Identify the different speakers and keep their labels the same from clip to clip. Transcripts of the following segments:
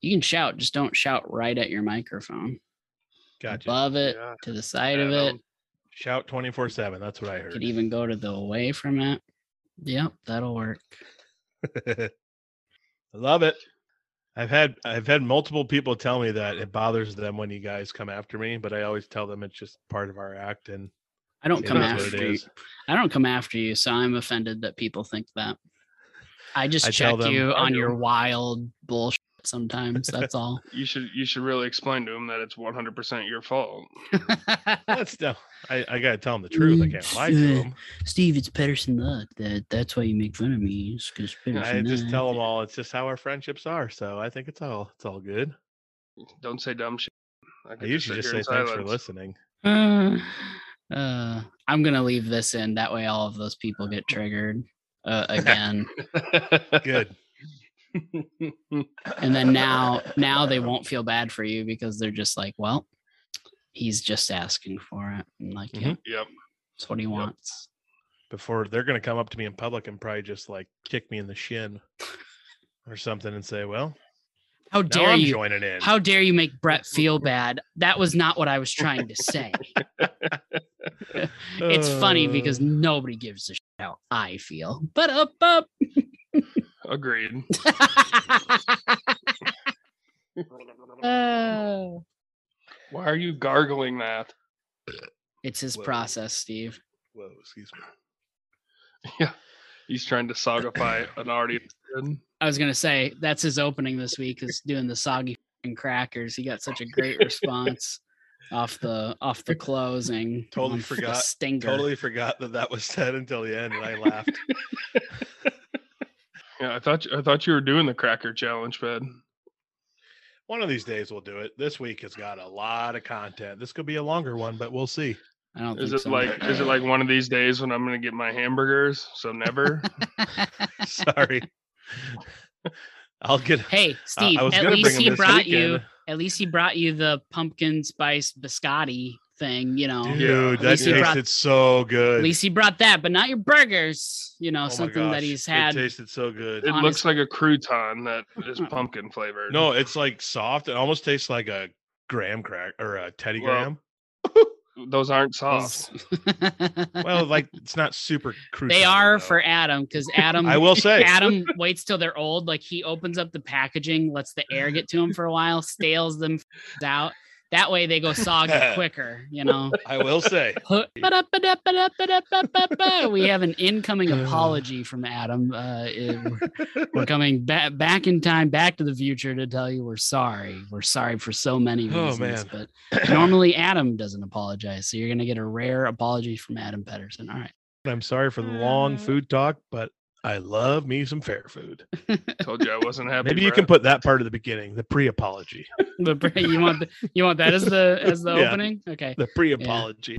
Speaker 1: you can shout, just don't shout right at your microphone.
Speaker 2: Gotcha.
Speaker 1: Above it,
Speaker 2: Yeah,
Speaker 1: to the side
Speaker 2: I
Speaker 1: of
Speaker 2: know.
Speaker 3: Um,
Speaker 1: it.
Speaker 2: Shout 24 7. That's what I
Speaker 1: Could
Speaker 2: heard.
Speaker 1: even go to the away from it. Yep, that'll work.
Speaker 2: I love it. I've had I've had multiple people tell me that it bothers them when you guys come after me, but I always tell them it's just part of our act and
Speaker 1: I don't
Speaker 2: it
Speaker 1: come
Speaker 2: is what it
Speaker 1: after you.
Speaker 2: is.
Speaker 1: I don't come after you, so I'm offended that people think that. I just
Speaker 2: I tell
Speaker 1: check
Speaker 2: them,
Speaker 1: you
Speaker 2: "I
Speaker 1: on your
Speaker 2: know."
Speaker 1: wild bullshit sometimes. That's all.
Speaker 3: You should you should really explain to him that it's 100% your fault.
Speaker 2: That's still I, I gotta tell them the truth. I can't lie to them.
Speaker 1: Steve, it's Pedersen Luck. That that's why you make fun of me. It's 'cause
Speaker 2: I
Speaker 1: Pedersen
Speaker 2: just
Speaker 1: Luck.
Speaker 2: tell them all it's just how our friendships are. So I think it's all it's all good.
Speaker 3: Don't say dumb shit.
Speaker 2: I
Speaker 3: could
Speaker 2: usually
Speaker 3: sit
Speaker 2: just
Speaker 3: here
Speaker 2: say
Speaker 3: in
Speaker 2: thanks for
Speaker 3: silence.
Speaker 2: listening.
Speaker 1: Uh, uh, I'm gonna leave this in. That way, all of those people get triggered uh, again,
Speaker 2: Good.
Speaker 1: and then now, now they won't feel bad for you because they're just like, well, he's just asking for it, and like, yeah,
Speaker 2: Mhm.
Speaker 3: yep.
Speaker 1: that's what he wants.
Speaker 2: Before they're gonna come up to me in public and probably just like kick me in the shin or something and say, Well,
Speaker 1: How
Speaker 2: now
Speaker 1: dare
Speaker 2: I'm
Speaker 1: you?
Speaker 2: joining in.
Speaker 1: How dare you make Brett feel bad? That was not what I was trying to say. it's funny
Speaker 2: Uh,
Speaker 1: because nobody gives a shit how I feel. But up, up.
Speaker 3: Agreed.
Speaker 1: Oh.
Speaker 3: Why are you gargling that?
Speaker 1: it's his
Speaker 2: Whoa.
Speaker 1: process, Steve.
Speaker 2: Whoa, excuse me.
Speaker 3: He's trying to sogify an already. good-
Speaker 1: I was gonna say that's his opening this week is doing the soggy and crackers. He got such a great response off the off the closing.
Speaker 2: Totally
Speaker 1: on the
Speaker 2: forgot.
Speaker 1: Stinger.
Speaker 2: Totally forgot that that was said until the end, and I laughed.
Speaker 3: Yeah, I thought you- I thought you were doing the cracker challenge, bud.
Speaker 2: one of these days we'll do it. This week has got a lot of content. This could be a longer one, but we'll see.
Speaker 1: I don't
Speaker 3: Is
Speaker 1: think
Speaker 3: it
Speaker 1: so.
Speaker 3: like is it like one of these days when I'm gonna get my hamburgers? So never.
Speaker 2: Sorry. I'll get.
Speaker 1: hey,
Speaker 2: I-
Speaker 1: Steve,
Speaker 2: I was
Speaker 1: at
Speaker 2: gonna bring
Speaker 1: least
Speaker 2: him
Speaker 1: he
Speaker 2: this
Speaker 1: brought you
Speaker 2: weekend.
Speaker 1: at least he brought you the pumpkin spice biscotti thing, you know.
Speaker 2: Dude,
Speaker 3: Yeah.
Speaker 2: that
Speaker 3: At
Speaker 1: least he
Speaker 2: tasted
Speaker 1: brought-
Speaker 2: so good.
Speaker 1: At least he brought that, but not your burgers, you know,
Speaker 2: Oh my
Speaker 1: something that
Speaker 2: gosh,
Speaker 1: he's had.
Speaker 2: It tasted so good.
Speaker 3: It
Speaker 1: Honest-
Speaker 3: looks like a crouton that is pumpkin flavored.
Speaker 2: no, it's like soft. It almost tastes like a graham crack or a Teddy Graham.
Speaker 3: Well- those aren't soft.
Speaker 1: is-
Speaker 2: Well, like it's not super crucial.
Speaker 1: they are for Adam because Adam
Speaker 2: I will say.
Speaker 1: Adam waits till they're old. Like he opens up the packaging, lets the air get to him for a while, stales them f- out. That way they go soggy quicker, you know.
Speaker 2: I will say.
Speaker 1: Huh. Ba-da-ba-da-ba-da-ba-da-ba-ba. We have an incoming apology from Adam. Uh, it- we're coming back back in time, back to the future to tell you we're sorry. We're sorry for so many
Speaker 2: Oh,
Speaker 1: reasons,
Speaker 2: man.
Speaker 1: but Normally, Adam doesn't apologize, so you're gonna get a rare apology from Adam Pedersen. All
Speaker 2: I'm sorry for the long food talk, but I love me some fair food.
Speaker 3: Told you I wasn't happy.
Speaker 2: Maybe you can
Speaker 3: Brett.
Speaker 2: put that part of the beginning, the pre-apology,
Speaker 1: right, but you want the, you want that as the as the
Speaker 2: Yeah.
Speaker 1: opening? Okay.
Speaker 2: the pre-apology.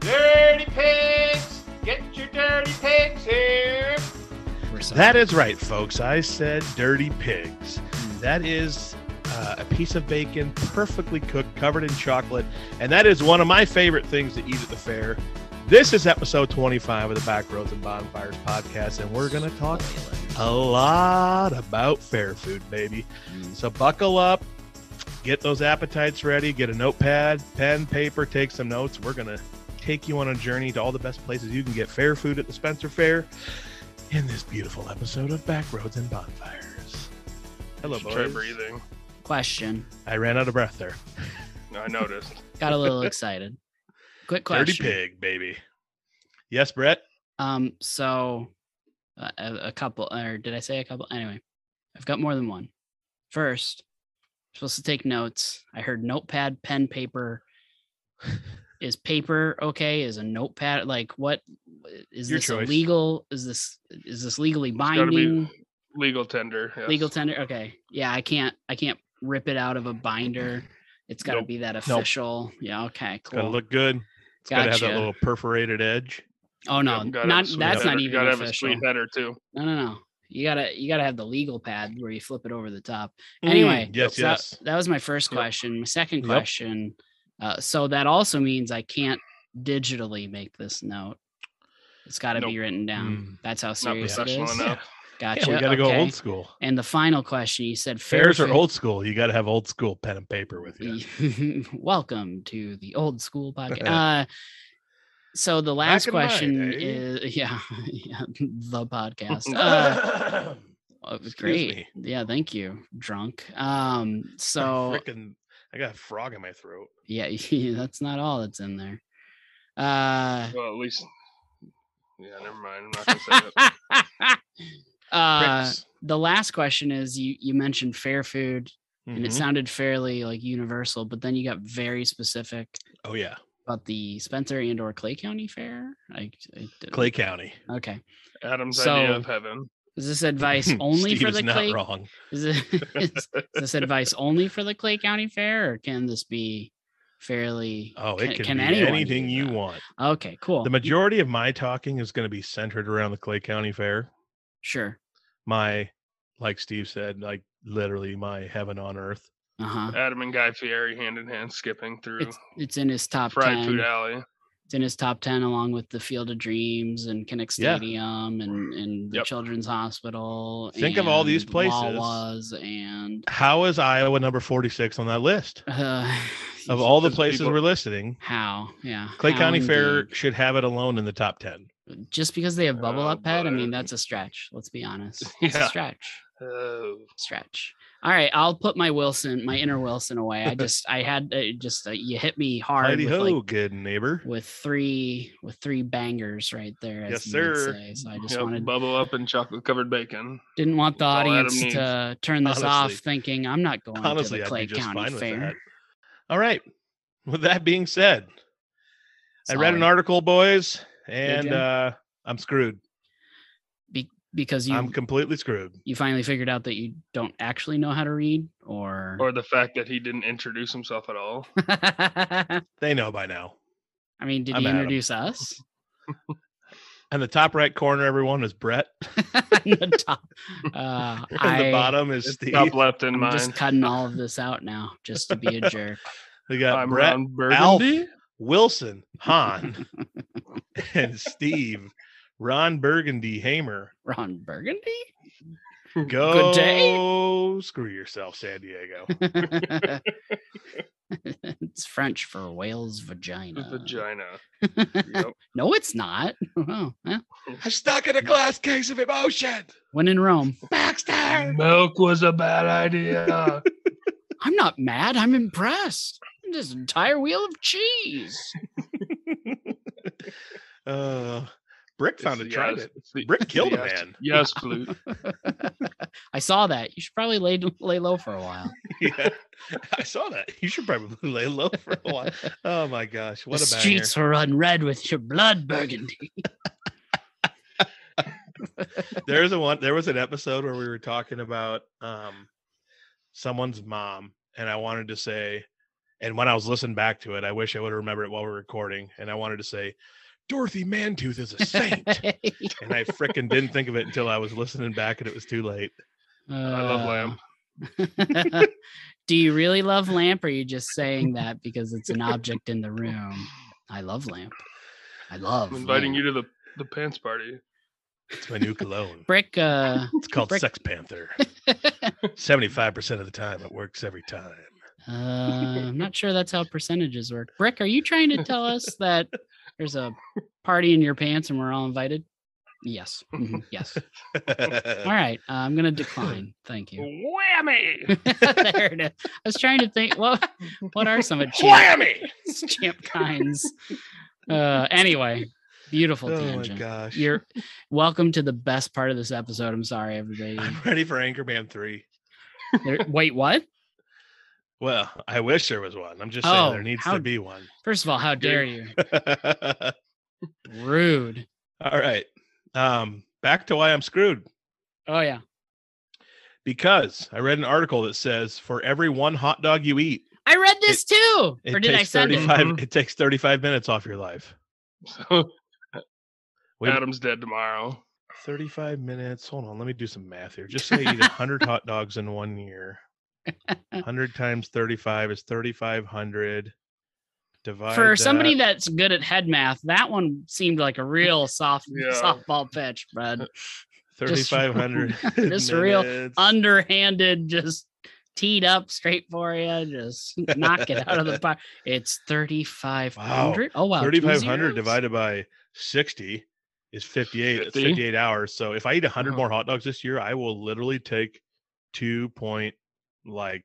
Speaker 4: Dirty pigs! Get your dirty pigs here!
Speaker 1: We're sorry.
Speaker 2: That is right, folks. I said dirty pigs. That is uh, a piece of bacon perfectly cooked, covered in chocolate. And that is one of my favorite things to eat at the fair. This is episode 25 of the Back Roads and Bonfires podcast, and we're going to talk a lot about fair food, baby. So buckle up, get those appetites ready, get a notepad, pen, paper, take some notes. We're going to take you on a journey to all the best places you can get fair food at the Spencer Fair in this beautiful episode of Backroads and Bonfires. Hello,
Speaker 3: Should try
Speaker 2: boys.
Speaker 3: breathing.
Speaker 1: question.
Speaker 2: I ran out of breath there.
Speaker 3: I noticed.
Speaker 1: Got a little excited. Quick
Speaker 2: Dirty
Speaker 1: question.
Speaker 2: pig, baby. Yes, Brett.
Speaker 1: Um. So, uh, a, a couple, or did I say a couple? Anyway, I've got more than one. First, I'm supposed to take notes. I heard notepad, pen, paper. Is paper okay? Is a notepad like what? Is
Speaker 2: Your
Speaker 1: this
Speaker 2: choice.
Speaker 1: illegal? Is this is this legally
Speaker 3: gotta be-
Speaker 1: binding?
Speaker 3: legal tender. yes.
Speaker 1: Legal tender. Okay. Yeah, I can't. I can't rip it out of a binder. It's got to
Speaker 2: Nope.
Speaker 1: be that official. Yeah. Okay.
Speaker 2: It's gotta
Speaker 1: Cool.
Speaker 2: look good. It's gotta have that
Speaker 1: Gotcha.
Speaker 2: little perforated edge.
Speaker 1: oh no,
Speaker 3: Yep, gotta have
Speaker 1: not
Speaker 3: a sweet
Speaker 1: that's
Speaker 3: header.
Speaker 1: not even
Speaker 3: Gotta have a
Speaker 1: official.
Speaker 3: sweet header too.
Speaker 1: No, no, no. You gotta you gotta have the legal pad where you flip it over the top.
Speaker 2: Mm,
Speaker 1: Anyway,
Speaker 2: yes,
Speaker 1: so that-
Speaker 2: yes.
Speaker 1: That, was my first
Speaker 3: Yep.
Speaker 1: question. My second
Speaker 2: Yep.
Speaker 1: question. Uh, so that also means I can't digitally make this note. It's got to be written down.
Speaker 2: Mm.
Speaker 1: That's how
Speaker 3: Not
Speaker 1: serious it
Speaker 3: professional
Speaker 1: is.
Speaker 3: enough.
Speaker 1: Gotcha.
Speaker 2: Yeah, we gotta go
Speaker 1: okay.
Speaker 2: old school.
Speaker 1: And the final question, you said
Speaker 2: Fairs are
Speaker 1: Fairfield-
Speaker 2: old school. You gotta have old school pen and paper with you.
Speaker 1: Welcome to the old school podcast. Uh, so the last
Speaker 2: in my
Speaker 1: question
Speaker 2: day.
Speaker 1: is yeah, yeah, the podcast. Uh, oh,
Speaker 2: Excuse
Speaker 1: great.
Speaker 2: me.
Speaker 1: Yeah, thank you. Drunk. Um, so
Speaker 2: Frickin- I got a frog in my throat.
Speaker 1: yeah, that's not all that's in there. Uh,
Speaker 3: Well, at least. Yeah, never mind. I'm not gonna say that.
Speaker 1: uh,
Speaker 2: Fricks.
Speaker 1: the last question is you you mentioned fair food and
Speaker 2: Mhm.
Speaker 1: it sounded fairly like universal, but then you got very specific
Speaker 2: oh yeah.
Speaker 1: about the Spencer and or Clay County Fair. I, I did-
Speaker 2: Clay County.
Speaker 1: Okay.
Speaker 3: Adam's
Speaker 1: So-
Speaker 3: idea of heaven.
Speaker 1: Is this advice only
Speaker 2: Steve
Speaker 1: for
Speaker 2: is
Speaker 1: the
Speaker 2: not
Speaker 1: Clay?
Speaker 2: wrong.
Speaker 1: Is, it, is, is this advice only for the Clay County Fair, or can this be fairly?
Speaker 2: Oh, it can, be
Speaker 1: anyone do
Speaker 2: anything you
Speaker 1: that?
Speaker 2: want.
Speaker 1: Okay, cool.
Speaker 2: The majority of my talking is going to be centered around the Clay County Fair.
Speaker 1: Sure.
Speaker 2: My, like Steve said, like literally my heaven on earth.
Speaker 1: Uh huh.
Speaker 3: Adam and Guy Fieri hand in hand skipping through
Speaker 1: It's it's in his top
Speaker 3: Fried
Speaker 1: ten.
Speaker 3: Food Alley.
Speaker 1: It's in his top ten, along with the Field of Dreams and Kinnick
Speaker 2: Yeah.
Speaker 1: Stadium and and the
Speaker 3: Yep.
Speaker 1: Children's Hospital.
Speaker 2: Think of all these
Speaker 1: and
Speaker 2: places.
Speaker 1: Wawa's and
Speaker 2: How is Iowa number 46 on that list?
Speaker 1: uh,
Speaker 2: Of all the
Speaker 3: Because
Speaker 2: places
Speaker 3: people-
Speaker 2: we're listing,
Speaker 1: how yeah
Speaker 2: Clay
Speaker 1: how
Speaker 2: County Fair
Speaker 1: indeed.
Speaker 2: should have it alone in the top 10.
Speaker 1: just because they have bubble
Speaker 3: Uh,
Speaker 1: up pad, I mean
Speaker 3: but-
Speaker 1: that's a stretch. Let's be honest. It's a
Speaker 3: Yeah.
Speaker 1: stretch.
Speaker 3: Oh,
Speaker 1: Stretch. All right, I'll put my Wilson, my inner Wilson away. I just I had uh, just uh, you hit me hard
Speaker 2: Heidi
Speaker 1: with,
Speaker 2: ho,
Speaker 1: like,
Speaker 2: good neighbor.
Speaker 1: with three with three bangers right there.
Speaker 2: Yes,
Speaker 1: as you would
Speaker 2: sir.
Speaker 1: say. So I just
Speaker 3: Oh, yep,
Speaker 1: wanted
Speaker 3: bubble up and chocolate covered bacon.
Speaker 1: didn't want the
Speaker 3: all Adam
Speaker 1: audience
Speaker 3: needs.
Speaker 1: to turn this off
Speaker 2: Honestly.
Speaker 1: thinking I'm not going
Speaker 2: Honestly,
Speaker 1: to the
Speaker 2: I'd be
Speaker 1: Clay
Speaker 2: just
Speaker 1: County
Speaker 2: fine with
Speaker 1: Fair.
Speaker 2: that. All right. With that being said, I read an
Speaker 1: Sorry.
Speaker 2: article, boys, and
Speaker 1: ya?
Speaker 2: uh, I'm screwed.
Speaker 1: because you
Speaker 2: I'm completely screwed.
Speaker 1: you finally figured out that you don't actually know how to read or,
Speaker 3: Or the fact that he didn't introduce himself at all.
Speaker 1: I
Speaker 2: They know by now.
Speaker 1: mean, did
Speaker 2: I'm
Speaker 1: you
Speaker 2: Adam.
Speaker 1: introduce us?
Speaker 2: And the top right corner, everyone, is Brett.
Speaker 1: On the top. Uh,
Speaker 2: And
Speaker 1: I,
Speaker 2: the bottom is
Speaker 3: It's
Speaker 2: Steve.
Speaker 3: top left in
Speaker 1: I'm
Speaker 3: mine.
Speaker 1: just cutting all of this out now just to be a jerk.
Speaker 2: We got
Speaker 3: I'm
Speaker 2: Brett,
Speaker 3: Ron
Speaker 2: Alf,
Speaker 3: Burgundy.
Speaker 2: Wilson, Han, and Steve. Ron Burgundy Hamer.
Speaker 1: Ron Burgundy?
Speaker 2: Go
Speaker 1: day.
Speaker 2: screw yourself, San Diego.
Speaker 1: it's French for whale's vagina.
Speaker 3: Vagina. Yep.
Speaker 1: No, it's not. Oh, eh.
Speaker 2: I'm stuck in a glass case of emotion.
Speaker 1: When in Rome,
Speaker 2: Baxter.
Speaker 3: Milk was a bad idea.
Speaker 1: I'm not mad. I'm impressed. This entire wheel of cheese.
Speaker 2: Uh, Brick found a
Speaker 3: It's the
Speaker 2: trident.
Speaker 3: yes- it's the-
Speaker 2: Brick killed a
Speaker 3: yes-
Speaker 2: man.
Speaker 3: Yes, flute.
Speaker 1: I saw that. You should probably lay lay low for a while.
Speaker 2: yeah, I saw that. You should probably lay low for a while. Oh my gosh, what
Speaker 1: the
Speaker 2: a banger.
Speaker 1: streets were run red with your blood, Burgundy.
Speaker 2: There's a one. There was an episode where we were talking about um someone's mom, and I wanted to say, and when I was listening back to it, I wish I would remember it while we were recording, and I wanted to say, Dorothy Mantooth is a saint, and I frickin' didn't think of it until I was listening back, and it was too late.
Speaker 1: Uh,
Speaker 3: love lamb.
Speaker 1: lamp. Do you really love lamp, or are you just saying that because it's an object in the room? I love lamp. I love.
Speaker 3: I'm inviting
Speaker 1: lamp.
Speaker 3: you to the, the pants party.
Speaker 2: It's my new cologne.
Speaker 1: Brick. Uh,
Speaker 2: It's called
Speaker 1: Brick-
Speaker 2: Sex Panther. Seventy-five percent of the time, it works every time.
Speaker 1: uh, I'm not sure that's how percentages work. Brick, are you trying to tell us that there's a party in your pants and we're all invited? Yes. Mhm. Yes. All right. Uh, I'm gonna decline. Thank you.
Speaker 3: Whammy!
Speaker 1: there it is. I was trying to think. What what are some of Champ,
Speaker 2: Whammy!
Speaker 1: Champ Kind's? Uh, anyway, beautiful
Speaker 2: Oh my
Speaker 1: tangent.
Speaker 2: gosh.
Speaker 1: You're welcome to the best part of this episode. I'm sorry, everybody.
Speaker 2: I'm ready for Anchorman 3.
Speaker 1: There, wait, what?
Speaker 2: Well, I wish there was one. I'm just saying there
Speaker 1: Oh,
Speaker 2: needs
Speaker 1: how-
Speaker 2: to be one.
Speaker 1: First of all, how dare you?
Speaker 2: All
Speaker 1: Rude.
Speaker 2: right. Um, back to why I'm screwed.
Speaker 1: Oh yeah.
Speaker 2: because I read an article that says for every one hot dog you eat,
Speaker 1: I read this too.
Speaker 2: it
Speaker 1: Or did
Speaker 2: takes
Speaker 1: I send it?
Speaker 2: 35 it takes 35 minutes off your life.
Speaker 3: So
Speaker 2: Wait,
Speaker 3: Adam's dead tomorrow.
Speaker 2: 35 minutes. Hold on, let me do some math here. Just say you eat 100 hot dogs in one year. 100 times 35 is 3500 divide
Speaker 1: For somebody
Speaker 2: that-
Speaker 1: that's good at head math, that one seemed like a real soft
Speaker 3: Yeah.
Speaker 1: softball pitch, Brad. just-
Speaker 2: 3500
Speaker 1: just real
Speaker 2: minutes.
Speaker 1: Underhanded, just teed up straight for you. Just knock it out of the park. It's thirty five hundred. Oh wow, two
Speaker 2: 3500
Speaker 1: zeros?
Speaker 2: divided by 60 is 58 That's
Speaker 3: 50.
Speaker 2: 58 hours so if i eat 100
Speaker 1: Wow.
Speaker 2: more hot dogs this year i will literally take 2 point like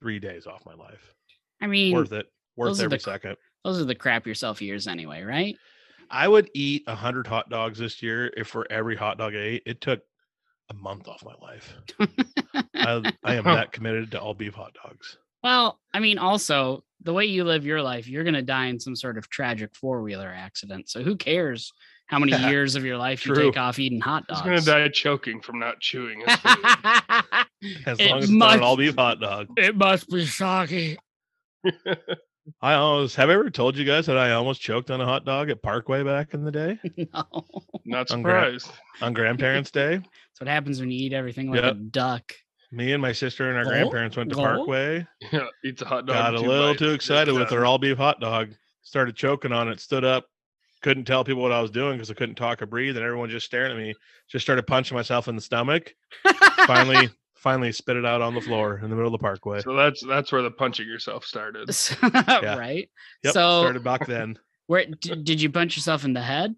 Speaker 2: 3 days off my life
Speaker 1: I mean,
Speaker 2: worth it worth
Speaker 1: those are
Speaker 2: every
Speaker 1: the-
Speaker 2: second
Speaker 1: those are the crap yourself years anyway, right?
Speaker 2: i would eat 100 hot dogs this year if for every hot dog i ate it took a month off my life I, I am that committed to all beef hot dogs
Speaker 1: Well, I mean, also the way you live your life, you're going to die in some sort of tragic four wheeler accident. So who cares how many
Speaker 2: Yeah,
Speaker 1: years of your life you
Speaker 2: true.
Speaker 1: take off eating hot
Speaker 3: He's
Speaker 1: dogs?
Speaker 3: gonna die choking from not chewing. His food.
Speaker 2: as
Speaker 1: It
Speaker 2: long as it's not
Speaker 1: must-
Speaker 2: an all beef hot dog
Speaker 1: it must be shocking.
Speaker 2: i almost have i ever told you guys that i almost choked on a hot dog at parkway back in the day
Speaker 1: No, that's
Speaker 3: not
Speaker 2: I'm gra-
Speaker 3: surprised.
Speaker 2: on grandparents day
Speaker 1: what happens when you eat everything like
Speaker 2: Yeah.
Speaker 1: a duck.
Speaker 2: me and my sister and our
Speaker 1: Go,
Speaker 2: grandparents went to
Speaker 1: go.
Speaker 2: Parkway.
Speaker 3: Yeah, eats a hot dog.
Speaker 2: Got a
Speaker 3: with two
Speaker 2: little
Speaker 3: bites.
Speaker 2: too
Speaker 3: It's
Speaker 2: excited with
Speaker 3: done.
Speaker 2: her all beef hot dog. Started choking on it. Stood up. Couldn't tell people what I was doing because I couldn't talk or breathe, and everyone just staring at me. Just started punching myself in the stomach. Finally, finally spit it out on the floor in the middle of the Parkway.
Speaker 3: So that's that's where the punching yourself started.
Speaker 1: So-
Speaker 2: Yeah.
Speaker 1: Right?
Speaker 2: Yep.
Speaker 1: so-
Speaker 2: started back then.
Speaker 1: Where d- did you punch yourself in the head?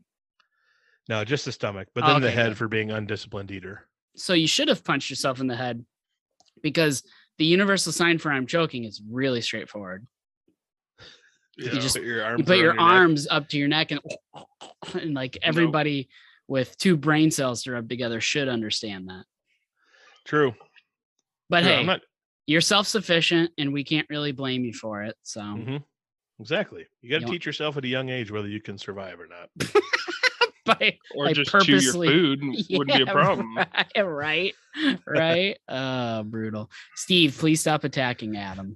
Speaker 2: No, just the stomach, but
Speaker 1: Oh,
Speaker 2: then the
Speaker 1: okay,
Speaker 2: head
Speaker 1: good.
Speaker 2: for being undisciplined eater.
Speaker 1: So you should have punched yourself in the head because the universal sign for I'm choking is really straightforward.
Speaker 3: Yeah.
Speaker 1: you just-
Speaker 2: put your
Speaker 1: you
Speaker 2: arms.
Speaker 1: put
Speaker 2: around
Speaker 1: your,
Speaker 2: neck.
Speaker 1: arms up to your neck and, and like everybody with two brain cells to rub together should understand that
Speaker 2: True.
Speaker 1: but
Speaker 2: true.
Speaker 1: hey
Speaker 2: I'm not
Speaker 1: you're self-sufficient and we can't really blame you for it so
Speaker 2: Mhm. exactly. You got
Speaker 1: Um, You
Speaker 2: to
Speaker 1: know-
Speaker 2: teach yourself at a young age whether you can survive or not.
Speaker 1: but
Speaker 3: or
Speaker 1: I
Speaker 3: just
Speaker 1: purposely-
Speaker 3: chew your food and Mm, wouldn't be a
Speaker 1: yeah,
Speaker 3: problem.
Speaker 1: right right uh brutal steve please stop attacking adam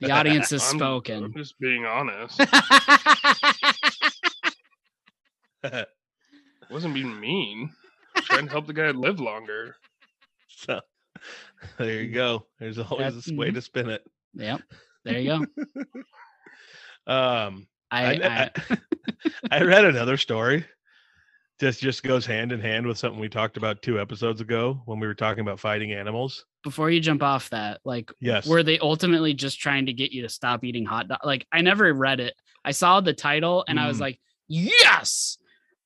Speaker 1: the audience has
Speaker 3: I'm-
Speaker 1: spoken
Speaker 3: I'm just being honest. wasn't being mean. Trying to help the guy live longer.
Speaker 2: So there
Speaker 1: Mm-hmm.
Speaker 2: you go. There's always
Speaker 1: That's-
Speaker 2: a way
Speaker 1: mhm.
Speaker 2: to spin it.
Speaker 1: yep there you go
Speaker 2: Um,
Speaker 1: i,
Speaker 2: I,
Speaker 1: I,
Speaker 2: I- I read another story. This just goes hand in hand with something we talked about two episodes ago when we were talking about fighting animals.
Speaker 1: before you jump off that like
Speaker 2: Yes.
Speaker 1: were they ultimately just trying to get you to stop eating hot dog? Like I never read it. I saw the title and I was
Speaker 2: Mm.
Speaker 1: like, yes,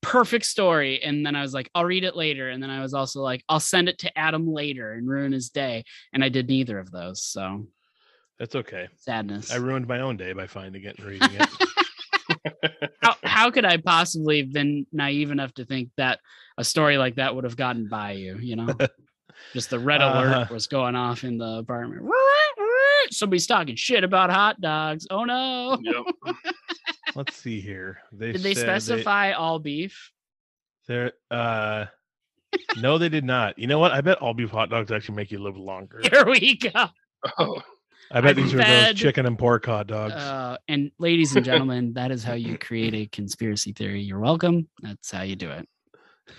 Speaker 1: perfect story. And then I was like, I'll read it later. And then I was also like, I'll send it to Adam later and ruin his day. And I did neither of those. So
Speaker 2: That's okay.
Speaker 1: sadness.
Speaker 2: I ruined my own day by finding it and reading it.
Speaker 1: how, how could I possibly have been naive enough to think that a story like that would have gotten by you? You know, just the red alert
Speaker 2: Uh-huh.
Speaker 1: was going off in the apartment. Somebody's talking shit about hot dogs. Oh no.
Speaker 3: Yep.
Speaker 2: Let's see here. They
Speaker 1: Did they
Speaker 2: said that
Speaker 1: specify all beef?
Speaker 2: They're, uh, no, they did not. You know what? I bet all beef hot dogs actually make you live longer.
Speaker 1: Here we go.
Speaker 3: Oh,
Speaker 2: I bet
Speaker 1: I
Speaker 2: these are
Speaker 1: bet-
Speaker 2: those chicken and pork hot dogs.
Speaker 1: Uh, and ladies and gentlemen, that is how you create a conspiracy theory. You're welcome. That's how you do it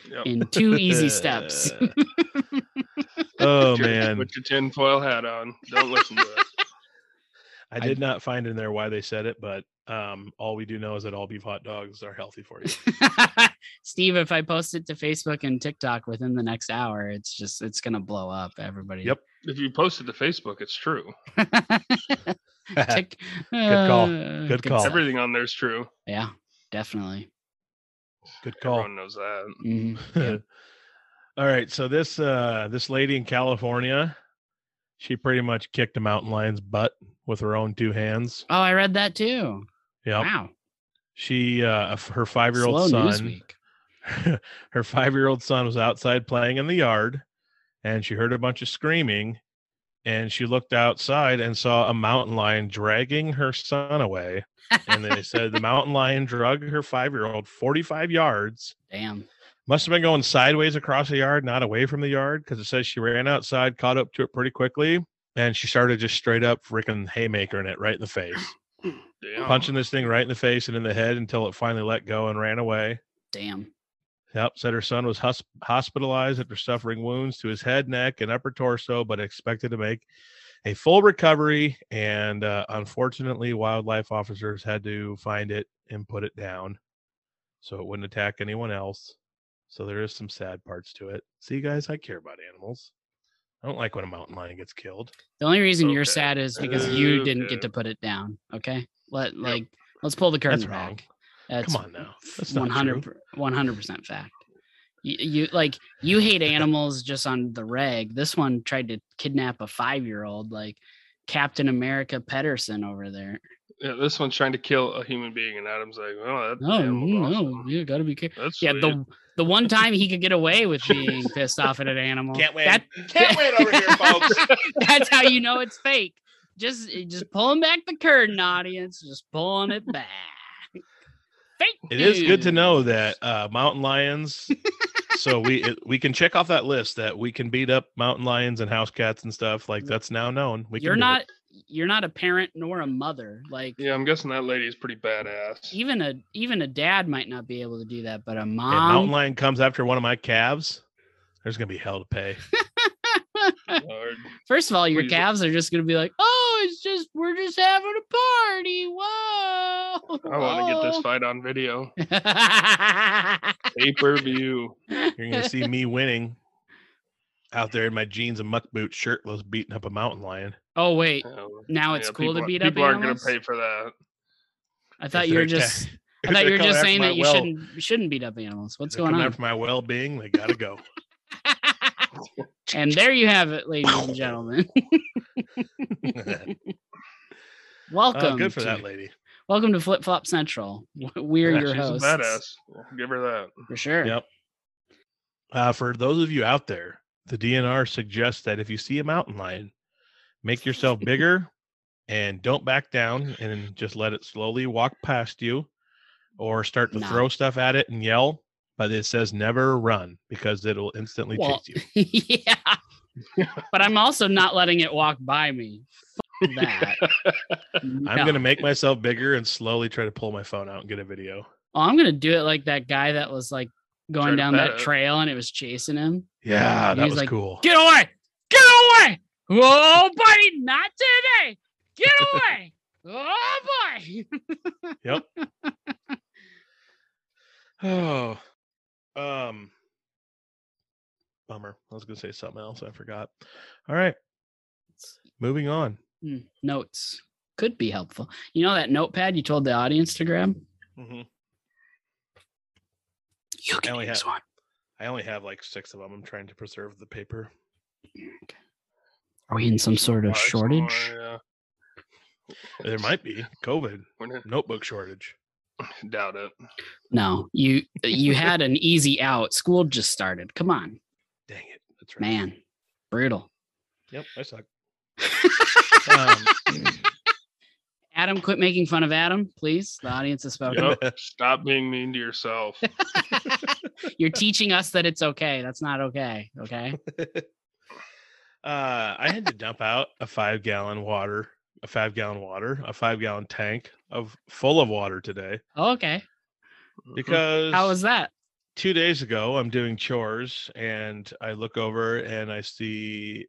Speaker 3: yep.
Speaker 1: in two easy steps.
Speaker 2: oh
Speaker 3: Put your-
Speaker 2: man,
Speaker 3: Put your tinfoil hat on. Don't listen to it.
Speaker 2: I did not find in there why they said it, but um, all we do know is that all beef hot dogs are healthy for you.
Speaker 1: Steve, if I post it to Facebook and TikTok within the next hour, it's just it's gonna blow up. Everybody.
Speaker 2: Yep.
Speaker 3: If you post it to Facebook, it's true.
Speaker 1: Tick-
Speaker 2: call.
Speaker 1: Uh,
Speaker 2: Good call.
Speaker 1: stuff.
Speaker 3: Everything on there's true.
Speaker 1: Yeah, definitely.
Speaker 2: Good
Speaker 1: Oh.
Speaker 2: call.
Speaker 3: Everyone knows that.
Speaker 1: Mhm. Yeah.
Speaker 2: all right, so this uh, this lady in California, she pretty much kicked a mountain lion's butt with her own two hands.
Speaker 1: Oh, I read that too.
Speaker 2: Yeah,
Speaker 1: Wow.
Speaker 2: she uh, f- her five year old
Speaker 1: Slow news
Speaker 2: son,
Speaker 1: week.
Speaker 2: her five year old son was outside playing in the yard, and she heard a bunch of screaming, and she looked outside and saw a mountain lion dragging her son away. and they said the mountain lion drug her five year old 45 yards.
Speaker 1: Damn.
Speaker 2: Must have been going sideways across the yard, not away from the yard, because it says she ran outside, caught up to it pretty quickly, and she started just straight up freaking haymaker in it right in the face,
Speaker 3: Damn.
Speaker 2: punching this thing right in the face and in the head until it finally let go and ran away.
Speaker 1: Damn.
Speaker 2: Yep, said her son was hus- hospitalized after suffering wounds to his head, neck, and upper torso, but expected to make a full recovery. And uh, unfortunately, wildlife officers had to find it and put it down so it wouldn't attack anyone else. So there is some sad parts to it. See, guys, I care about animals. I don't like when a mountain lion gets killed.
Speaker 1: The only reason you're
Speaker 3: Okay.
Speaker 1: sad is because you didn't
Speaker 3: Okay.
Speaker 1: get to put it down. Okay. Let like let's pull the curtain
Speaker 2: That's wrong.
Speaker 1: back. That's
Speaker 2: Come on now. That's not
Speaker 1: 100
Speaker 2: true.
Speaker 1: 100 percent fact. You, you like you hate animals just on the reg. This one tried to kidnap a five year old, like Captain America Pedersen over there.
Speaker 3: Yeah, this one's trying to kill a human being, and Adam's like, "Oh, that
Speaker 1: No,
Speaker 3: animal's
Speaker 1: no,
Speaker 3: awesome.
Speaker 1: mm, oh, you gotta be careful.
Speaker 3: That's
Speaker 1: Yeah,
Speaker 3: sweet.
Speaker 1: the the one time he could get away with being pissed off at an animal.
Speaker 2: Can't win.
Speaker 1: That,
Speaker 4: Can't win over here, folks.
Speaker 1: that's how you know it's fake. Just just pulling back the curtain, audience. Just pulling it back. Fake.
Speaker 2: It is good to
Speaker 1: news.
Speaker 2: know that uh, mountain lions. so we it, we can check off that list that we can beat up mountain lions and house cats and stuff like that's now known. We
Speaker 1: you're
Speaker 2: can do
Speaker 1: not
Speaker 2: it.
Speaker 1: you're not a parent nor a mother. Like
Speaker 3: yeah, I'm guessing that lady's pretty badass.
Speaker 1: even a even a dad might not be able to do that, but a
Speaker 2: If mountain
Speaker 1: mom.
Speaker 2: lion comes after one of my calves. There's gonna be hell to pay.
Speaker 3: Lord.
Speaker 1: First of all, your
Speaker 3: Please.
Speaker 1: calves are just gonna be like, oh, it's just we're just having a party. Whoa!
Speaker 3: I want to get this fight on video,
Speaker 1: fight.
Speaker 3: pay per view.
Speaker 2: You're gonna see me winning out there in my jeans and muck boots, shirtless, beating up a mountain lion.
Speaker 1: oh wait, now it's cool to beat up
Speaker 3: People aren't
Speaker 1: animals.
Speaker 3: gonna pay for that.
Speaker 1: I
Speaker 2: If
Speaker 1: thought you were
Speaker 2: they're
Speaker 1: just.
Speaker 2: atta-
Speaker 1: I
Speaker 2: if
Speaker 1: thought you
Speaker 2: they're
Speaker 1: were
Speaker 2: coming
Speaker 1: just
Speaker 2: after
Speaker 1: saying
Speaker 2: my
Speaker 1: that you
Speaker 2: well-
Speaker 1: shouldn't shouldn't beat up animals. What's
Speaker 2: if they're
Speaker 1: going
Speaker 2: coming
Speaker 1: on?
Speaker 2: After my well-being, they gotta go.
Speaker 1: and there you have it, ladies and gentlemen. Welcome.
Speaker 2: Oh, Uh, good for
Speaker 1: to,
Speaker 2: that lady.
Speaker 1: Welcome to Flip Flop Central. We're
Speaker 3: Yeah,
Speaker 1: your
Speaker 3: she's
Speaker 1: hosts
Speaker 3: a badass. Give her that.
Speaker 1: for sure.
Speaker 2: Yep. Uh, for those of you out there, the DNR suggests that if you see a mountain lion, make yourself bigger and don't back down and just let it slowly walk past you or start to
Speaker 1: Nah.
Speaker 2: throw stuff at it and yell. But it says never run because it'll instantly
Speaker 1: Well-
Speaker 2: chase you.
Speaker 1: yeah. but I'm also not letting it walk by me. Fuck that.
Speaker 2: I'm going to make myself bigger and slowly try to pull my phone out and get a video.
Speaker 1: Oh, I'm gonna do it like that guy that was like
Speaker 3: Try
Speaker 1: going
Speaker 3: to
Speaker 1: down
Speaker 3: pet
Speaker 1: that
Speaker 3: it.
Speaker 1: trail and it was chasing him.
Speaker 2: Yeah, that
Speaker 1: He's
Speaker 2: was
Speaker 1: like,
Speaker 2: cool.
Speaker 1: Get away! Get away! Oh, buddy, not today! Get away! oh boy!
Speaker 2: Oh, um, bummer. I was going to say something else. I forgot. All right, moving on.
Speaker 1: Hmm, Notes could be helpful. You know that notepad you told the audience to grab?
Speaker 2: Mm-hmm.
Speaker 1: You can
Speaker 2: only
Speaker 1: use
Speaker 2: have-
Speaker 1: one.
Speaker 2: I only have like six of them. I'm trying to preserve the paper.
Speaker 1: Are we in some sort of
Speaker 3: Why, so,
Speaker 1: shortage?
Speaker 2: uh,
Speaker 3: yeah.
Speaker 2: There might be COVID
Speaker 3: We're not-
Speaker 2: notebook shortage.
Speaker 3: Doubt it.
Speaker 1: No, you you had an easy out. School just started. Come on.
Speaker 2: Dang it! That's right.
Speaker 1: Man, brutal.
Speaker 2: Yep, I suck. um,
Speaker 1: Adam, quit making fun of Adam, please. The audience is spoken.
Speaker 3: Yep. Stop being mean to yourself.
Speaker 1: You're teaching us that it's okay. That's not okay. Okay.
Speaker 2: uh, I had to dump out a five gallon water, a five gallon water, a five gallon tank of full of water today
Speaker 1: Oh, Okay.
Speaker 3: Mm-hmm.
Speaker 2: because
Speaker 1: How was that?
Speaker 2: two days ago i'm doing chores and i look over and i see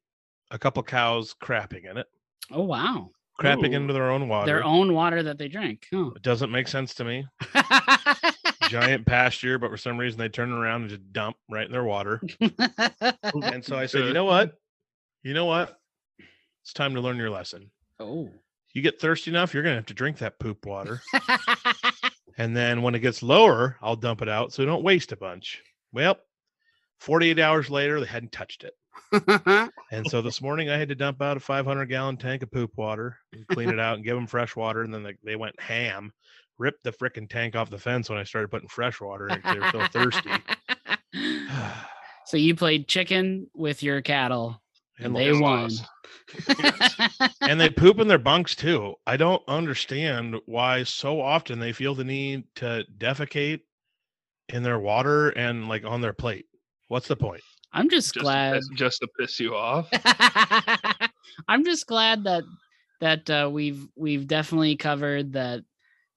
Speaker 2: a couple cows crapping in it
Speaker 1: Oh wow.
Speaker 2: crapping
Speaker 3: Ooh.
Speaker 2: into their own water
Speaker 1: Their own water that they drink. Huh.
Speaker 2: it doesn't make sense to me giant pasture but for some reason they turn around and just dump right in their water and so i said you
Speaker 3: Good.
Speaker 2: know what you know what it's time to learn your lesson
Speaker 1: oh.
Speaker 2: you get thirsty enough you're gonna have to drink that poop water and then when it gets lower i'll dump it out so don't waste a bunch well 48 hours later they hadn't touched it And so this morning I had to dump out a 500 gallon tank of poop water and clean it out and give them fresh water. And then they, they went ham, ripped the frickin' tank off the fence when I started putting fresh water in it. 'cause They were so thirsty.
Speaker 1: so you played chicken with your cattle.
Speaker 2: and,
Speaker 1: They
Speaker 2: they,
Speaker 3: It's
Speaker 1: won.
Speaker 3: lost.
Speaker 2: and they poop in their bunks too. I don't understand why so often they feel the need to defecate in their water and like on their plate. What's the point?
Speaker 1: I'm just,
Speaker 3: Just to,
Speaker 1: glad.
Speaker 3: piss, just to piss you off.
Speaker 1: I'm just glad that that uh, we've we've definitely covered that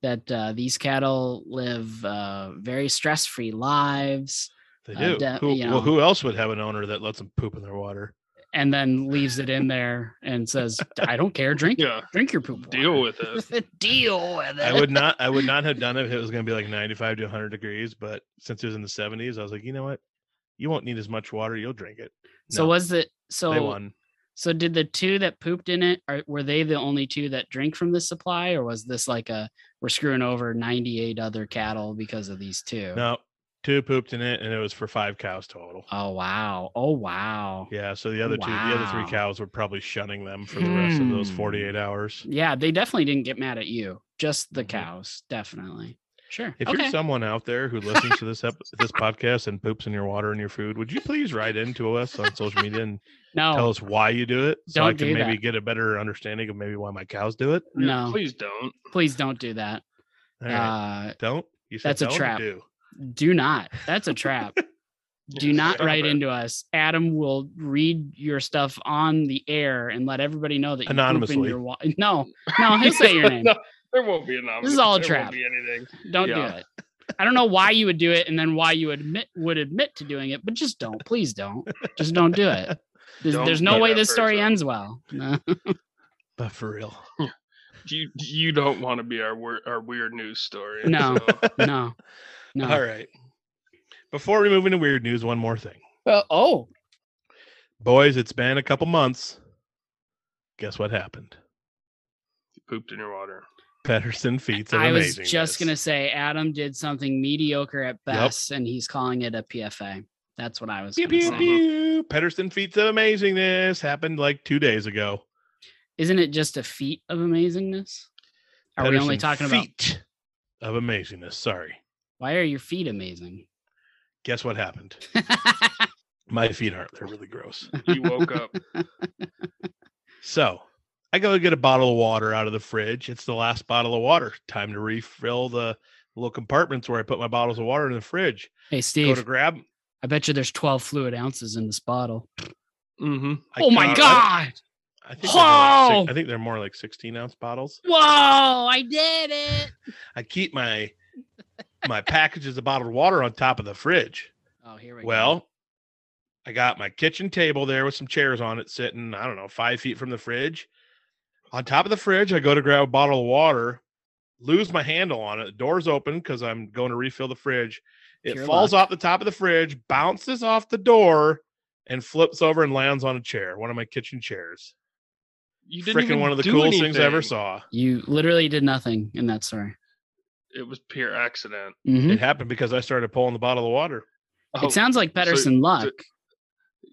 Speaker 1: that uh, these cattle live uh, very stress free lives
Speaker 2: They
Speaker 1: Uh,
Speaker 2: do.
Speaker 1: de-
Speaker 2: who,
Speaker 1: you know.
Speaker 2: Well, who else would have an owner that lets them poop in their water?
Speaker 1: and then leaves it in there and says, "I don't care. Drink
Speaker 3: Yeah,
Speaker 1: drink your poop.
Speaker 3: deal
Speaker 1: water."
Speaker 3: with it.
Speaker 1: deal with it.
Speaker 2: I would not. I would not have done it if it was going to be like 95 to 100 degrees. But since it was in the 70s, I was like, you know what? You won't need as much water. You'll drink it.
Speaker 1: So
Speaker 2: No,
Speaker 1: was it
Speaker 2: they
Speaker 1: so
Speaker 2: won.
Speaker 1: so did the two that pooped in it are were they the only two that drink from this supply or was this like a we're screwing over 98 other cattle because of these two?
Speaker 2: No, two pooped in it, and it was for five cows total.
Speaker 1: Oh wow. Oh wow. Yeah.
Speaker 2: Yeah, so the other two, the other three
Speaker 1: Wow.
Speaker 2: cows were probably shunning them for the rest of those
Speaker 1: Hmm.
Speaker 2: 48 hours.
Speaker 1: they definitely didn't get mad at you. Just the
Speaker 2: Mhm.
Speaker 1: cows, definitely. Sure.
Speaker 2: If
Speaker 1: okay.
Speaker 2: you're someone out there who listens to this ep- this podcast and poops in your water and your food, would you please write into us on social media and tell
Speaker 1: no.
Speaker 2: us why you do it, so I
Speaker 1: Oh. Don't
Speaker 2: can
Speaker 1: do
Speaker 2: maybe
Speaker 1: that.
Speaker 2: get a better understanding of maybe why my cows do it?
Speaker 3: Yeah,
Speaker 1: No.
Speaker 3: please don't.
Speaker 1: Please don't do that.
Speaker 2: All right.
Speaker 1: Uh
Speaker 2: don't you said
Speaker 1: that's a
Speaker 2: don't or
Speaker 1: trap.
Speaker 2: Do.
Speaker 1: do not. That's a trap. do
Speaker 3: Yeah,
Speaker 1: not
Speaker 3: stop
Speaker 1: write
Speaker 3: it.
Speaker 1: into us. Adam will read your stuff on the air and let everybody know that you poop in
Speaker 2: Anonymously.
Speaker 1: your wa- no, no, he'll say your name.
Speaker 3: No, there won't be a nominee.
Speaker 1: is all a
Speaker 3: there
Speaker 1: trap.
Speaker 3: Won't be anything.
Speaker 1: Don't do
Speaker 3: Yeah.
Speaker 1: it. I don't know why you would do it and then why you admit would admit to doing it, but just don't. Please don't. Just don't do it. There's,
Speaker 3: Don't
Speaker 1: there's
Speaker 3: be
Speaker 1: no way
Speaker 3: that
Speaker 1: this story
Speaker 3: person.
Speaker 1: ends well. No.
Speaker 2: But for real,
Speaker 3: You you don't want to be our wor- our weird news story.
Speaker 1: No.
Speaker 3: so-
Speaker 1: No. No.
Speaker 2: all right. Before we move into weird news, one more thing,
Speaker 1: Well, oh,
Speaker 2: boys. It's been a couple months. Guess what happened?
Speaker 3: you pooped in your water.
Speaker 2: Patterson feats. an
Speaker 1: I was
Speaker 2: amazingness.
Speaker 1: just going to say Adam did something mediocre at best and he's calling it a PFA. That's what I was
Speaker 2: Pew
Speaker 1: going to
Speaker 2: pew
Speaker 1: say.
Speaker 2: pew. Pedersen feats of amazingness happened like two days ago.
Speaker 1: Isn't it just a feat of amazingness? Are we only
Speaker 2: Pedersen
Speaker 1: talking about
Speaker 2: feet of amazingness? Sorry.
Speaker 1: why are your feet amazing?
Speaker 2: Guess what happened? My feet aren't. They're really gross.
Speaker 3: You woke up.
Speaker 2: So I go get a bottle of water out of the fridge. It's the last bottle of water. Time to refill the little compartments where I put my bottles of water in the fridge.
Speaker 1: hey
Speaker 2: Go
Speaker 1: Steve,
Speaker 2: to grab. 'em.
Speaker 1: I bet you there's 12 fluid ounces in this bottle.
Speaker 3: hmm
Speaker 2: I
Speaker 1: oh my
Speaker 2: count-
Speaker 1: god.
Speaker 2: I, I think they're more like
Speaker 1: Whoa!
Speaker 2: six- I think they're more like 16 ounce bottles.
Speaker 1: Whoa, I did it.
Speaker 2: I keep my my packages of bottled water on top of the fridge.
Speaker 1: Oh, here we go.
Speaker 2: Well, I got my kitchen table there with some chairs on it, sitting, I don't know, five feet from the fridge. On top of the fridge, I go to grab a bottle of water, lose my handle on it. The door's open because I'm going to refill the fridge. It
Speaker 1: Pure
Speaker 2: falls
Speaker 1: luck.
Speaker 2: off the top of the fridge, bounces off the door, and flips over and lands on a chair, one of my kitchen chairs.
Speaker 3: You didn't
Speaker 2: Freaking
Speaker 3: even
Speaker 2: one of the
Speaker 3: do
Speaker 2: coolest things I ever
Speaker 3: anything.
Speaker 2: saw.
Speaker 1: you literally did nothing in that story.
Speaker 3: It was pure accident.
Speaker 1: Mhm.
Speaker 2: It happened because I started pulling the bottle of water.
Speaker 3: Oh,
Speaker 1: it sounds like Pedersen luck.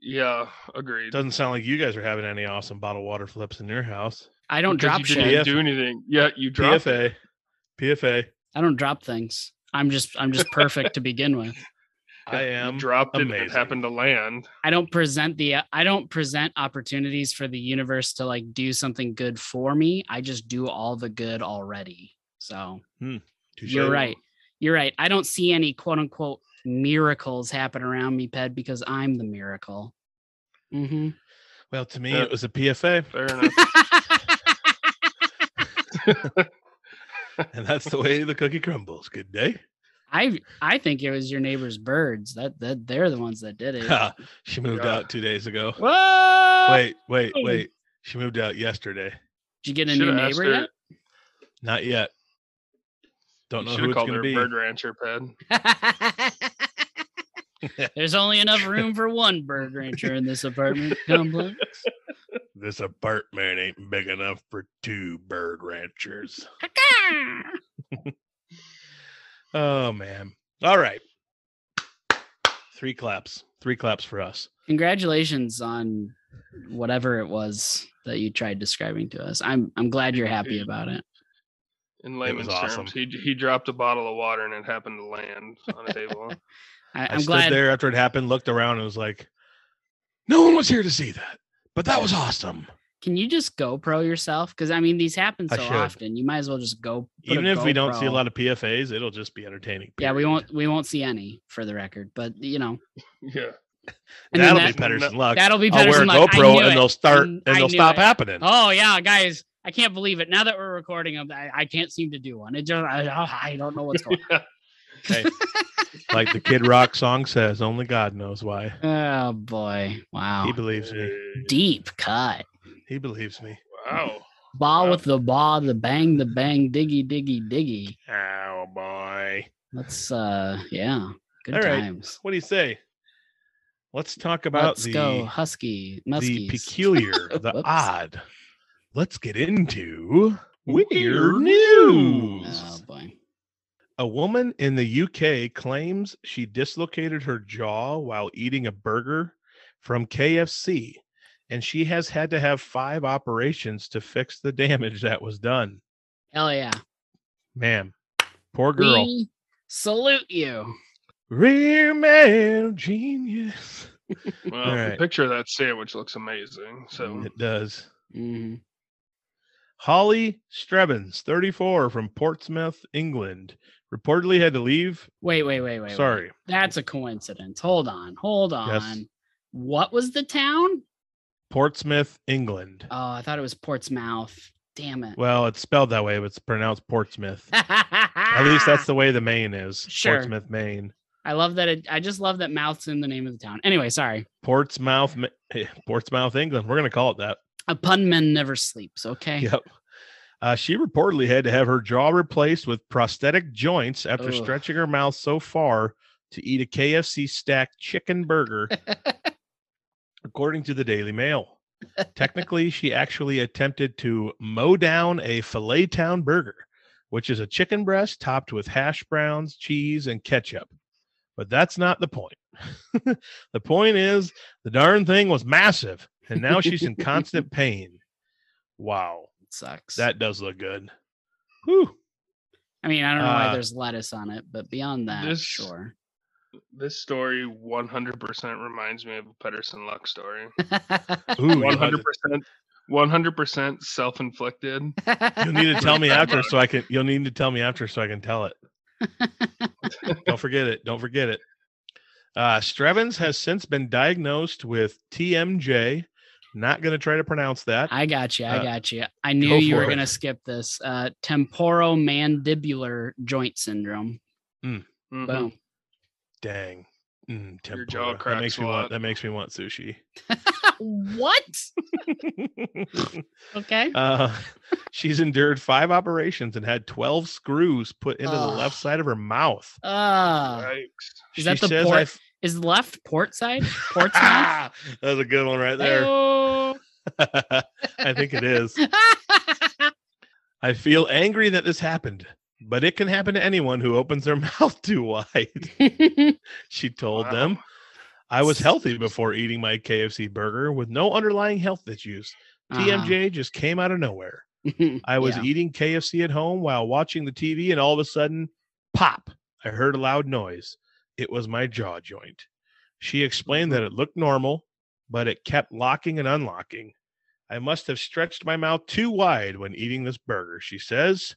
Speaker 3: yeah, agreed.
Speaker 2: Doesn't sound like you guys are having any awesome bottle water flips in your house.
Speaker 1: I don't
Speaker 3: Because
Speaker 1: drop
Speaker 3: you
Speaker 1: shit.
Speaker 2: shit.
Speaker 3: didn't do anything. Yeah, you dropped it.
Speaker 2: PFA, PFA.
Speaker 1: I don't drop things. I'm just I'm just perfect to begin with.
Speaker 2: I
Speaker 3: You
Speaker 2: am
Speaker 3: dropped it. and It
Speaker 2: amazing.
Speaker 3: happened to land.
Speaker 1: I don't present the I don't present opportunities for the universe to like do something good for me. I just do all the good already. So
Speaker 2: Touche.
Speaker 1: you're right. You're right. I don't see any quote unquote miracles happen around me, Ped, because I'm the miracle. hmm
Speaker 2: Well, to me,
Speaker 3: Uh,
Speaker 2: it was a PFA,
Speaker 3: Fair enough.
Speaker 2: and that's the way the cookie crumbles. Good day.
Speaker 1: I I think it was your neighbor's birds. That that they're the ones that did it.
Speaker 2: Ha, she moved
Speaker 3: Yeah.
Speaker 2: out two days ago.
Speaker 1: Whoa!
Speaker 2: Wait, wait, wait. She moved out yesterday.
Speaker 1: Did you get a
Speaker 3: Shoulda
Speaker 1: new
Speaker 3: asked
Speaker 1: neighbor
Speaker 3: her-
Speaker 1: yet?
Speaker 2: Not yet. Don't know
Speaker 3: you
Speaker 2: who
Speaker 3: should
Speaker 2: it's
Speaker 3: have
Speaker 2: going
Speaker 3: called
Speaker 2: to be.
Speaker 3: her Bird Rancher Ped.
Speaker 1: There's only enough room for one bird rancher in this apartment complex.
Speaker 2: This apartment ain't big enough for two bird ranchers. Oh man. All right. Three claps. Three claps for us.
Speaker 1: Congratulations on whatever it was that you tried describing to us. I'm I'm glad you're happy about it.
Speaker 3: In layman's
Speaker 2: awesome.
Speaker 3: terms, he he dropped a bottle of water and it happened to land on a table.
Speaker 1: I,
Speaker 2: I
Speaker 1: I'm
Speaker 2: stood
Speaker 1: glad.
Speaker 2: there after it happened, looked around, and was like, "No one was here to see that, but that was awesome."
Speaker 1: Can you just GoPro yourself? Because I mean, these happen
Speaker 2: I
Speaker 1: so
Speaker 2: should.
Speaker 1: often. You might as well just go. put a
Speaker 2: Even if we don't see a
Speaker 1: GoPro.
Speaker 2: lot of PFAs, it'll just be entertaining.
Speaker 1: yeah, we
Speaker 2: period.
Speaker 1: won't. We won't see any for the record, but you know,
Speaker 3: Yeah.
Speaker 1: and
Speaker 2: That'll
Speaker 1: then
Speaker 2: be better than
Speaker 3: no-
Speaker 2: luck.
Speaker 1: that'll be
Speaker 2: I'll
Speaker 1: better.
Speaker 2: wear a
Speaker 1: than luck. I knew
Speaker 2: GoPro and
Speaker 1: it.
Speaker 2: they'll start
Speaker 1: kn-
Speaker 2: and
Speaker 1: I
Speaker 2: they'll
Speaker 1: knew
Speaker 2: stop
Speaker 1: it.
Speaker 2: happening.
Speaker 1: Oh yeah, guys, I can't believe it. Now that we're recording them, I, I can't seem to do one. It just I, oh, I don't know what's going.
Speaker 2: Hey, like the Kid Rock song says, only God knows why.
Speaker 1: on. Oh boy, wow,
Speaker 2: He believes me.
Speaker 1: deep cut.
Speaker 2: He believes me.
Speaker 3: Wow.
Speaker 1: Ball
Speaker 3: Wow.
Speaker 1: with the ball, the bang, the bang, diggy, diggy, diggy.
Speaker 2: Oh boy.
Speaker 1: Let's uh, yeah, good
Speaker 2: All right.
Speaker 1: times.
Speaker 2: What do you say? Let's talk about
Speaker 1: Let's
Speaker 2: the
Speaker 1: go, Husky,
Speaker 2: the
Speaker 1: Muskies.
Speaker 2: peculiar, the
Speaker 1: Whoops.
Speaker 2: odd. Let's get into weird
Speaker 3: Weird
Speaker 1: oh
Speaker 2: news.
Speaker 1: boy.
Speaker 2: A woman in the UK claims she dislocated her jaw while eating a burger from KFC, and she has had to have five operations to fix the damage that was done.
Speaker 1: Hell yeah.
Speaker 2: Ma'am, poor girl.
Speaker 1: We salute you.
Speaker 2: Real man genius.
Speaker 3: Well,
Speaker 2: All
Speaker 3: the
Speaker 2: right.
Speaker 3: picture of that sandwich looks amazing. So
Speaker 2: It does.
Speaker 1: Mhm.
Speaker 2: Holly Strebbins, 34, from Portsmouth, England, reportedly had to leave.
Speaker 1: Wait, wait, wait, wait. wait.
Speaker 2: Sorry,
Speaker 1: That's a coincidence. Hold on. Hold on.
Speaker 2: Yes.
Speaker 1: What was the town?
Speaker 2: Portsmouth, England.
Speaker 1: Oh, I thought it was Portsmouth. Damn it.
Speaker 2: Well, it's spelled that way, but it's pronounced Portsmouth. At least that's the way the Maine is.
Speaker 1: Sure.
Speaker 2: Portsmouth, Maine.
Speaker 1: I love that. It, I just love that mouth's in the name of the town. Anyway, sorry.
Speaker 2: Portsmouth, Ma- eh, Portsmouth, England. We're going to call it that.
Speaker 1: A pun man never sleeps. Okay.
Speaker 2: Yep. Uh, she reportedly had to have her jaw replaced with prosthetic joints after
Speaker 1: Ugh.
Speaker 2: stretching her mouth so far to eat a KFC stacked chicken burger, according to the Daily Mail. Technically, she actually attempted to mow down a filet town burger, which is a chicken breast topped with hash browns, cheese, and ketchup. But that's not the point. the point is the darn thing was massive, and now she's in constant pain. Wow.
Speaker 1: It sucks.
Speaker 2: That does look good. Whew.
Speaker 1: I mean, I don't know why
Speaker 2: uh,
Speaker 1: there's lettuce on it, but beyond that,
Speaker 3: this-
Speaker 1: sure.
Speaker 3: this story 100% reminds me of a Pedersen Luck story.
Speaker 2: Ooh, you might-
Speaker 3: 100%. 100% self-inflicted.
Speaker 2: You'll need to tell me after so I can. You'll need to tell me after so I can tell it. Don't forget it. Don't forget it. Uh, Strevens has since been diagnosed with TMJ. Not going to try to pronounce that.
Speaker 1: I got you. I
Speaker 2: Uh,
Speaker 1: got you. I knew
Speaker 2: go
Speaker 1: you were
Speaker 2: for it.
Speaker 1: going to skip this. Uh, temporomandibular joint syndrome.
Speaker 3: Mhm.
Speaker 1: Boom.
Speaker 2: Dang. Mm,
Speaker 3: Your
Speaker 2: tempura.
Speaker 3: jaw
Speaker 2: That
Speaker 3: cracks
Speaker 2: makes
Speaker 3: a
Speaker 2: me want.
Speaker 3: lot.
Speaker 2: That makes me want sushi.
Speaker 1: what? Okay.
Speaker 2: Uh, she's endured five operations and had twelve screws put into the left
Speaker 1: Ugh.
Speaker 2: side of her mouth.
Speaker 1: Uh,
Speaker 3: Yikes.
Speaker 1: Is that
Speaker 2: She
Speaker 1: the
Speaker 2: says
Speaker 1: port-
Speaker 2: I f-
Speaker 1: is left port side? Port side?
Speaker 2: Ah, that was a good one right there.
Speaker 1: Hey-oh.
Speaker 2: I think it is. I feel angry that this happened, but it can happen to anyone who opens their mouth too wide. She told
Speaker 3: Wow.
Speaker 2: them, I was healthy before eating my KFC burger with no underlying health issues. TMJ just came out of nowhere.
Speaker 1: Uh-huh.
Speaker 2: I was
Speaker 1: Yeah.
Speaker 2: eating KFC at home while watching the TV, and all of a sudden, pop, I heard a loud noise. It was my jaw joint. She explained
Speaker 1: Mm-hmm.
Speaker 2: that it looked normal, but it kept locking and unlocking. I must have stretched my mouth too wide when eating this burger, she says.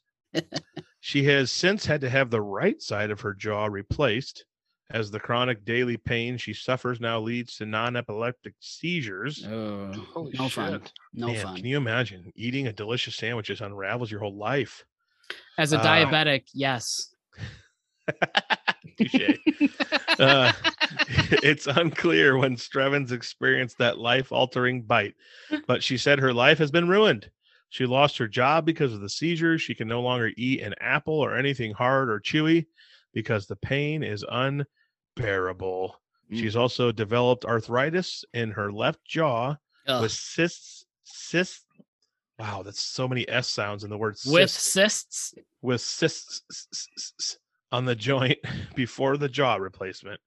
Speaker 2: she has since had to have the right side of her jaw replaced, as the chronic daily pain she suffers now leads to non epileptic seizures.
Speaker 1: Oh,
Speaker 3: Holy
Speaker 1: no fun.
Speaker 3: shit.
Speaker 1: No
Speaker 2: Man,
Speaker 1: fun.
Speaker 2: Can you imagine eating a delicious sandwich just unravels your whole life?
Speaker 1: As a
Speaker 2: uh,
Speaker 1: diabetic, yes.
Speaker 2: Touche. Uh, it's unclear when Strevens experienced that life altering bite, but she said her life has been ruined. She lost her job because of the seizures. She can no longer eat an apple or anything hard or chewy because the pain is unbearable.
Speaker 1: Mm.
Speaker 2: She's also developed arthritis in her left jaw
Speaker 1: Ugh.
Speaker 2: with cysts. Cysts. Wow, that's so many S sounds in the word
Speaker 1: With
Speaker 2: cyst
Speaker 1: cysts.
Speaker 2: with cysts on the joint before the jaw replacement.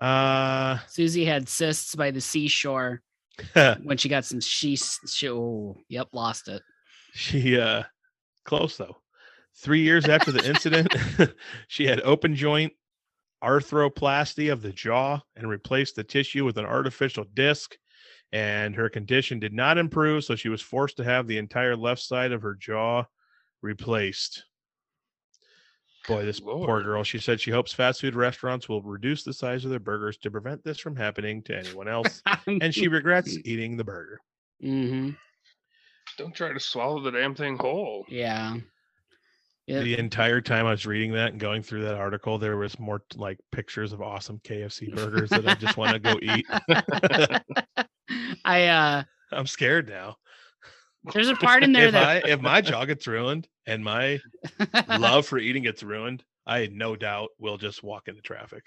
Speaker 2: Uh,
Speaker 1: Susie had cysts by the seashore when she got some she, she oh, yep, lost it.
Speaker 2: she uh, close though. Three years after the incident, she had open joint arthroplasty of the jaw and replaced the tissue with an artificial disc. and her condition did not improve, so she was forced to have the entire left side of her jaw replaced. Boy, this poor
Speaker 3: Lord.
Speaker 2: girl. She said she hopes fast food restaurants will reduce the size of their burgers to prevent this from happening to anyone else, and she regrets eating the burger.
Speaker 1: hmm
Speaker 3: Don't try to swallow the damn thing whole.
Speaker 1: Yeah. Yeah.
Speaker 2: The entire time I was reading that and going through that article, there was more like pictures of awesome KFC burgers that I just want to go eat.
Speaker 1: I uh
Speaker 2: I'm scared now.
Speaker 1: there's a part in there
Speaker 2: if
Speaker 1: that
Speaker 2: I if my jaw gets ruined and my love for eating gets ruined, I no doubt will just walk into traffic.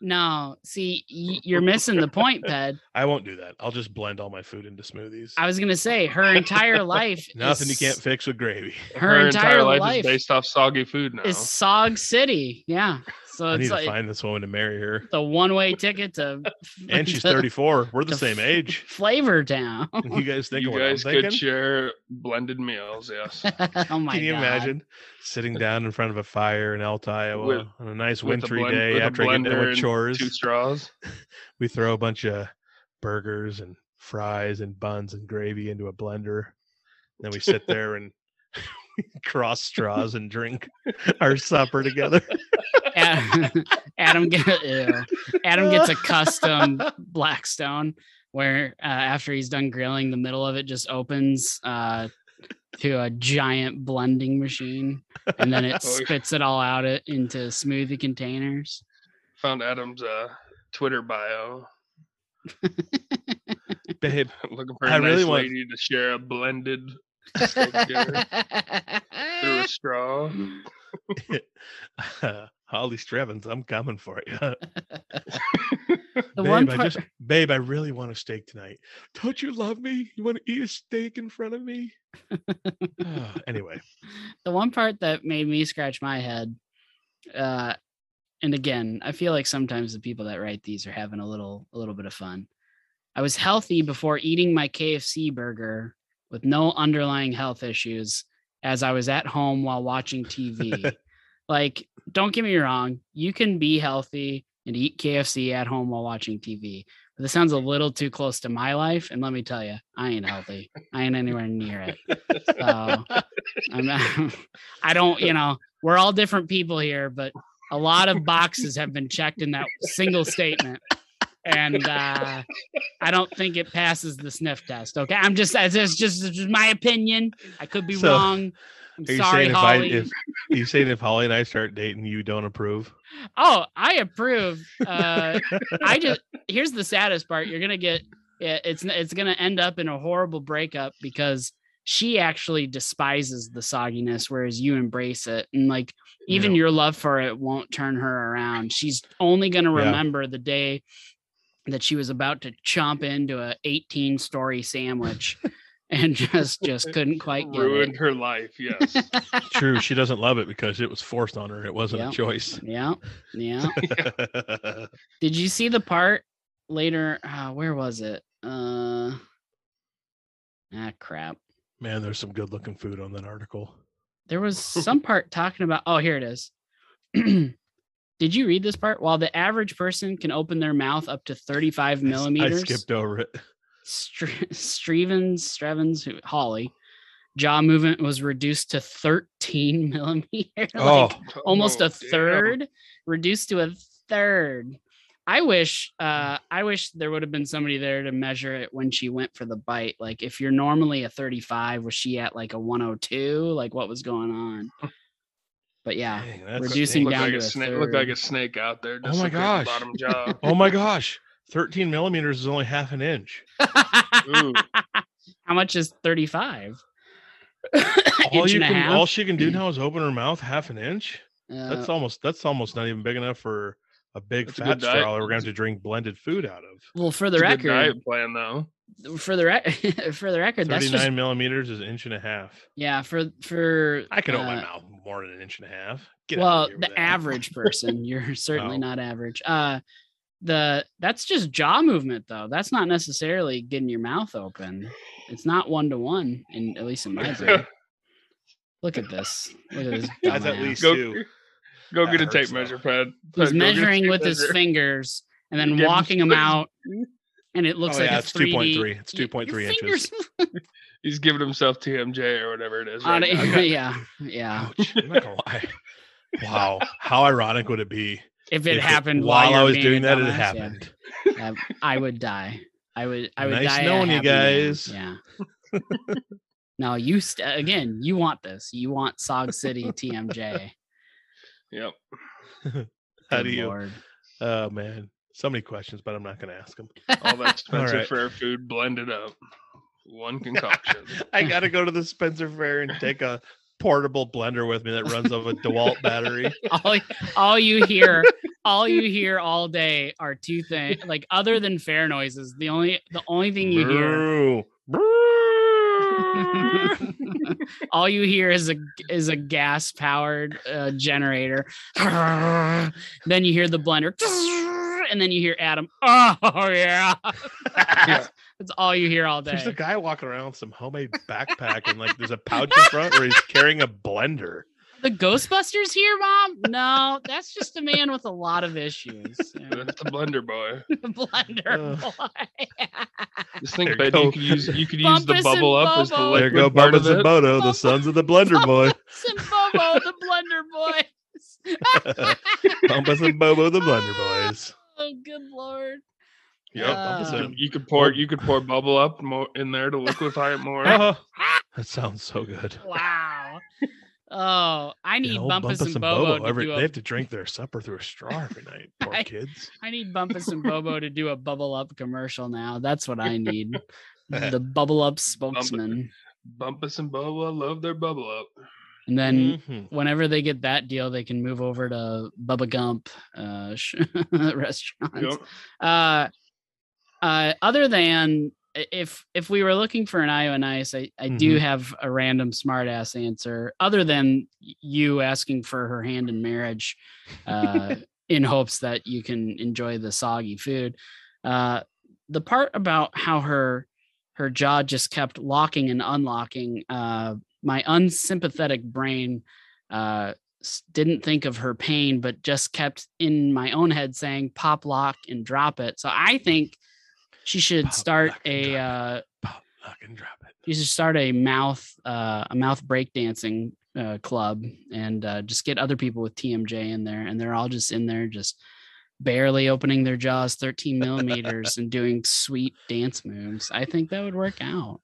Speaker 1: no, see y- you're missing the point, Ped.
Speaker 2: I won't do that. I'll just blend all my food into smoothies.
Speaker 1: I was gonna say her entire life
Speaker 2: Nothing you
Speaker 1: is-
Speaker 2: can't fix with gravy.
Speaker 1: her, entire, life,
Speaker 3: is based off soggy food now.
Speaker 1: is Sog City. Yeah. So
Speaker 2: I need
Speaker 1: it's
Speaker 2: to
Speaker 1: like
Speaker 2: find this woman to marry her.
Speaker 1: the one way ticket to
Speaker 2: And she's
Speaker 1: to
Speaker 2: 34. We're the
Speaker 1: to
Speaker 2: same
Speaker 1: f-
Speaker 2: age.
Speaker 1: Flavor Town. oh
Speaker 2: You guys think
Speaker 3: you
Speaker 2: of what
Speaker 3: guys
Speaker 2: I'm
Speaker 3: could
Speaker 2: thinking?
Speaker 3: share blended meals, yes.
Speaker 1: Oh my god.
Speaker 2: Can you imagine sitting down in front of a fire in Alta, Iowa
Speaker 3: With-
Speaker 2: on a nice
Speaker 3: with a
Speaker 2: wintry
Speaker 3: blend-
Speaker 2: day
Speaker 3: with a
Speaker 2: after I get done
Speaker 3: blender
Speaker 2: with
Speaker 3: and
Speaker 2: chores?
Speaker 3: Two straws.
Speaker 2: We throw a bunch of burgers and fries and buns and gravy into a blender. Then we sit there and cross straws and drink our supper together.
Speaker 1: Adam, Adam, get- ew. Adam gets a custom Blackstone where uh, after he's done grilling, the middle of it just opens uh, to a giant blending machine, and then it
Speaker 3: Oh, yeah.
Speaker 1: spits it all out i- into smoothie containers.
Speaker 3: Found Adam's uh, Twitter bio.
Speaker 2: Babe,
Speaker 3: Looking for a
Speaker 2: I
Speaker 3: nice
Speaker 2: really want-
Speaker 3: lady to share a blended steak dinner through a
Speaker 1: That's
Speaker 3: straw.
Speaker 2: Holly Strevens, I'm coming for you.
Speaker 1: The
Speaker 2: babe,
Speaker 1: one
Speaker 2: I
Speaker 1: part-
Speaker 2: just, babe, I really want a steak tonight. Don't you love me? You want to eat a steak in front of me? Ah, anyway,
Speaker 1: the one part that made me scratch my head uh and again i feel like sometimes the people that write these are having a little a little bit of fun i was healthy before eating my kfc burger with no underlying health issues as i was at home while watching tv like don't get me wrong you can be healthy and eat kfc at home while watching tv but this sounds a little too close to my life and let me tell you i ain't healthy i ain't anywhere near it so I'm not, I don't, you know, we're all different people here, but a lot of boxes have been checked in that single statement. And uh, I don't think it passes the sniff test. Okay. I'm just, that's just, just, that's just my opinion. I could be
Speaker 2: So,
Speaker 1: wrong. I'm
Speaker 2: are you
Speaker 1: sorry,
Speaker 2: saying if I
Speaker 1: Holly.
Speaker 2: if are you saying if Holly and I start dating, you don't approve?
Speaker 1: oh, I approve. Uh, I just, here's the saddest part. You're going to get, yeah, it's, it's going to end up in a horrible breakup because she actually despises the sogginess, whereas you embrace it. And like, even your love for it won't turn her around. She's only going to
Speaker 2: Yeah.
Speaker 1: remember the day that she was about to chomp into a 18 story sandwich and just just couldn't quite get
Speaker 3: Ruined her life, yes.
Speaker 1: it.
Speaker 2: True, she doesn't love it because it was forced on her. It wasn't
Speaker 1: Yeah.
Speaker 2: a choice.
Speaker 1: yeah. Yeah. Did you see the part later uh where was it? Uh Ah crap.
Speaker 2: Man, there's some good looking food on that article.
Speaker 1: There was some part talking about. Oh, here it is. Did you read this part? While the average person can open their mouth up to 35
Speaker 2: I s-
Speaker 1: millimeters,
Speaker 2: I skipped over it.
Speaker 1: Str- Strevens, Strevens, who Holly, jaw movement was reduced to 13 millimeter, like
Speaker 2: Oh.
Speaker 1: almost
Speaker 3: Oh,
Speaker 1: a
Speaker 3: damn.
Speaker 1: third, reduced to a third. I wish, uh, I wish there would have been somebody there to measure it when she went for the bite. Like, if you're normally a 35, was she at like a 102? Like, what was going on? But yeah,
Speaker 2: Dang, that's-
Speaker 1: reducing
Speaker 3: Looked
Speaker 1: down
Speaker 3: like
Speaker 1: to
Speaker 3: a
Speaker 1: a
Speaker 3: snake. Looked like a
Speaker 1: third.
Speaker 3: snake out there.
Speaker 2: Oh my
Speaker 3: dislocated
Speaker 2: gosh.
Speaker 3: Bottom jaw.
Speaker 2: Oh my gosh. 13 millimeters is only half an inch.
Speaker 3: Ooh.
Speaker 1: how much is 35?
Speaker 2: All
Speaker 1: Inch
Speaker 2: you
Speaker 1: and a
Speaker 2: can
Speaker 1: half?
Speaker 2: all she can do now is open her mouth half an inch.
Speaker 1: Uh,
Speaker 2: That's almost that's almost not even big enough for a big
Speaker 3: That's a
Speaker 2: fat
Speaker 3: good diet.
Speaker 2: straw that we're gonna have to drink blended food out of.
Speaker 1: Well, for the
Speaker 3: It's a good
Speaker 1: record,
Speaker 3: diet plan though.
Speaker 1: for the re- for the record, that's
Speaker 2: 39
Speaker 1: just
Speaker 2: millimeters is an inch and a half.
Speaker 1: yeah for for
Speaker 2: I can open
Speaker 1: uh,
Speaker 2: my mouth more than an inch and a half. Get out of
Speaker 1: well
Speaker 2: here with
Speaker 1: the
Speaker 2: that.
Speaker 1: average person. You're certainly
Speaker 2: Oh.
Speaker 1: not average. Uh, the that's just jaw movement though. That's not necessarily getting your mouth open. It's not one to one, in at least in my brain. Look at this. Look at this.
Speaker 2: That's at
Speaker 1: dumbass.
Speaker 2: least
Speaker 3: Go,
Speaker 2: two.
Speaker 3: go
Speaker 2: That
Speaker 3: get a tape
Speaker 2: hurts, though.
Speaker 3: measure, Pad.
Speaker 1: He's
Speaker 3: Go get a
Speaker 1: measuring
Speaker 3: tape
Speaker 1: with his
Speaker 3: measure.
Speaker 1: fingers and then
Speaker 3: Yeah,
Speaker 1: walking them out and it looks
Speaker 2: oh
Speaker 1: like
Speaker 2: yeah,
Speaker 1: a
Speaker 2: it's
Speaker 1: 3D
Speaker 2: 2.3. It's
Speaker 1: Y- your
Speaker 2: 2.3 inches.
Speaker 1: fingers-
Speaker 3: He's giving himself TMJ or whatever it is.
Speaker 1: on
Speaker 3: Right
Speaker 1: it.
Speaker 3: now.
Speaker 1: yeah, yeah.
Speaker 2: Ouch, I'm not gonna lie. Wow, how ironic would it be
Speaker 1: If it
Speaker 2: if
Speaker 1: happened
Speaker 2: while
Speaker 1: you
Speaker 2: I
Speaker 1: were
Speaker 2: was
Speaker 1: being
Speaker 2: doing
Speaker 1: a
Speaker 2: that? It
Speaker 1: dumbass, yeah.
Speaker 2: happened.
Speaker 1: I, I would die. I would. I would
Speaker 2: Nice
Speaker 1: die. a
Speaker 2: knowing you
Speaker 1: happy man,
Speaker 2: guys.
Speaker 1: Yeah. now you st- again. You want this? You want Sog City TMJ?
Speaker 3: Yep.
Speaker 2: How
Speaker 1: Good
Speaker 2: do you?
Speaker 1: Lord.
Speaker 2: Oh man, so many questions, but I'm not going to ask them.
Speaker 3: All that Spencer
Speaker 2: right.
Speaker 3: Fair food blended up. One concoction.
Speaker 2: I got to go to the Spencer Fair and take a portable blender with me that runs off a DeWalt battery.
Speaker 1: all, all you hear all you hear all day are two things like other than fair noises the only the only thing you hear
Speaker 2: Brrr, brrr.
Speaker 1: all you hear is a is a gas powered uh, generator then you hear the blender and then you hear adam oh yeah that's all you hear all
Speaker 2: There's a
Speaker 1: day
Speaker 2: guy walking around with some homemade backpack and like there's a pouch in front where he's carrying a blender.
Speaker 1: the ghostbusters here mom no that's just a man with a lot of issues Yeah.
Speaker 3: That's the blender boy.
Speaker 1: the blender boy.
Speaker 3: Just think,
Speaker 2: There
Speaker 3: Ben,
Speaker 2: go-
Speaker 3: you could use you could use the
Speaker 1: Bumpus and
Speaker 3: bubble up as the
Speaker 1: Bubba.
Speaker 2: There
Speaker 3: liquid
Speaker 2: go
Speaker 3: part
Speaker 2: Bubba
Speaker 3: of it.
Speaker 2: Zaboto, the sons of the blender boy.
Speaker 1: Simbobo, the Blender Boys.
Speaker 2: Bumpus and Bobo, the blender boys.
Speaker 1: oh, good lord.
Speaker 3: Yep.
Speaker 1: Uh,
Speaker 3: You
Speaker 2: So-
Speaker 3: could- you could pour you could pour bubble up more in there to liquefy it more.
Speaker 1: Uh.
Speaker 2: Oh, that sounds so good.
Speaker 1: Wow. Oh, I
Speaker 2: You
Speaker 1: need
Speaker 2: know,
Speaker 1: Bumpus, and Bobo, to
Speaker 2: every,
Speaker 1: do
Speaker 2: they
Speaker 1: a,
Speaker 2: have to drink their supper through a straw every night. Poor
Speaker 1: I-
Speaker 2: kids.
Speaker 1: I need Bumpus and Bobo to do a bubble up commercial now. That's what I need. the bubble up spokesman.
Speaker 3: Bumpus and Boba love their bubble up.
Speaker 1: And then
Speaker 2: Mhm.
Speaker 1: whenever they get that deal, they can move over to Bubba Gump uh, sh- restaurants.
Speaker 3: Yep.
Speaker 1: uh, uh, other than i- if if we were looking for an Iowa nice, I, I do
Speaker 2: Mhm.
Speaker 1: have a random smart ass answer. Other than y- you asking for her hand in marriage, uh, in hopes that you can enjoy the soggy food, uh, the part about how her her jaw just kept locking and unlocking, uh, my unsympathetic brain. Uh, s- didn't think of her pain, but just kept in my own head saying pop lock and drop it. So I think she should
Speaker 2: Pop,
Speaker 1: start
Speaker 2: lock, and
Speaker 1: a
Speaker 2: drop it.
Speaker 1: uh,
Speaker 2: Pop, lock, and drop it.
Speaker 1: you should start a mouth uh, a mouth breakdancing uh, club and uh, just get other people with TMJ in there, and they're all just in there just barely opening their jaws 13 millimeters and doing sweet dance moves. I think that would work out.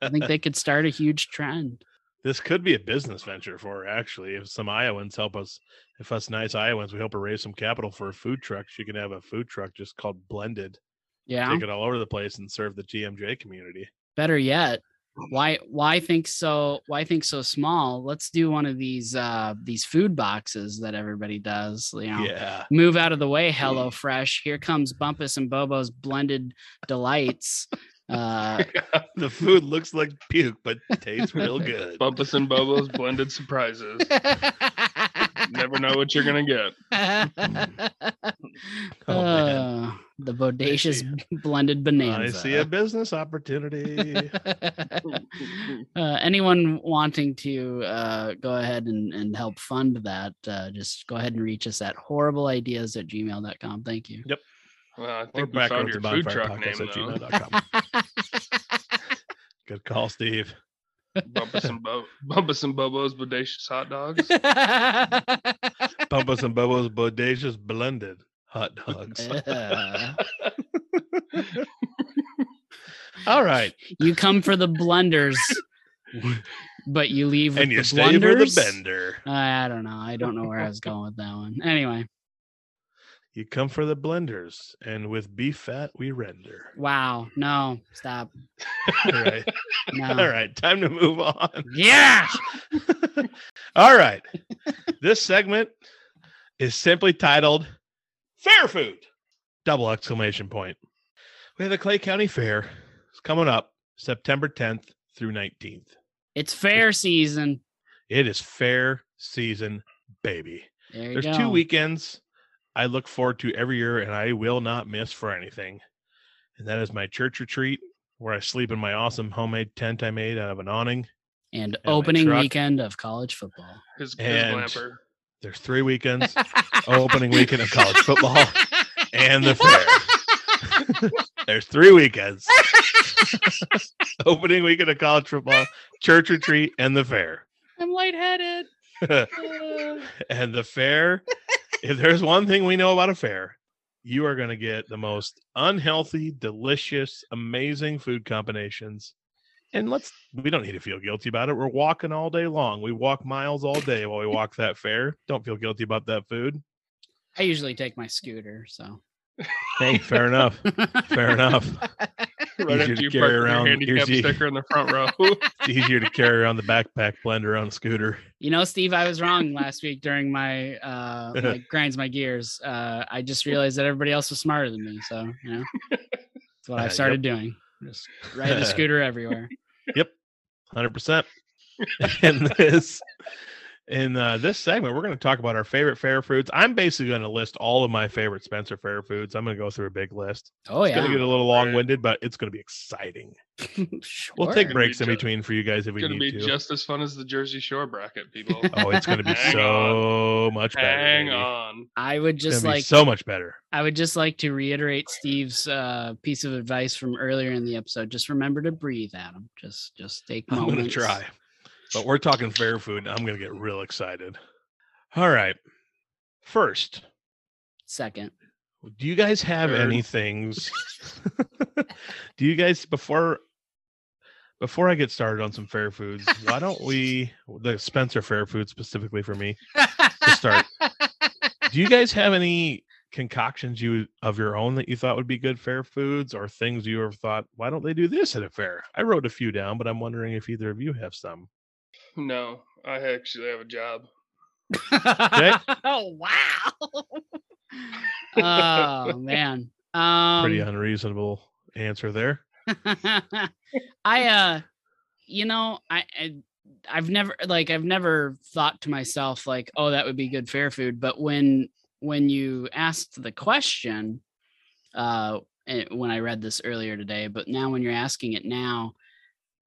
Speaker 1: I think they could start a huge trend.
Speaker 2: This could be a business venture for her, actually. If some Iowans help us, if us nice Iowans, we help her raise some capital for a food truck. She can have a food truck just called Blended,
Speaker 1: Yeah.
Speaker 2: take it all over the place and serve the GMJ community.
Speaker 1: better yet why why think so why think so small let's do one of these uh these food boxes that everybody does you know
Speaker 2: Yeah.
Speaker 1: move out of the way hello fresh here comes bumpus and bobo's blended delights uh
Speaker 2: The food looks like puke, but tastes real good.
Speaker 3: Bumpus and Bobo's blended surprises. Never know what you're gonna get.
Speaker 2: Oh, man.
Speaker 1: Uh, the bodacious blended bonanza
Speaker 2: I see a business opportunity.
Speaker 1: uh, anyone wanting to uh, go ahead and, and help fund that, uh, just go ahead and reach us at horribleideas at gmail.com. Thank you.
Speaker 3: Well, I
Speaker 2: We're
Speaker 3: think we
Speaker 2: back
Speaker 3: found
Speaker 2: on the
Speaker 3: your food
Speaker 2: bonfire
Speaker 3: truck
Speaker 2: podcast at
Speaker 3: name
Speaker 2: gmail.com. Good call, Steve.
Speaker 3: though. Bumpus and Bo- Bumpus and Bobo's bodacious hot dogs.
Speaker 2: Bumpus and Bubbles Bodacious Blended Hot Dogs.
Speaker 1: Uh,
Speaker 2: All right.
Speaker 1: you come for the blunders, but you leave with
Speaker 2: And you
Speaker 1: the
Speaker 2: stay for the
Speaker 1: blunders?
Speaker 2: bender.
Speaker 1: I don't know. I don't know where I was going with that one. Anyway,
Speaker 2: You come for the blenders, and with beef fat we render.
Speaker 1: wow. No, stop.
Speaker 2: All right.
Speaker 1: No.
Speaker 2: All right. Time to move on.
Speaker 1: Yeah.
Speaker 2: All right. this segment is simply titled Fair Food! Double exclamation point. We have the Clay County Fair. It's coming up September 10th through 19th.
Speaker 1: It's fair season.
Speaker 2: It is fair season, baby.
Speaker 1: There you
Speaker 2: There's
Speaker 1: go.
Speaker 2: two weekends I look forward to every year and I will not miss for anything. And that is my church retreat where I sleep in my awesome homemade tent I made out of an awning.
Speaker 1: and
Speaker 2: my
Speaker 1: opening
Speaker 2: truck.
Speaker 1: weekend of college football.
Speaker 3: His, his
Speaker 2: And-
Speaker 3: glamper.
Speaker 2: There's Oh, three weekends opening weekend of college football and the fair. There's three weekends. Opening weekend of college football, church retreat, and the fair.
Speaker 1: I'm lightheaded. Uh,
Speaker 2: and the fair, if there's one thing we know about a fair, you are going to get the most unhealthy, delicious, amazing food combinations. And let's, we don't need to feel guilty about it. We're walking all day long. We walk miles all day while we walk that fair. Don't feel guilty about that food.
Speaker 1: I usually take my scooter, so
Speaker 2: Hey, fair enough. Fair enough.
Speaker 3: right
Speaker 2: Easier
Speaker 3: after
Speaker 2: to
Speaker 3: you
Speaker 2: carry
Speaker 3: park your
Speaker 2: around.
Speaker 3: handicap
Speaker 2: Here's the-
Speaker 3: sticker in the front row.
Speaker 2: It's easier to carry around the backpack blender on a scooter.
Speaker 1: you know, Steve, I was wrong last week during my uh my grinds my gears. Uh I just realized that everybody else was smarter than me. So, you know. That's what
Speaker 2: Uh,
Speaker 1: I
Speaker 2: yep.
Speaker 1: started doing. Just ride the scooter everywhere.
Speaker 2: Hundred percent. In this, in uh, this segment, we're going to talk about our favorite fair foods. I'm basically going to list all of my favorite Spencer fair foods. I'm going to go through a big list.
Speaker 1: Oh
Speaker 2: It's going to
Speaker 1: yeah.
Speaker 2: get a little long winded, but it's going to be exciting. We'll take
Speaker 1: Sure.
Speaker 2: breaks in
Speaker 3: Gonna be ju-
Speaker 2: between for you guys if we
Speaker 3: It's gonna be
Speaker 2: need to.
Speaker 3: just as fun as the Jersey Shore bracket, people.
Speaker 2: oh, it's going to be
Speaker 3: Hang
Speaker 2: so much better.
Speaker 3: Hang
Speaker 2: baby.
Speaker 3: on.
Speaker 1: I would
Speaker 2: It's
Speaker 1: just
Speaker 2: gonna be
Speaker 1: like
Speaker 2: so much better.
Speaker 1: I would just like to reiterate Steve's uh, piece of advice from earlier in the episode. Just remember to breathe, Adam. Just just take
Speaker 2: I'm
Speaker 1: moments.
Speaker 2: going to try. But we're talking fair food. And I'm going to get real excited. All right. First,
Speaker 1: Second,
Speaker 2: do you guys have
Speaker 3: Third.
Speaker 2: any things? do you guys before before I get started on some fair foods, why don't we the Spencer fair food specifically for me to start? do you guys have any concoctions you of your own that you thought would be good fair foods or things you ever thought why don't they do this at a fair? I wrote a few down, but I'm wondering if either of you have some.
Speaker 3: No, I actually have a job.
Speaker 1: oh wow! oh man, um,
Speaker 2: pretty unreasonable answer there.
Speaker 1: I uh you know, I, I I've never like I've never thought to myself like, oh, that would be good fair food. But when when you asked the question, uh eh, when I read this earlier today, but now when you're asking it now,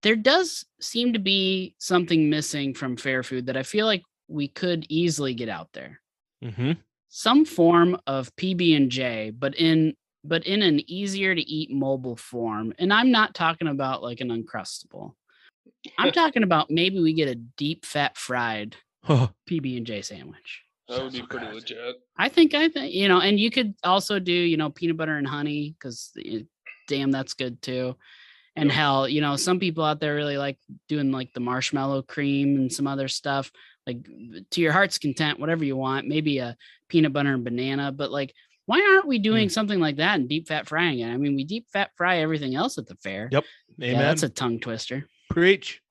Speaker 1: there does seem to be something missing from fair food that I feel like we could easily get out there
Speaker 2: Mm-hmm.
Speaker 1: some form of PB and J, but in but in an easier to eat mobile form. And I'm not talking about like an uncrustable. I'm talking about maybe we get a deep fat fried PB and J sandwich.
Speaker 3: That would be
Speaker 2: So
Speaker 3: pretty
Speaker 2: good.
Speaker 3: legit.
Speaker 1: I think I think you know, and you could also do you know peanut butter and honey because damn that's good too. And
Speaker 3: Yep.
Speaker 1: hell, you know some people out there really like doing like the marshmallow cream and some other stuff like eh, to your heart's content, whatever you want. Maybe a peanut butter and banana, but like why aren't we doing something like that and deep fat frying it? I mean, we deep fat fry everything else at the fair.
Speaker 2: Yep.
Speaker 1: Yeah,
Speaker 2: Amen.
Speaker 1: that's a tongue twister.
Speaker 2: preach.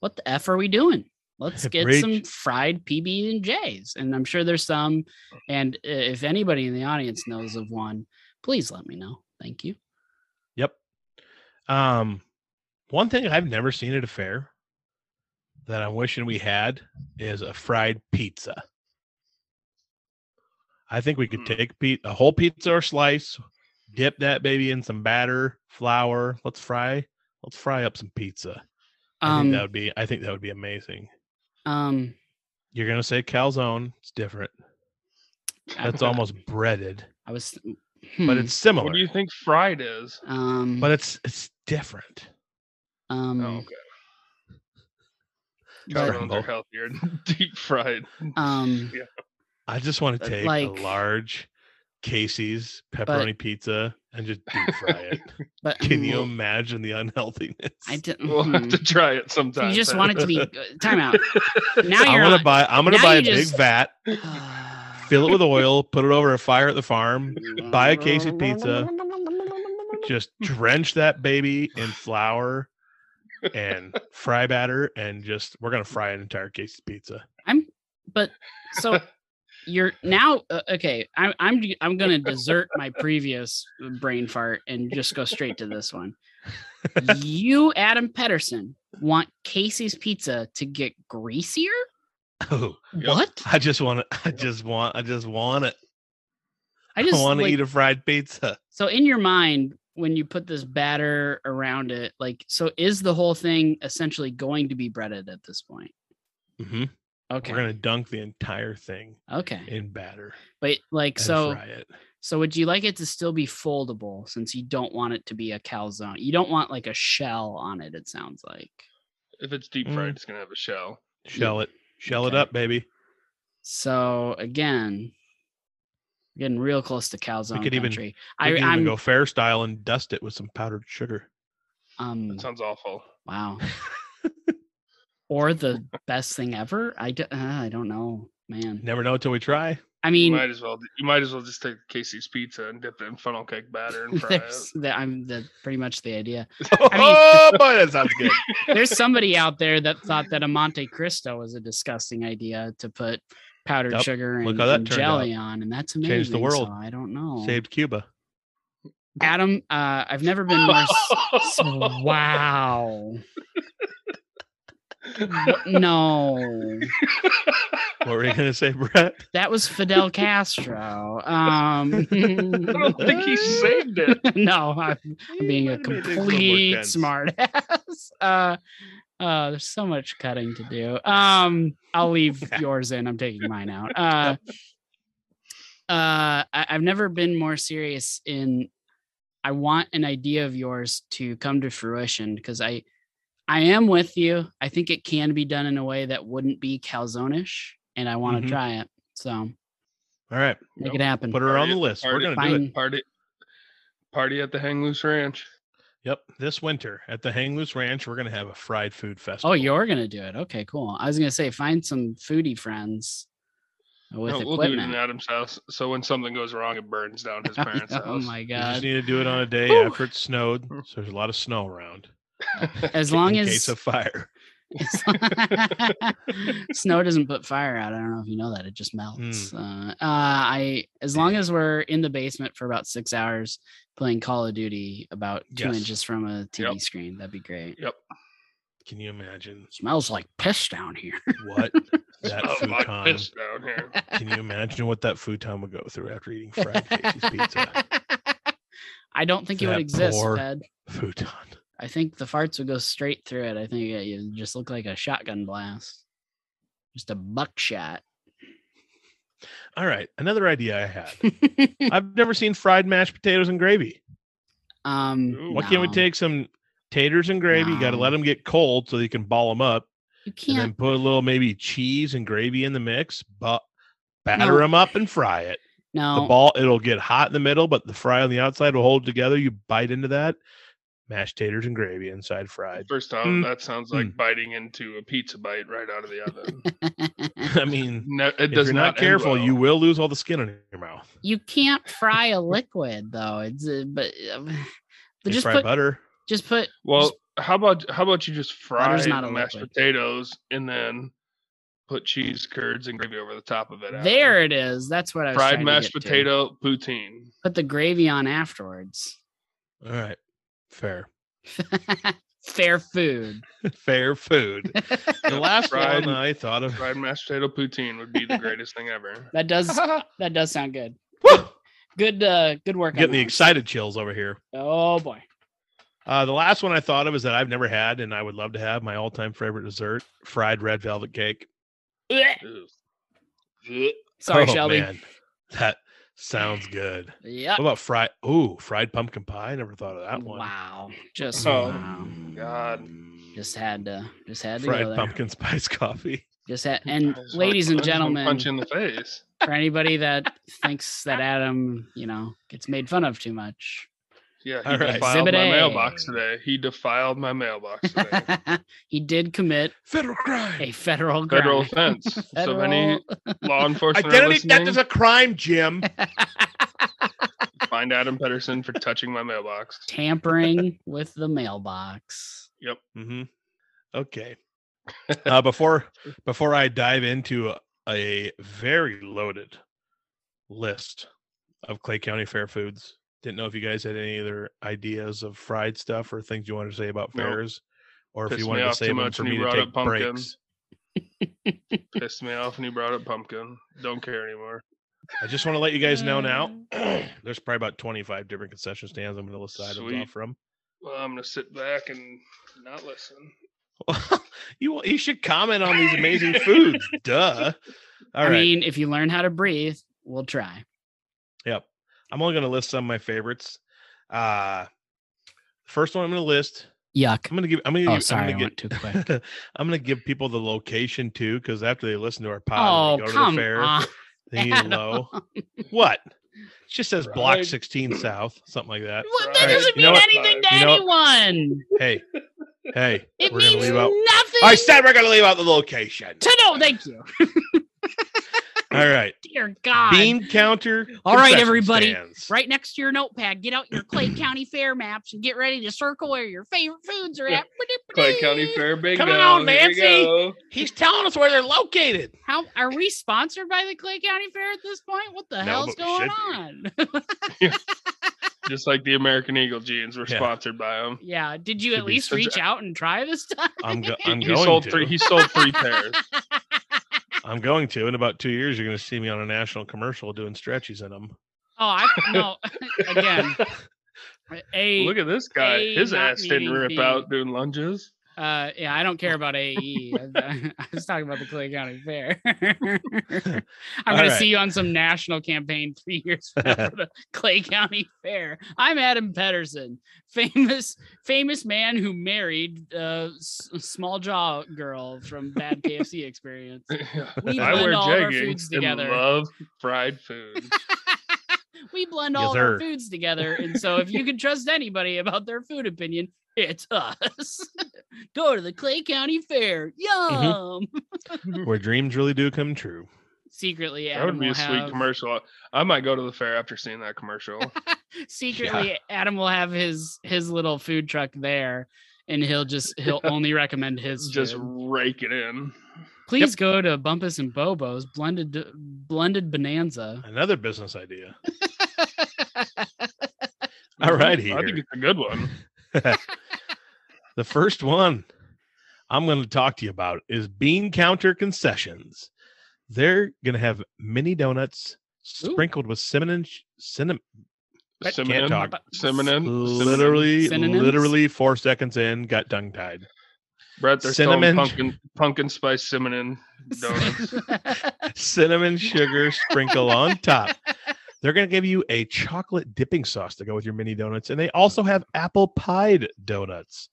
Speaker 1: What the f are we doing? Let's get some
Speaker 2: Preach.
Speaker 1: fried PB and J's, and I'm sure there's some. And uh, if anybody in the audience knows of one, please let me know. Thank you.
Speaker 2: Yep. Um, one thing I've never seen at a fair that I'm wishing we had is a fried pizza. I think we could
Speaker 3: Hmm.
Speaker 2: take pe- a whole pizza or slice, dip that baby in some batter, flour. Let's fry. Let's fry up some pizza. I think that
Speaker 1: Um,
Speaker 2: would be. I think that would be amazing.
Speaker 1: um,
Speaker 2: You're gonna say calzone. It's different. That's almost breaded,
Speaker 1: I was,
Speaker 2: but
Speaker 1: hmm,
Speaker 2: it's similar.
Speaker 3: What do you think fried is?
Speaker 1: um,
Speaker 2: but it's it's different. Mm.
Speaker 1: um,
Speaker 3: Oh, okay.
Speaker 1: But-
Speaker 3: Calzones are healthier than deep fried.
Speaker 1: um,
Speaker 3: Yeah.
Speaker 2: I just want
Speaker 1: But
Speaker 2: to take
Speaker 1: like-
Speaker 2: a large Casey's pepperoni pizza and just deep fry it.
Speaker 1: but
Speaker 2: Can you
Speaker 1: mm,
Speaker 2: imagine the unhealthiness?
Speaker 1: I didn't.
Speaker 3: We'll have
Speaker 2: Mm.
Speaker 1: hmm.
Speaker 3: to try it sometime.
Speaker 1: You just
Speaker 3: Pat.
Speaker 1: want it to be good. time out. Now
Speaker 2: I'm
Speaker 1: you're
Speaker 2: gonna
Speaker 1: on.
Speaker 2: buy. I'm gonna
Speaker 1: now
Speaker 2: buy
Speaker 1: you
Speaker 2: a
Speaker 1: just-
Speaker 2: big vat, fill it with oil, put it over a fire at the farm, buy a case of pizza, just drench that baby in flour and fry batter, and just we're gonna fry an entire case of pizza.
Speaker 1: but so you're now uh, okay i'm i'm i'm going to desert my previous uh, brain fart and just go straight to this one you adam pedersen want casey's pizza to get greasier
Speaker 2: Oh,
Speaker 3: Yep.
Speaker 1: what
Speaker 2: I just want to. I just want. I just want it.
Speaker 1: i
Speaker 2: I
Speaker 1: just
Speaker 2: want to
Speaker 1: like,
Speaker 2: eat a fried pizza.
Speaker 1: so in your mind when you put this batter around it like so is the whole thing essentially going to be breaded at this point
Speaker 2: Mm-hmm.
Speaker 1: Okay.
Speaker 2: We're gonna dunk the entire thing
Speaker 1: okay.
Speaker 2: in batter.
Speaker 1: but like
Speaker 2: and
Speaker 1: so
Speaker 2: fry it.
Speaker 1: so would you like it to still be foldable since you don't want it to be a calzone? You don't want like a shell on it, it sounds like.
Speaker 3: If it's deep
Speaker 2: Mm.
Speaker 3: fried, it's gonna have a shell.
Speaker 2: Shell it. Shell
Speaker 1: Okay.
Speaker 2: it up, baby.
Speaker 1: So again, we're getting real close to calzone
Speaker 2: could even-
Speaker 1: country.
Speaker 2: I,
Speaker 1: I
Speaker 2: can
Speaker 1: I'm
Speaker 2: even go fair style and dust it with some powdered sugar.
Speaker 1: um
Speaker 2: Mm.
Speaker 3: That sounds awful.
Speaker 1: Wow. or the best thing ever? I, d- uh, I don't know, man.
Speaker 2: Never know until we try.
Speaker 1: I
Speaker 3: You
Speaker 1: mean,
Speaker 3: might as well. You might as well just take Casey's pizza and dip it in funnel cake batter and fry it.
Speaker 1: there's that I'm that's pretty much the idea.
Speaker 2: oh boy, that sounds good.
Speaker 1: There's somebody out there that thought that a Monte Cristo was a disgusting idea to put powdered
Speaker 2: Yep,
Speaker 1: sugar
Speaker 2: look
Speaker 1: and,
Speaker 2: how that
Speaker 1: and
Speaker 2: turned
Speaker 1: jelly on, and that's amazing.
Speaker 2: Changed the world.
Speaker 1: so I don't know.
Speaker 2: Saved Cuba.
Speaker 1: Adam, uh, I've never been more. s- s- wow. Wha- no.
Speaker 2: What were you gonna say, Brett?
Speaker 1: That was Fidel Castro. Um,
Speaker 3: I don't think he saved it.
Speaker 1: no, I'm
Speaker 2: You
Speaker 1: being a
Speaker 2: Eh, might have made things little more
Speaker 1: complete
Speaker 2: dense.
Speaker 1: smartass. Uh, uh, there's so much cutting to do. Um, I'll leave yours in. I'm taking mine out. Uh, uh, I- I've never been more serious in. I want an idea of yours to come to fruition because I, I am with you. I think it can be done in a way that wouldn't be calzone-ish, and I want to
Speaker 2: Mhm.
Speaker 1: try it. So
Speaker 2: All right,
Speaker 1: make
Speaker 3: Nope.
Speaker 1: it happen.
Speaker 2: put her on
Speaker 3: Party-
Speaker 2: the list. We're
Speaker 3: party-
Speaker 2: gonna do it.
Speaker 1: Hmm. Fine.
Speaker 3: Party, party at the Hang Loose Ranch.
Speaker 2: Yep, this winter at the Hang Loose Ranch, we're gonna have a fried food festival.
Speaker 1: Oh, you're gonna do it. Okay, cool. I was gonna say find some foodie friends with
Speaker 3: No, we'll do it in
Speaker 1: equipment.
Speaker 3: Adam's house. So when something goes wrong, it burns down his parents'
Speaker 1: oh
Speaker 3: house.
Speaker 1: my
Speaker 2: We just
Speaker 1: god!
Speaker 2: need to do it on a day
Speaker 1: Whew.
Speaker 2: after it snowed, so there's a lot of snow around.
Speaker 1: As long
Speaker 2: in
Speaker 1: as
Speaker 2: case of fire,
Speaker 1: snow doesn't put fire out, I don't know if you know that. It
Speaker 3: Hmm.
Speaker 1: just melts. Uh, uh, I as long as we're in the basement for about six hours playing Call of Duty, about two
Speaker 2: Yes.
Speaker 1: inches from a TV
Speaker 3: Yep.
Speaker 1: screen, that'd be great.
Speaker 2: can you imagine
Speaker 1: Smells like piss down here.
Speaker 2: what that
Speaker 3: Oh, my
Speaker 2: futon?
Speaker 3: piss down here.
Speaker 2: Can you imagine what that futon would go through after eating fried Casey's pizza?
Speaker 1: I don't think it
Speaker 2: That
Speaker 1: would exist,
Speaker 2: poor-
Speaker 1: Ted.
Speaker 2: Futon.
Speaker 1: I think the farts would go straight through it. I think it, it'd just look like a shotgun blast, just a buckshot.
Speaker 2: All right, another idea I had. I've never seen fried mashed potatoes and gravy.
Speaker 1: um,
Speaker 3: Ooh.
Speaker 2: Why can't we
Speaker 1: no,
Speaker 2: take some taters and gravy? You got to let
Speaker 1: No.
Speaker 2: them get cold so you can ball them up,
Speaker 1: You
Speaker 2: and
Speaker 1: can't.
Speaker 2: then put a little maybe cheese and gravy in the mix, but batter
Speaker 1: No.
Speaker 2: them up and fry it.
Speaker 1: no.
Speaker 2: The ball it'll get hot in the middle, but the fry on the outside will hold together. You bite into that, mashed taters and gravy inside fried.
Speaker 3: First off,
Speaker 2: Mm.
Speaker 3: that sounds like biting into a pizza bite right out of the oven.
Speaker 2: I mean,
Speaker 3: No, it
Speaker 2: if
Speaker 3: does
Speaker 2: you're
Speaker 3: not
Speaker 2: not,
Speaker 3: end
Speaker 2: careful,
Speaker 3: well.
Speaker 2: you will lose all the skin on your mouth.
Speaker 1: you can't fry a liquid though. It's uh, but, uh, but
Speaker 2: You
Speaker 1: just
Speaker 2: fry
Speaker 1: put
Speaker 2: butter.
Speaker 1: just put
Speaker 3: Well, how about how about you just fry
Speaker 1: Butter's not
Speaker 3: the
Speaker 1: a
Speaker 3: mashed
Speaker 1: liquid.
Speaker 3: potatoes and then put cheese curds and gravy over the top of it. after.
Speaker 1: there. It is. That's what I was trying
Speaker 3: fried
Speaker 1: to
Speaker 3: mashed
Speaker 1: get to.
Speaker 3: potato poutine.
Speaker 1: Put the gravy on afterwards.
Speaker 2: All right, fair,
Speaker 1: Fair food.
Speaker 2: fair food. The last
Speaker 3: Fried-
Speaker 2: one uh, I thought of.
Speaker 3: Fried mashed potato poutine would be the greatest thing ever.
Speaker 1: That does that does sound good.
Speaker 2: Woo!
Speaker 1: Good uh good work. on
Speaker 2: Getting the
Speaker 1: that.
Speaker 2: excited chills over here.
Speaker 1: Oh boy.
Speaker 2: Uh, the last one I thought of is that I've never had and I would love to have my all time favorite dessert fried red velvet cake.
Speaker 1: Blech.
Speaker 3: Ew.
Speaker 1: Sorry,
Speaker 2: Oh,
Speaker 1: Shelby.
Speaker 2: man, that sounds good.
Speaker 1: Yeah.
Speaker 2: What about fried? Ooh, fried pumpkin pie. I never thought of that one.
Speaker 1: Wow. Just
Speaker 3: Oh,
Speaker 1: wow.
Speaker 3: God.
Speaker 1: Just had to just had to
Speaker 2: Fried
Speaker 1: go there.
Speaker 2: pumpkin spice coffee.
Speaker 1: Just had and
Speaker 3: I just wanna-
Speaker 1: ladies and
Speaker 3: I just wanna
Speaker 1: gentlemen,
Speaker 3: punch you in the face.
Speaker 1: for anybody that thinks that Adam, you know, gets made fun of too much.
Speaker 3: Yeah, he
Speaker 2: All right.
Speaker 3: defiled
Speaker 1: Exhibit
Speaker 3: my
Speaker 1: A.
Speaker 3: mailbox today. He defiled my mailbox today.
Speaker 1: he did commit
Speaker 2: Federal crime.
Speaker 1: a federal crime.
Speaker 3: Federal offense. So if any law enforcement are
Speaker 2: Identity theft
Speaker 3: listening,
Speaker 2: is a crime, Jim.
Speaker 3: find Adam Pedersen for touching my mailbox.
Speaker 1: tampering with the mailbox.
Speaker 2: hmm Okay. Uh, before before I dive into a, a very loaded list of Clay County fair foods, didn't know if you guys had any other ideas of fried stuff or things you wanted to say about
Speaker 3: Nope.
Speaker 2: fairs, or if
Speaker 3: Pissed
Speaker 2: you
Speaker 3: me
Speaker 2: wanted to
Speaker 3: off too
Speaker 2: save them
Speaker 3: much
Speaker 2: for
Speaker 3: when
Speaker 2: me
Speaker 3: you
Speaker 2: to
Speaker 3: brought
Speaker 2: take
Speaker 3: up pumpkin.
Speaker 2: breaks.
Speaker 3: Pissed me off when he brought up pumpkin. Don't care anymore.
Speaker 2: I just want to let you guys know now.
Speaker 1: Mm.
Speaker 2: there's probably about 25 different concession stands I'm going to list items
Speaker 3: Sweet.
Speaker 2: off from.
Speaker 3: Well, I'm gonna sit back and not listen.
Speaker 2: you you should comment on these amazing foods. Duh. All
Speaker 1: I
Speaker 2: right.
Speaker 1: mean, if you learn how to breathe, we'll try.
Speaker 2: Yep. I'm only going to list some of my favorites. Uh first one I'm going to list.
Speaker 1: Yuck.
Speaker 2: I'm going to give I'm going to
Speaker 1: Oh,
Speaker 2: give,
Speaker 1: sorry, I
Speaker 2: I'm going
Speaker 1: went
Speaker 2: to
Speaker 1: too
Speaker 2: get
Speaker 1: quick.
Speaker 2: I'm going to give people the location too cuz after they listen to our pod
Speaker 1: Oh,
Speaker 2: and they go to
Speaker 1: come
Speaker 2: the fair,
Speaker 1: on.
Speaker 2: they need to
Speaker 1: Adam.
Speaker 2: know. What? It just says block
Speaker 3: Right.
Speaker 2: 16 south, something like that.
Speaker 1: Well,
Speaker 3: All
Speaker 1: that
Speaker 2: right,
Speaker 1: doesn't
Speaker 2: you know
Speaker 1: mean
Speaker 2: what?
Speaker 1: anything to
Speaker 2: You know
Speaker 1: anyone.
Speaker 2: Hey. Hey.
Speaker 1: It
Speaker 2: we're
Speaker 1: means
Speaker 2: going to leave out
Speaker 1: nothing.
Speaker 2: I said we're going to leave out the location.
Speaker 1: to no, thank you.
Speaker 2: All right.
Speaker 1: Dear God.
Speaker 2: Bean counter.
Speaker 1: All right,
Speaker 2: concession
Speaker 1: everybody.
Speaker 2: stands.
Speaker 1: Right next to your notepad, get out your Clay County Fair maps and get ready to circle where your favorite foods are at.
Speaker 3: Clay County Fair bingo.
Speaker 2: Come on,
Speaker 3: Here we
Speaker 2: Nancy.
Speaker 3: go.
Speaker 2: He's telling us where they're located.
Speaker 1: How are we sponsored by the Clay County Fair at this point? What the
Speaker 2: No,
Speaker 1: hell's
Speaker 2: but we
Speaker 1: going
Speaker 2: should
Speaker 1: on?
Speaker 3: Just like the American Eagle jeans were
Speaker 2: Yeah.
Speaker 3: sponsored by him.
Speaker 1: yeah, did you
Speaker 2: Should
Speaker 1: at
Speaker 2: be
Speaker 1: least
Speaker 3: such
Speaker 1: reach out and try this time?
Speaker 2: I'm, go- I'm
Speaker 3: he
Speaker 2: going
Speaker 3: sold
Speaker 2: to.
Speaker 3: three. He sold three pairs.
Speaker 2: I'm going to. In about two years, you're going to see me on a national commercial doing stretches in them.
Speaker 1: Oh, I no. Again, a
Speaker 3: Look at this guy.
Speaker 1: A,
Speaker 3: His
Speaker 1: not
Speaker 3: ass didn't
Speaker 1: meeting
Speaker 3: rip
Speaker 1: B.
Speaker 3: out doing lunges.
Speaker 1: uh, yeah, I don't care about AE. I, I was talking about the Clay County Fair. I'm
Speaker 2: All
Speaker 1: going
Speaker 2: right.
Speaker 1: to see you on some national campaign three years from now for the Clay County Fair. I'm Adam Pedersen, famous famous man who married uh, s- small jaw girl from Bad KFC Experience. We
Speaker 3: I
Speaker 1: blend
Speaker 3: wear
Speaker 1: all of our
Speaker 3: jeggings
Speaker 1: foods
Speaker 3: and
Speaker 1: together.
Speaker 3: love fried food.
Speaker 1: we blend
Speaker 2: Yes,
Speaker 1: all of
Speaker 2: sir.
Speaker 1: our foods together. And so if you can trust anybody about their food opinion, it's us. Go to the Clay County Fair. Yum.
Speaker 3: Mm-hmm. Hmm.
Speaker 2: Where dreams really do come true.
Speaker 1: Secretly,
Speaker 3: that
Speaker 1: Adam
Speaker 3: would be
Speaker 1: will
Speaker 3: a sweet
Speaker 1: have
Speaker 3: commercial. I might go to the fair after seeing that commercial.
Speaker 1: secretly Adam will have his his little food truck there. And he'll just he'll only recommend his.
Speaker 3: Just
Speaker 1: food.
Speaker 3: rake it in.
Speaker 1: please go to Bumpus and Bobo's blended blended bonanza.
Speaker 2: Another business idea. All right,
Speaker 3: I think
Speaker 2: here.
Speaker 3: it's a good one.
Speaker 2: The first one I'm going to talk to you about is Bean Counter Concessions. They're going to have mini donuts
Speaker 1: Ooh.
Speaker 2: sprinkled with cinnamon, cinnamon,
Speaker 1: But-
Speaker 3: Cinnamon.
Speaker 2: talk.
Speaker 3: Cinnamon.
Speaker 2: literally,
Speaker 1: Synonyms?
Speaker 2: literally four seconds in, got tongue tied.
Speaker 3: Brett, they're selling
Speaker 2: Cinnamon.
Speaker 3: pumpkin pumpkin spice cinnamon donuts.
Speaker 2: cinnamon sugar sprinkle on top. They're going to give you a chocolate dipping sauce to go with your mini donuts. And they also have apple pied donuts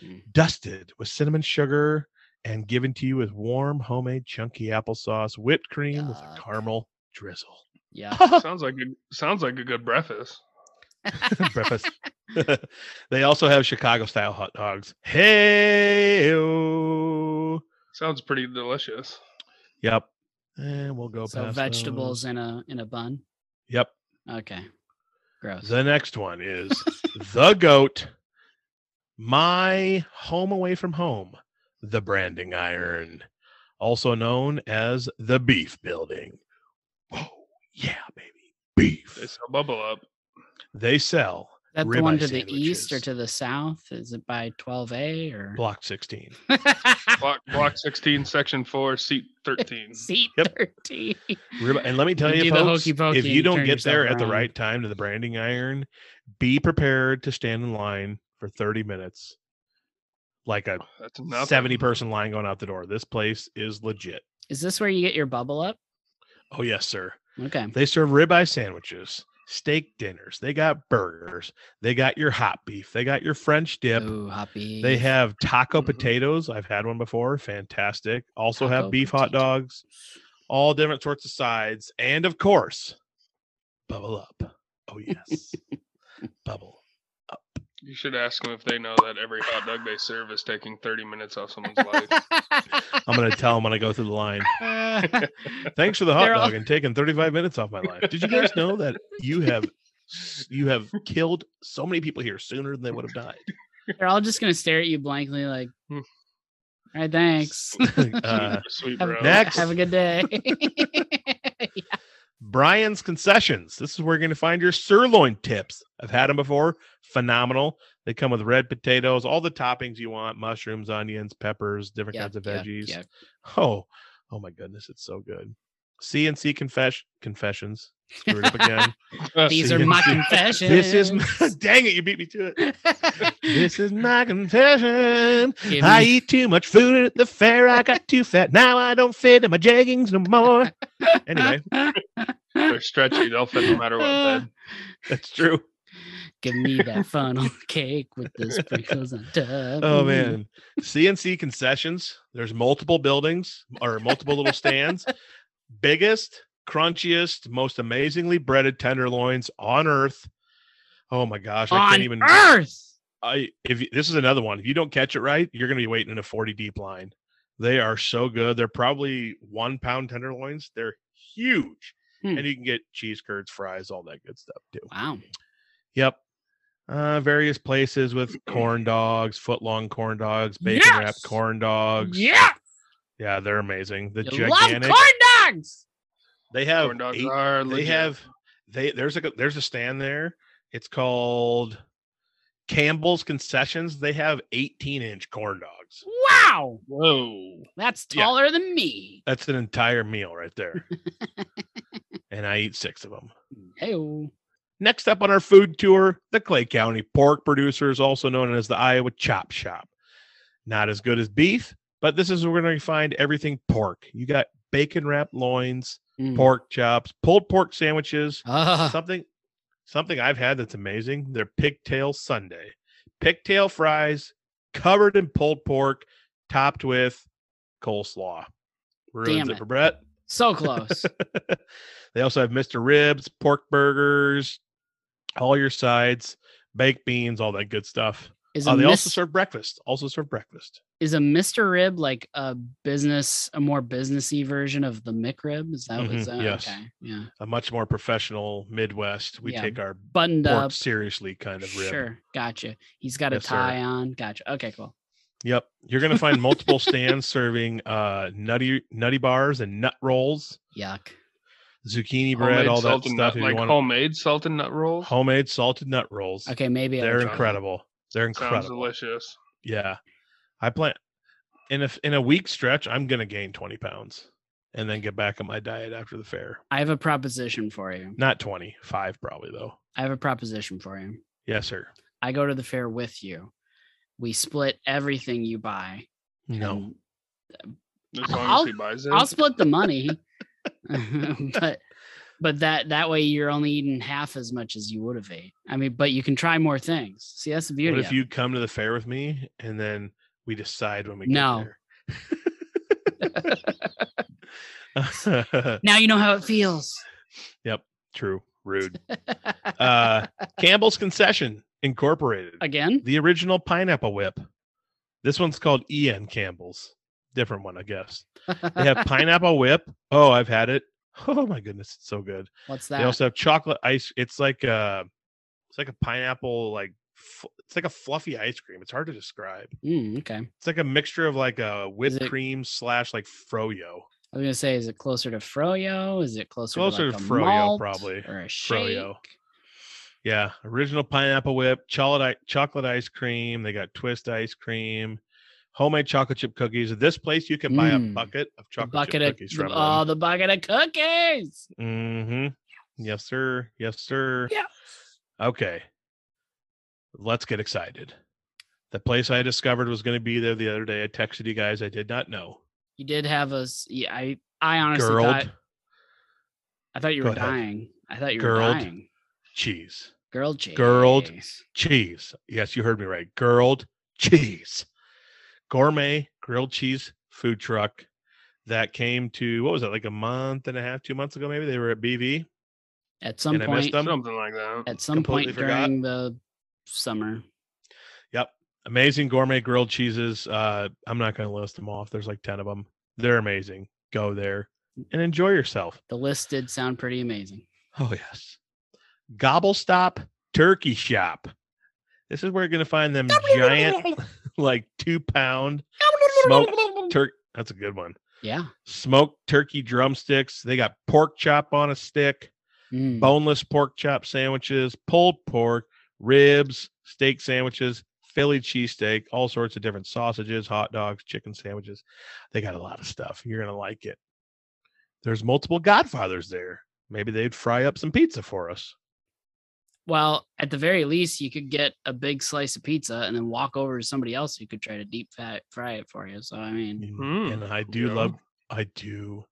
Speaker 1: Mm.
Speaker 2: dusted with cinnamon sugar and given to you with warm, homemade, chunky applesauce, whipped cream with a
Speaker 1: Yuck.
Speaker 2: caramel drizzle.
Speaker 1: yeah.
Speaker 3: sounds like a sounds like a good breakfast.
Speaker 2: Breakfast. they also have Chicago style hot dogs. Hey,
Speaker 3: Sounds pretty delicious.
Speaker 2: yep. And we'll go
Speaker 1: So
Speaker 2: past
Speaker 1: vegetables
Speaker 2: those.
Speaker 1: in a in a bun.
Speaker 2: Yep.
Speaker 1: Okay. Gross.
Speaker 2: The next one is The Goat, My Home Away from Home, The Branding Iron, also known as The Beef Building. Whoa, yeah, baby.
Speaker 3: They
Speaker 2: Beef.
Speaker 3: sell bubble up.
Speaker 2: They sell
Speaker 1: that the one
Speaker 2: ribeye
Speaker 1: to the east or
Speaker 2: sandwiches.
Speaker 1: to the south? Is it by 12A or
Speaker 2: Block 16.
Speaker 3: Block block sixteen, section four, seat thirteen.
Speaker 1: seat
Speaker 2: Yep.
Speaker 1: 13?
Speaker 2: Rib- and let me tell
Speaker 1: You
Speaker 2: you,
Speaker 1: do the
Speaker 2: folks,
Speaker 1: hokey pokey
Speaker 2: if
Speaker 1: and
Speaker 2: you
Speaker 1: you
Speaker 2: don't
Speaker 1: turn
Speaker 2: get there
Speaker 1: yourself
Speaker 2: at the
Speaker 1: around.
Speaker 2: right time to the Branding Iron, be prepared to stand in line for 30 minutes like a
Speaker 3: That's nothing.
Speaker 2: 70 person line going out the door. This place is legit.
Speaker 1: Is this where you get your bubble up?
Speaker 2: Oh, yes, sir.
Speaker 1: Okay.
Speaker 2: They serve ribeye sandwiches, steak dinners. They got burgers. They got your hot beef. They got your French dip.
Speaker 1: Ooh, hoppy.
Speaker 2: They have taco
Speaker 1: Mm-hmm.
Speaker 3: Mhm.
Speaker 2: potatoes. I've had one before. Fantastic. Also
Speaker 1: Taco
Speaker 2: have beef
Speaker 1: potatoes.
Speaker 2: hot dogs, all different sorts of sides. And of course, bubble up. Oh, yes. bubble.
Speaker 3: You should ask them if they know that every hot dog they serve is taking thirty minutes off someone's life.
Speaker 2: I'm going to tell them when I go through the line. Thanks for the hot
Speaker 1: They're all-
Speaker 2: dog and taking 35 minutes off my life. Did you guys know that you have you have killed so many people here sooner than they would have died?
Speaker 1: They're all just gonna stare at you blankly, like,
Speaker 3: Hmm.
Speaker 1: all right, thanks.
Speaker 2: Uh,
Speaker 3: Sweet
Speaker 1: Have,
Speaker 3: bro.
Speaker 2: Next.
Speaker 1: have a good day.
Speaker 2: Brian's Concessions. This is where you're going to find your sirloin tips. I've had them before. Phenomenal. They come with red potatoes, all the toppings you want mushrooms, onions, peppers, different
Speaker 1: Yeah,
Speaker 2: kinds of
Speaker 1: yeah,
Speaker 2: veggies.
Speaker 1: yeah.
Speaker 2: Oh, oh my goodness. It's so good. CNC confess confessions. Screwed up again.
Speaker 1: These are my
Speaker 2: CNC.
Speaker 1: confessions.
Speaker 2: this is my, dang it, you beat me to it. This is my confession.
Speaker 1: Give
Speaker 2: I
Speaker 1: me-
Speaker 2: eat too much food at the fair. I got too fat. Now I don't fit in my jeggings no more. Anyway,
Speaker 3: They're stretchy. They'll fit no matter what.
Speaker 1: Uh,
Speaker 3: bed.
Speaker 2: that's true.
Speaker 1: Give me that funnel cake with the sprinkles on top.
Speaker 2: Oh
Speaker 1: Mm.
Speaker 2: man. CNC concessions. There's multiple buildings or multiple little stands. Biggest, crunchiest, most amazingly breaded tenderloins on earth. Oh my gosh, I
Speaker 1: On
Speaker 2: can't even
Speaker 1: Earth.
Speaker 2: I if you- this is another one. If you don't catch it right, you're going to be waiting in a 40 deep line. They are so good. They're probably one pound tenderloins. They're huge,
Speaker 1: Hmm.
Speaker 2: and you can get cheese curds, fries, all that good stuff too.
Speaker 1: Wow.
Speaker 2: Yep. Uh, various places with corn dogs, foot long corn dogs, bacon wrapped
Speaker 1: Yes!
Speaker 2: corn dogs.
Speaker 1: Yeah.
Speaker 2: yeah, they're amazing. The
Speaker 1: You love
Speaker 2: gigantic.
Speaker 1: corn dogs.
Speaker 2: They have
Speaker 3: Corn dogs
Speaker 2: eight
Speaker 3: are
Speaker 2: they
Speaker 3: legit.
Speaker 2: have they there's a there's a stand there it's called campbell's concessions they have 18 inch corn dogs
Speaker 1: Wow.
Speaker 3: Whoa.
Speaker 1: That's
Speaker 2: Yeah.
Speaker 1: taller than me.
Speaker 2: that's an entire meal right there and i eat six of them
Speaker 1: Hey.
Speaker 2: next up on our food tour the clay county pork producers also known as the iowa chop shop not as good as beef but this is where we're going to find everything pork you got bacon wrapped loins pork chops pulled pork sandwiches something something I've had that's amazing. Their pigtail Sunday, pigtail fries covered in pulled pork, topped with coleslaw. Ruins
Speaker 1: Damn
Speaker 2: it.
Speaker 1: it.
Speaker 2: for Brett.
Speaker 1: so close.
Speaker 2: they also have Mr. Ribs, pork burgers, all your sides, baked beans, all that good stuff.
Speaker 1: Is
Speaker 2: Oh,
Speaker 1: a
Speaker 2: they also
Speaker 1: mis-
Speaker 2: serve breakfast. Also serve breakfast.
Speaker 1: is a Mr. Rib like a business, a more businessy version of the McRib? Is that
Speaker 2: Mhm,
Speaker 1: what's that?
Speaker 2: yes.
Speaker 1: Okay. Yeah.
Speaker 2: A much more professional Midwest. We
Speaker 1: Yeah,
Speaker 2: take our
Speaker 1: Buttoned
Speaker 2: pork
Speaker 1: up.
Speaker 2: seriously kind of rib.
Speaker 1: Sure. Gotcha. He's got
Speaker 2: Yes,
Speaker 1: a
Speaker 2: sir.
Speaker 1: tie on. Gotcha. Okay, cool.
Speaker 2: Yep. You're gonna find multiple stands serving uh nutty nutty bars and nut rolls,
Speaker 1: Yuck.
Speaker 2: zucchini bread, all that
Speaker 3: salted
Speaker 2: stuff.
Speaker 3: Nut,
Speaker 2: if
Speaker 3: like
Speaker 2: you want
Speaker 3: homemade salted nut rolls.
Speaker 2: homemade salted nut rolls.
Speaker 1: Okay, maybe
Speaker 2: They're
Speaker 1: I'll try.
Speaker 2: incredible. They're
Speaker 3: Sounds
Speaker 2: incredible.
Speaker 3: delicious.
Speaker 2: Yeah. I plan in a in a week stretch, I'm gonna gain 20 pounds and then get back on my diet after the fair.
Speaker 1: I have a proposition for you.
Speaker 2: Not 20, five probably though.
Speaker 1: I have a proposition for you.
Speaker 2: Yes, sir.
Speaker 1: I go to the fair with you. We split everything you buy.
Speaker 2: No.
Speaker 1: and
Speaker 3: As long
Speaker 1: I'll-
Speaker 3: as he buys it.
Speaker 1: I'll split the money. but but that that way you're only eating half as much as you would have ate. I mean, but you can try more things. See, that's the beauty.
Speaker 2: What if
Speaker 1: of it.
Speaker 2: you come to the fair with me and then we decide when we get
Speaker 1: No.
Speaker 2: there?
Speaker 1: now you know how it feels.
Speaker 2: True. Rude. uh, Campbell's Concession Incorporated,
Speaker 1: Again,
Speaker 2: the original pineapple whip. This one's called Ian Campbell's. Different one, I guess. They have pineapple whip. Oh, I've had it. Oh my goodness, it's so good.
Speaker 1: what's
Speaker 2: They
Speaker 1: that?
Speaker 2: also have chocolate ice. It's like a, it's like a pineapple like. f- It's like a fluffy ice cream. It's hard to describe.
Speaker 1: Mm, okay, I
Speaker 2: It's like a mixture of like a whipped
Speaker 1: it-
Speaker 2: cream slash like froyo.
Speaker 1: was gonna say, is it closer to froyo? Is it closer
Speaker 2: Closer
Speaker 1: to, like
Speaker 2: to
Speaker 1: a
Speaker 2: froyo,
Speaker 1: malt
Speaker 2: probably.
Speaker 1: or a shake?
Speaker 2: Froyo. Yeah, original pineapple whip, chocolate i- chocolate ice cream. They got twist ice cream, homemade chocolate chip cookies. At this place, you can buy a
Speaker 1: Mm.
Speaker 2: bucket of
Speaker 1: The
Speaker 2: chocolate
Speaker 1: bucket
Speaker 2: chip
Speaker 1: of
Speaker 2: cookies from
Speaker 1: oh, the bucket of cookies.
Speaker 2: them. hmm Yes, sir. Yes, sir.
Speaker 1: Yeah.
Speaker 2: Okay, let's get excited. The place I discovered was going to be there the other day. I texted you guys. I did not know.
Speaker 1: You did have a. s- yeah, I I honestly
Speaker 2: Girled
Speaker 1: thought I thought you
Speaker 2: Go
Speaker 1: were
Speaker 2: ahead.
Speaker 1: dying. I thought you
Speaker 2: Girled.
Speaker 1: were dying.
Speaker 2: cheese,
Speaker 1: Girl cheese.
Speaker 2: Girled. cheese. Yes, you heard me right. Girled cheese, gourmet grilled cheese food truck that came to what was it like a month and a half, two months ago? Maybe they were at BV.
Speaker 1: At some
Speaker 2: And I
Speaker 1: point,
Speaker 2: missed them.
Speaker 3: Something like that.
Speaker 1: at some point
Speaker 2: Completely forgot.
Speaker 1: during the summer.
Speaker 2: Yep, amazing gourmet grilled cheeses. Uh, I'm not going to list them off. There's like ten of them. They're amazing. Go there and enjoy yourself.
Speaker 1: The list did sound pretty amazing.
Speaker 2: Oh yes, Gobble Stop Turkey Shop. This is where you're going to find them giant, like two pound smoked turkey. That's a good one.
Speaker 1: Yeah.
Speaker 2: smoked turkey drumsticks. They got pork chop on a stick,
Speaker 1: Mm.
Speaker 2: boneless pork chop sandwiches, pulled pork, ribs, steak sandwiches, Philly cheesesteak, all sorts of different sausages, hot dogs, chicken sandwiches. They got a lot of stuff. You're going to like it. There's multiple Godfathers there. Maybe they'd fry up some pizza for us.
Speaker 1: Well, at the very least, you could get a big slice of pizza and then walk over to somebody else who could try to deep fat fry it for you. So I mean,
Speaker 3: Hmm.
Speaker 2: And I do
Speaker 3: Yeah.
Speaker 2: love, I do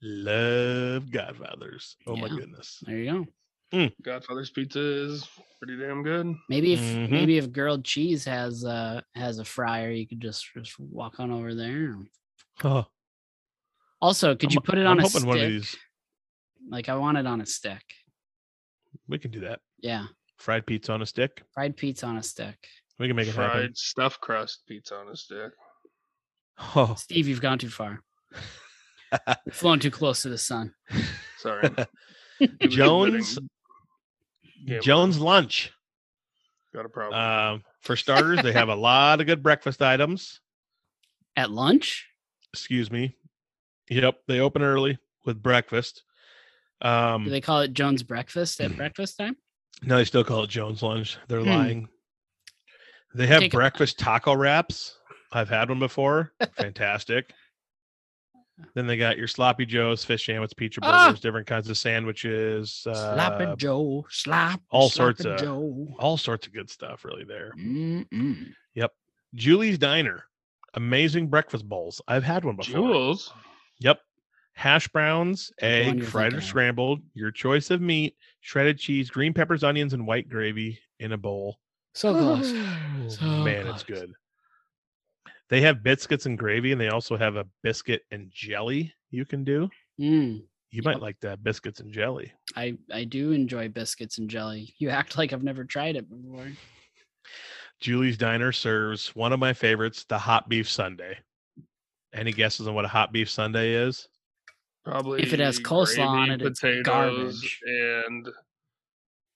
Speaker 2: love Godfathers. Oh my
Speaker 1: Yeah.
Speaker 2: goodness.
Speaker 1: there you go.
Speaker 3: Godfather's pizza is pretty damn good.
Speaker 1: Maybe if
Speaker 2: Mhm.
Speaker 1: maybe if grilled cheese has uh has a fryer, you could just just walk on over there.
Speaker 2: Oh,
Speaker 1: Also, could
Speaker 2: I'm-
Speaker 1: you put it
Speaker 2: I'm
Speaker 1: on a
Speaker 2: hoping
Speaker 1: stick?
Speaker 2: one of these.
Speaker 1: Like I want it on a stick.
Speaker 2: We can do that.
Speaker 1: Yeah,
Speaker 2: Fried pizza on a stick.
Speaker 1: fried pizza on a stick.
Speaker 2: We can make it
Speaker 3: Fried
Speaker 2: happen.
Speaker 3: stuffed crust pizza on a stick.
Speaker 2: Oh,
Speaker 1: Steve, you've gone too far. You've flown too close to the sun.
Speaker 3: Sorry.
Speaker 2: Jones- Jones lunch.
Speaker 3: got a problem.
Speaker 2: Um, for starters, they have a lot of good breakfast items.
Speaker 1: At lunch,
Speaker 2: Excuse me. Yep, they open early with breakfast. Um,
Speaker 1: do they call it Jones breakfast
Speaker 2: Mm.
Speaker 1: at breakfast time?
Speaker 2: no, they still call it Jones lunch. They're
Speaker 1: Hmm.
Speaker 2: lying. They have
Speaker 1: Take a-
Speaker 2: breakfast taco wraps. I've had one before. Fantastic. Then they got your sloppy joes, fish sandwich, pizza
Speaker 1: Ah!
Speaker 2: burgers, different kinds of sandwiches,
Speaker 1: Sloppy
Speaker 2: uh,
Speaker 1: Joe, slap
Speaker 2: all sorts
Speaker 1: Sloppy
Speaker 2: of-
Speaker 1: Joe.
Speaker 2: all sorts of good stuff really there.
Speaker 1: Mm-mm.
Speaker 2: Julie's Diner, amazing breakfast bowls. I've had one before.
Speaker 3: Jules.
Speaker 2: Yep. Hash browns,
Speaker 1: the one
Speaker 2: egg,
Speaker 1: you're
Speaker 2: fried or
Speaker 1: thinking of.
Speaker 2: scrambled, your choice of meat, shredded cheese, green peppers, onions, and white gravy in a bowl.
Speaker 1: So close. So
Speaker 2: man, it's
Speaker 1: close.
Speaker 2: good. They have biscuits and gravy, and they also have a biscuit and jelly you can do.
Speaker 1: Mm,
Speaker 2: You might
Speaker 1: Yep.
Speaker 2: like that biscuits and jelly.
Speaker 1: I I do enjoy biscuits and jelly. You act like I've never tried it before.
Speaker 2: Julie's Diner serves one of my favorites, the hot beef sundae. Any guesses on what a hot beef sundae is?
Speaker 3: Probably
Speaker 1: If it has coleslaw on
Speaker 3: gravy,
Speaker 1: it, it's
Speaker 3: potatoes,
Speaker 1: garbage.
Speaker 3: And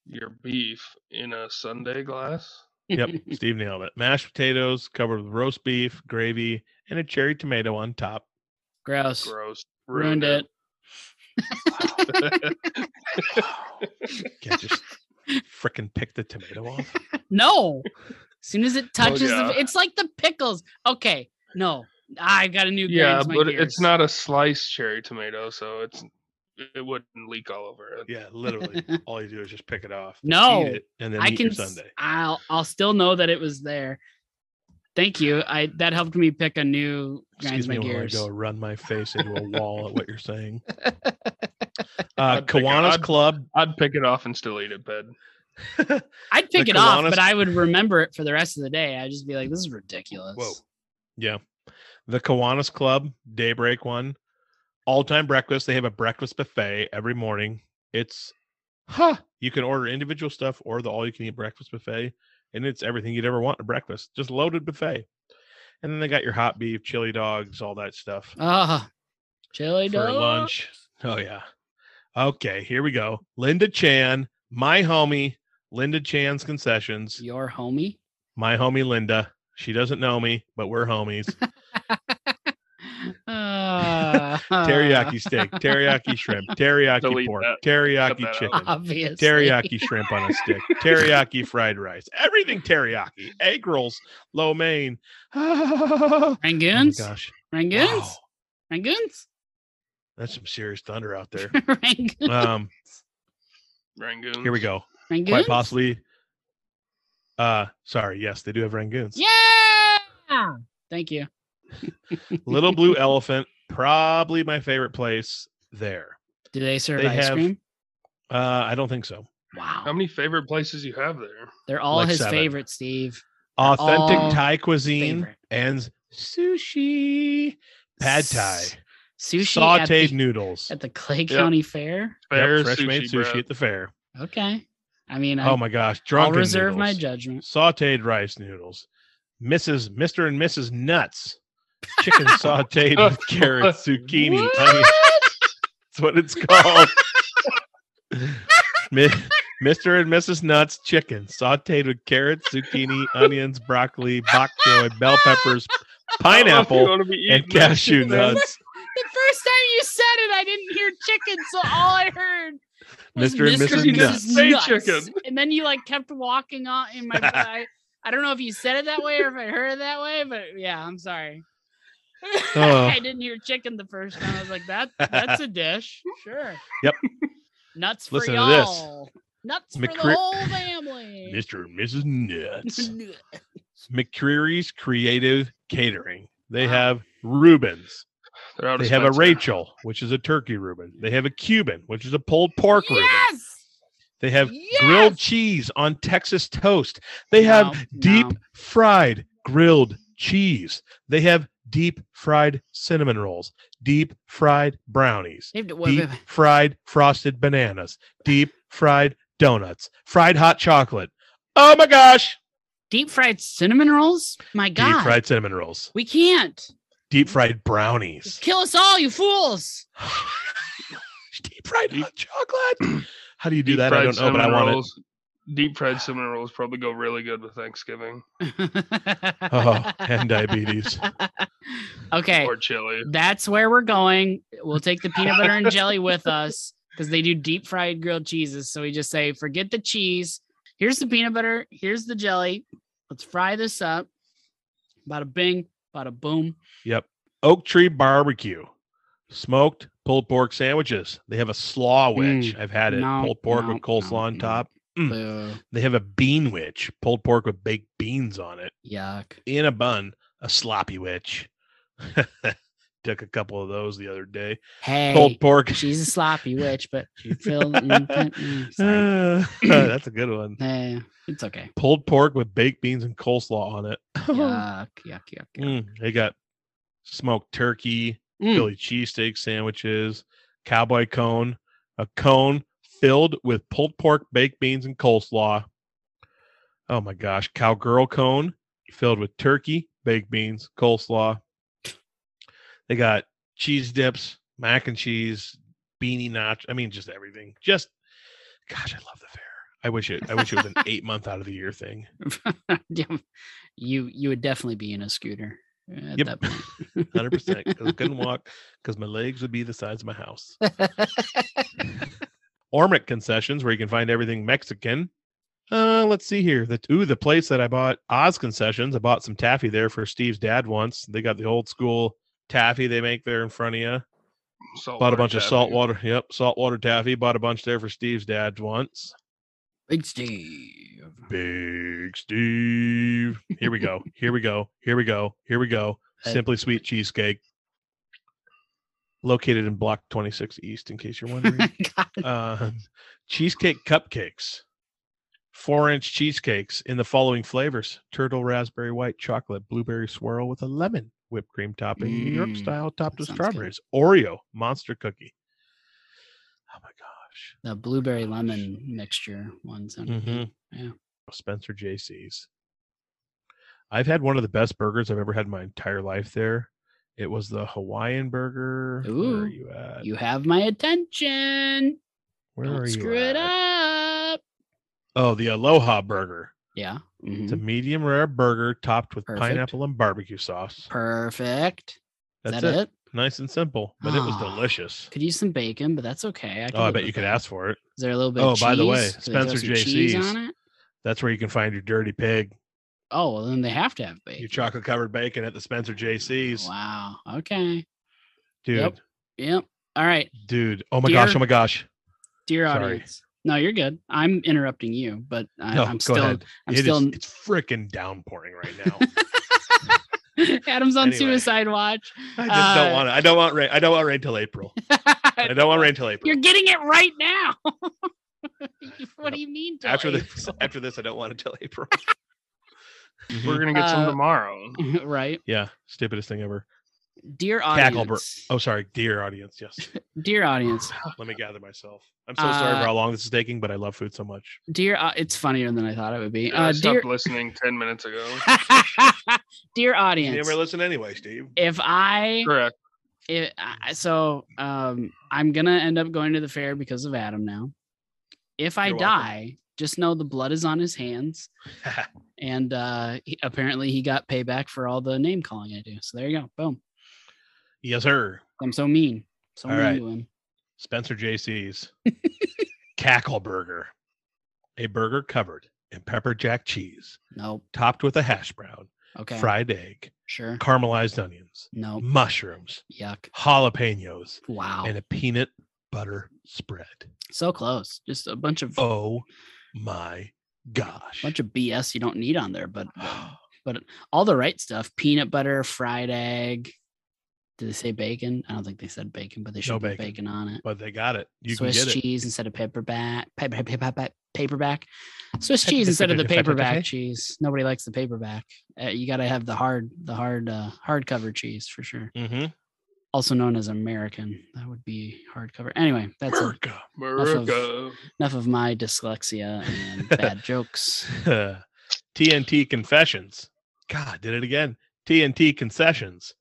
Speaker 3: your beef in a Sunday glass.
Speaker 2: Yep, Steve nailed it. Mashed potatoes covered with roast beef, gravy, and a cherry tomato on top.
Speaker 1: Gross.
Speaker 3: Gross.
Speaker 1: Ruined it.
Speaker 2: Can't just frickin' pick the tomato off.
Speaker 1: No. As soon as it touches,
Speaker 3: yeah.
Speaker 1: the, it's like the pickles. Okay. No, I got a new.
Speaker 3: Yeah,
Speaker 1: grinds my
Speaker 3: but
Speaker 1: gears.
Speaker 3: it's not a sliced cherry tomato, so it's it wouldn't leak all over it.
Speaker 2: Yeah, literally. All you do is just pick it off. eat
Speaker 1: No,
Speaker 2: it, and then
Speaker 1: I
Speaker 2: eat
Speaker 1: can.
Speaker 2: your
Speaker 1: s-
Speaker 2: Sunday.
Speaker 1: I'll. I'll still know that it was there. Thank you. I that helped me pick a new grinds
Speaker 2: Excuse me
Speaker 1: my
Speaker 2: while I
Speaker 1: gears.
Speaker 2: go run my face into a wall at what you're saying. Uh,
Speaker 3: I'd pick it.
Speaker 2: Kiwanis
Speaker 3: I'd-
Speaker 2: Club.
Speaker 3: I'd pick it off and still eat it, bed.
Speaker 1: I'd pick
Speaker 2: the
Speaker 1: it off,
Speaker 2: Kiwanis-
Speaker 1: but I would remember it for the rest of the day. I'd just be like, "This is ridiculous."
Speaker 2: Whoa. Yeah. The Kiwanis Club Daybreak one. All time breakfast. They have a breakfast buffet every morning. It's huh. You can order individual stuff or the all you can eat breakfast buffet. And it's everything you'd ever want at breakfast. Just loaded buffet. And then they got your hot beef, chili dogs, all that stuff
Speaker 1: Ah, chili
Speaker 2: for
Speaker 1: dog.
Speaker 2: lunch. Oh yeah. Okay, here we go. Linda Chan, my homie, Linda Chan's concessions
Speaker 1: Your homie.
Speaker 2: my homie Linda. She doesn't know me, but we're homies.
Speaker 1: Ah,
Speaker 2: Teriyaki steak, teriyaki shrimp, teriyaki
Speaker 3: Delete
Speaker 2: pork,
Speaker 3: that. Cut
Speaker 2: teriyaki
Speaker 3: that out.
Speaker 2: chicken,
Speaker 1: Obviously.
Speaker 2: teriyaki shrimp on a stick, teriyaki fried rice, everything teriyaki, egg rolls, lo mein. oh my
Speaker 1: Rangoons.
Speaker 2: gosh.
Speaker 1: Rangoons.
Speaker 2: Wow.
Speaker 1: Rangoons.
Speaker 2: That's some serious thunder out there.
Speaker 1: Rangoons.
Speaker 2: Um,
Speaker 3: Rangoon.
Speaker 2: here we go.
Speaker 1: Rangoons.
Speaker 2: Quite possibly. Uh, sorry. Yes, they do have rangoons.
Speaker 1: Yeah. Thank you.
Speaker 2: Little Blue Elephant, probably my favorite place there.
Speaker 1: Do they serve
Speaker 2: They
Speaker 1: ice
Speaker 2: have-
Speaker 1: cream?
Speaker 2: Uh, I don't think so.
Speaker 1: Wow.
Speaker 3: How many favorite places you have there?
Speaker 1: They're all
Speaker 2: Like
Speaker 1: his
Speaker 2: seven.
Speaker 1: favorite, Steve.
Speaker 2: Authentic
Speaker 1: all
Speaker 2: Thai cuisine
Speaker 1: favorite.
Speaker 2: and sushi, pad thai,
Speaker 1: S- Sushi
Speaker 2: sauteed
Speaker 1: at the,
Speaker 2: noodles,
Speaker 1: at the Clay
Speaker 3: Yeah.
Speaker 1: County Fair.
Speaker 2: Yep,
Speaker 3: Fair
Speaker 2: fresh made sushi
Speaker 3: breath.
Speaker 2: at the fair.
Speaker 1: Okay. I mean, I,
Speaker 2: Oh my gosh,
Speaker 1: I'll
Speaker 2: drunken
Speaker 1: reserve my
Speaker 2: noodles,
Speaker 1: judgment.
Speaker 2: sauteed rice noodles, Mrs. Mister and Mrs. Nuts, chicken sauteed with carrots, zucchini.
Speaker 1: What?
Speaker 2: onions. That's what it's called. Mi- Mr. and Mrs. Nuts chicken sauteed with carrots, zucchini, onions, broccoli, bok choy, bell peppers,
Speaker 3: I don't know if you
Speaker 2: pineapple,
Speaker 3: wanna be
Speaker 2: and
Speaker 3: eating that
Speaker 2: cashew
Speaker 3: shit, man.
Speaker 2: nuts.
Speaker 1: The first time you said it, I didn't hear chicken, so all I heard was
Speaker 2: Mr. and Mrs.
Speaker 3: You didn't
Speaker 2: Nuts.
Speaker 3: say chicken.
Speaker 1: And then you like kept walking on in my. I, I don't know if you said it that way or if I heard it that way, but yeah, I'm sorry.
Speaker 2: Oh.
Speaker 1: I didn't hear chicken the first time. I was like, that that's a dish. Sure.
Speaker 2: Yep.
Speaker 1: Nuts for
Speaker 2: Listen to this.
Speaker 1: y'all. Nuts for
Speaker 2: McCre-
Speaker 1: the whole family.
Speaker 2: Mr. and Mrs. Nuts.
Speaker 1: Nuts.
Speaker 2: McCreary's Creative Catering. They
Speaker 1: Wow.
Speaker 2: have Rubens.
Speaker 3: They're out
Speaker 2: They
Speaker 3: of
Speaker 2: have a
Speaker 3: Spencer.
Speaker 2: Rachel, which is a turkey Reuben. They have a Cuban, which is a pulled pork Reuben.
Speaker 1: yes.
Speaker 2: They have
Speaker 1: yes!
Speaker 2: grilled cheese on Texas toast. They have
Speaker 1: No,
Speaker 2: deep
Speaker 1: no.
Speaker 2: fried grilled cheese. They have deep fried cinnamon rolls, deep fried brownies,
Speaker 1: They've- wait,
Speaker 2: deep
Speaker 1: wait, wait.
Speaker 2: fried frosted bananas, deep fried donuts, fried hot chocolate. Oh my gosh!
Speaker 1: Deep fried cinnamon rolls? My God.
Speaker 2: Deep fried cinnamon rolls,
Speaker 1: We can't. Mm.
Speaker 2: deep fried brownies,
Speaker 1: Just kill us all, you fools.
Speaker 2: deep fried hot chocolate. How do you do
Speaker 3: Deep
Speaker 2: that? I
Speaker 3: fried
Speaker 2: don't know, but I
Speaker 3: cinnamon
Speaker 2: want it.
Speaker 3: rolls- Deep fried cinnamon rolls probably go really good with Thanksgiving
Speaker 1: oh,
Speaker 2: Oh, and diabetes.
Speaker 1: Okay.
Speaker 3: or chili.
Speaker 1: That's where we're going. We'll take the peanut butter and jelly with us because they do deep fried grilled cheeses. So we just say, forget the cheese. Here's the peanut butter. Here's the jelly. Let's fry this up. Bada bing, bada boom.
Speaker 2: Yep. Oak Tree Barbecue. Smoked pulled pork sandwiches. They have a
Speaker 3: Mm.
Speaker 2: slaw witch. I've had it.
Speaker 1: no,
Speaker 2: pulled pork
Speaker 1: no,
Speaker 2: with coleslaw
Speaker 1: no,
Speaker 2: on
Speaker 1: no.
Speaker 2: top.
Speaker 1: Boo.
Speaker 2: They have a bean witch. Pulled pork with baked beans on it.
Speaker 1: Yuck.
Speaker 2: In a bun, a sloppy witch. Took a couple of those the other day.
Speaker 1: Hey,
Speaker 2: Pulled pork.
Speaker 1: she's a sloppy witch, but she filled. mm, sorry.
Speaker 2: Uh, that's a good one.
Speaker 1: Eh, it's okay.
Speaker 2: Pulled pork with baked beans and coleslaw on it.
Speaker 1: Oh Yuck, yuck, yuck. yuck.
Speaker 2: Mm, they got smoked turkey.
Speaker 1: Mm.
Speaker 2: Philly cheesesteak sandwiches, cowboy cone, a cone filled with pulled pork, baked beans, and coleslaw. Oh my gosh, cowgirl cone filled with turkey, baked beans, coleslaw. They got cheese dips, mac and cheese, beanie notch. I mean, just everything. Just gosh, I love the fair. I wish it I wish it was an eight month out of the year thing.
Speaker 1: Yeah, you you would definitely be in a scooter uh, at
Speaker 2: Yep.
Speaker 1: that point.
Speaker 2: Hundred percent. Because I couldn't walk because my legs would be the size of my house. Ormic concessions where you can find everything Mexican. Uh, let's see here. The ooh, the place that I bought Oz concessions. I bought some taffy there for Steve's dad once. They got the old school taffy they make there in front of you.
Speaker 3: Salt
Speaker 2: Bought a bunch of saltwater. Yep, saltwater taffy. Bought a bunch there for Steve's dad once.
Speaker 1: Big Steve.
Speaker 2: Big Steve. Here we go. Here we go. Here we go. Here we go.
Speaker 1: Hey.
Speaker 2: Simply sweet cheesecake. Located in block 26 East, in case you're wondering.
Speaker 1: God.
Speaker 2: uh, cheesecake cupcakes, four inch cheesecakes in the following flavors turtle, raspberry, white chocolate, blueberry swirl with a lemon, whipped cream topping, New York
Speaker 1: Mm,
Speaker 2: style topped with
Speaker 1: sounds good.
Speaker 2: strawberries, Oreo, monster cookie. Oh my gosh.
Speaker 1: The blueberry lemon mixture one sounded
Speaker 2: Mm-hmm,
Speaker 1: good. Yeah.
Speaker 2: Spencer JC's. I've had one of the best burgers I've ever had in my entire life there. It was the Hawaiian burger. Where
Speaker 1: Ooh.
Speaker 2: are you at?
Speaker 1: You have my attention.
Speaker 2: Where
Speaker 1: Don't
Speaker 2: are you
Speaker 1: screw it
Speaker 2: at?
Speaker 1: up.
Speaker 2: Oh, the Aloha burger.
Speaker 1: Yeah.
Speaker 2: It's a
Speaker 1: mhm.
Speaker 2: medium rare burger topped with
Speaker 1: Perfect.
Speaker 2: pineapple and barbecue sauce.
Speaker 1: mm-hmm. Perfect. Is
Speaker 2: That's
Speaker 1: that
Speaker 2: it.
Speaker 1: it?
Speaker 2: Nice and simple, but it was
Speaker 1: Ah.
Speaker 2: delicious.
Speaker 1: Could use some bacon, but that's okay. I,
Speaker 2: Oh, I bet you could ask for it.
Speaker 1: Is there a little bit?
Speaker 2: Oh,
Speaker 1: of
Speaker 2: by the way,
Speaker 1: cheese? Could I throw
Speaker 2: Spencer
Speaker 1: some cheese
Speaker 2: JC's.
Speaker 1: on it?
Speaker 2: That's where you can find your dirty pig,
Speaker 1: Oh, well, then they have to have bacon.
Speaker 2: your chocolate covered bacon at the Spencer JC's.
Speaker 1: Wow. Okay.
Speaker 2: Dude,
Speaker 1: Yep. Yep. All right,
Speaker 2: dude. Oh my gosh.
Speaker 1: Dear-
Speaker 2: Oh my gosh.
Speaker 1: dear
Speaker 2: Sorry.
Speaker 1: audience. No, you're good. I'm interrupting you, but I,
Speaker 2: No,
Speaker 1: I'm
Speaker 2: go
Speaker 1: still
Speaker 2: ahead.
Speaker 1: I'm
Speaker 2: It is-
Speaker 1: still-
Speaker 2: it's freaking downpouring right now.
Speaker 1: Adam's on
Speaker 2: Anyway.
Speaker 1: suicide watch.
Speaker 2: I just don't
Speaker 1: Uh,
Speaker 2: want it. I don't want rain. I don't want rain till April. I don't want rain till April.
Speaker 1: You're getting it right now. what
Speaker 2: Yep.
Speaker 1: do you mean? till
Speaker 2: after
Speaker 1: April?
Speaker 2: this, after this, I don't want it till April.
Speaker 3: We're gonna get some
Speaker 1: Uh,
Speaker 3: tomorrow.
Speaker 1: right,
Speaker 2: yeah, stupidest thing ever.
Speaker 1: dear
Speaker 2: Cackle bur-
Speaker 1: audience.
Speaker 2: Oh, sorry, dear audience. Yes,
Speaker 1: Dear audience,
Speaker 2: let me gather myself. I'm so sorry
Speaker 1: Uh,
Speaker 2: for how long this is taking, but I love food so much.
Speaker 1: dear. au- it's funnier than I thought it would be.
Speaker 3: Yeah, I
Speaker 1: Uh, dear,
Speaker 3: stopped listening ten minutes ago.
Speaker 1: dear
Speaker 2: You
Speaker 1: audience.
Speaker 2: never listen anyway, Steve.
Speaker 1: If I
Speaker 3: Correct.
Speaker 1: it, I, so um i'm gonna end up going to the fair because of adam now if i
Speaker 2: You're welcome.
Speaker 1: die just know the blood is on his hands and uh he, apparently he got payback for all the name calling i do so there you go boom
Speaker 2: Yes, sir.
Speaker 1: i'm so mean so
Speaker 2: All
Speaker 1: mean
Speaker 2: right.
Speaker 1: to him
Speaker 2: Spencer JC's Cackle Burger, a burger covered in pepper jack cheese,
Speaker 1: nope
Speaker 2: topped with a hash brown,
Speaker 1: Okay.
Speaker 2: fried egg,
Speaker 1: Sure.
Speaker 2: caramelized onions,
Speaker 1: No.
Speaker 2: mushrooms,
Speaker 1: Yuck.
Speaker 2: jalapenos,
Speaker 1: Wow.
Speaker 2: and a peanut butter spread.
Speaker 1: so close. Just a bunch of
Speaker 2: Oh my gosh.
Speaker 1: bunch of BS you don't need on there, but all the right stuff. Peanut butter, fried egg. Did they say bacon? I don't think they said bacon, but they should put
Speaker 2: bacon.
Speaker 1: bacon. on it.
Speaker 2: but they got it. You
Speaker 1: Swiss
Speaker 2: can get
Speaker 1: cheese instead of paperback. pa- pa- pa- pa- Paperback. Swiss
Speaker 2: Pep-
Speaker 1: cheese
Speaker 2: pep-
Speaker 1: instead of the
Speaker 2: pep- pep- pep-
Speaker 1: paperback
Speaker 2: pep-
Speaker 1: cheese. Nobody likes the paperback. Uh, you got to have the hard, the hard, uh, hardcover cheese for sure.
Speaker 2: it. Mm-hmm.
Speaker 1: Also known as American. That would be hardcover. Anyway, that's a,
Speaker 2: America.
Speaker 3: America.
Speaker 1: enough of my dyslexia and bad jokes.
Speaker 2: TNT Confessions. God, did it again. TNT Concessions.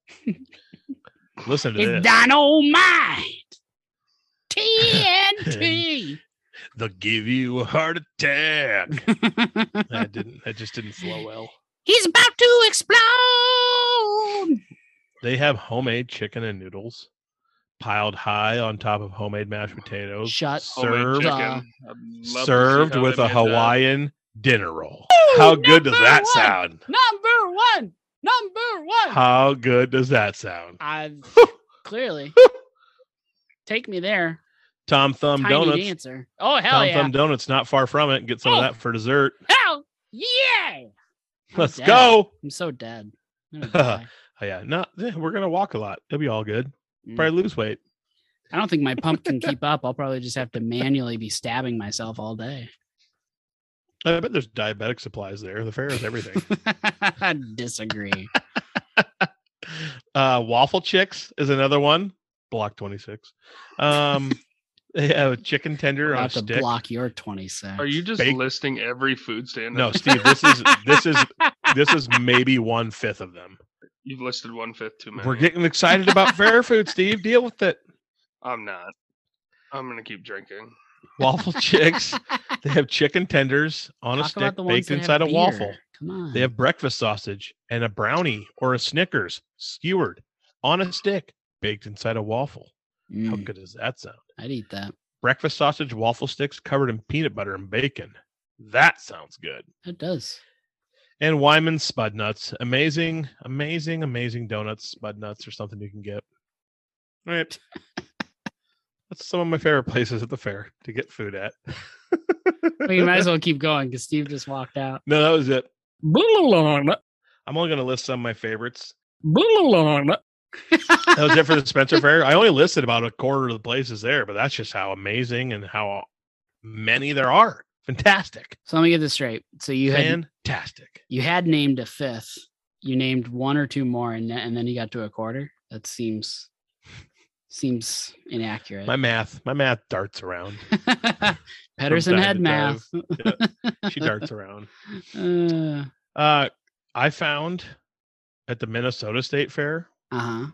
Speaker 2: Listen to this.
Speaker 1: It's dynamite. TNT.
Speaker 2: They'll give you a heart attack. that didn't. That just didn't flow well.
Speaker 1: He's about to explode.
Speaker 2: They have homemade chicken and noodles piled high on top of homemade mashed potatoes.
Speaker 1: Shut
Speaker 2: served
Speaker 3: Homemade chicken.
Speaker 1: uh,
Speaker 3: I'd love to see
Speaker 2: served
Speaker 3: how
Speaker 2: with
Speaker 3: they
Speaker 2: a
Speaker 3: made that.
Speaker 2: Hawaiian dinner roll. How good does
Speaker 1: number
Speaker 2: that
Speaker 1: one.
Speaker 2: sound?
Speaker 1: Number one. Number one.
Speaker 2: How good does that sound?
Speaker 1: I clearly take me there.
Speaker 2: Tom Thumb
Speaker 1: Tiny
Speaker 2: Donuts.
Speaker 1: dancer. Oh hell
Speaker 2: Tom
Speaker 1: yeah!
Speaker 2: Thumb Donuts, not far from it. Get some
Speaker 1: Oh.
Speaker 2: of that for dessert.
Speaker 1: Hell yeah! I'm
Speaker 2: Let's
Speaker 1: dead.
Speaker 2: go.
Speaker 1: I'm so dead. I'm gonna die.
Speaker 2: Oh, yeah, no, eh, we're gonna walk a lot. It'll be all good.
Speaker 1: Mm.
Speaker 2: Probably lose weight.
Speaker 1: I don't think my pump can keep up. I'll probably just have to manually be stabbing myself all day.
Speaker 2: I bet there's diabetic supplies there. The fair is everything.
Speaker 1: Disagree.
Speaker 2: uh, Waffle Chicks is another one. Block twenty six. Um, they have a chicken tender
Speaker 1: I'll
Speaker 2: on a
Speaker 1: have to
Speaker 2: stick.
Speaker 1: block your 26.
Speaker 3: Are you just
Speaker 2: Bake-
Speaker 3: listing every food stand?
Speaker 2: No, Steve, this is this is this is maybe one fifth of them.
Speaker 3: You've listed one fifth too many.
Speaker 2: We're getting excited about fair food, Steve. Deal with it.
Speaker 3: I'm not. I'm gonna keep drinking.
Speaker 2: Waffle Chicks. They have chicken tenders on a
Speaker 1: Talk
Speaker 2: stick
Speaker 1: about the ones
Speaker 2: baked
Speaker 1: that have
Speaker 2: inside a
Speaker 1: beer.
Speaker 2: waffle.
Speaker 1: Come on.
Speaker 2: They have breakfast sausage and a brownie or a Snickers skewered on a stick baked inside a waffle. How
Speaker 1: Mm,
Speaker 2: good does that sound?
Speaker 1: I'd eat that.
Speaker 2: Breakfast sausage waffle sticks covered in peanut butter and bacon. That sounds good.
Speaker 1: It does.
Speaker 2: And Wyman's Spud Nuts. Amazing, amazing, amazing donuts, Spud Nuts, or something you can get. All right. That's some of my favorite places at the fair to get food at.
Speaker 1: We might as well keep going because Steve just walked out.
Speaker 2: No, that was it.
Speaker 1: that
Speaker 2: I'm only going to list some of my favorites.
Speaker 1: was
Speaker 2: that was it for the Spencer Fair. I only listed about a quarter of the places there, but that's just how amazing and how many there are. Fantastic.
Speaker 1: So let me get this straight. So you had
Speaker 2: Fantastic.
Speaker 1: you had named a fifth. You named one or two more, and th- and then you got to a quarter. That seems seems inaccurate.
Speaker 2: My math, my math darts around.
Speaker 1: Pedersen
Speaker 2: time
Speaker 1: had
Speaker 2: to
Speaker 1: math.
Speaker 2: She darts around.
Speaker 1: Uh
Speaker 2: Uh I found at the Minnesota State Fair,
Speaker 1: huh.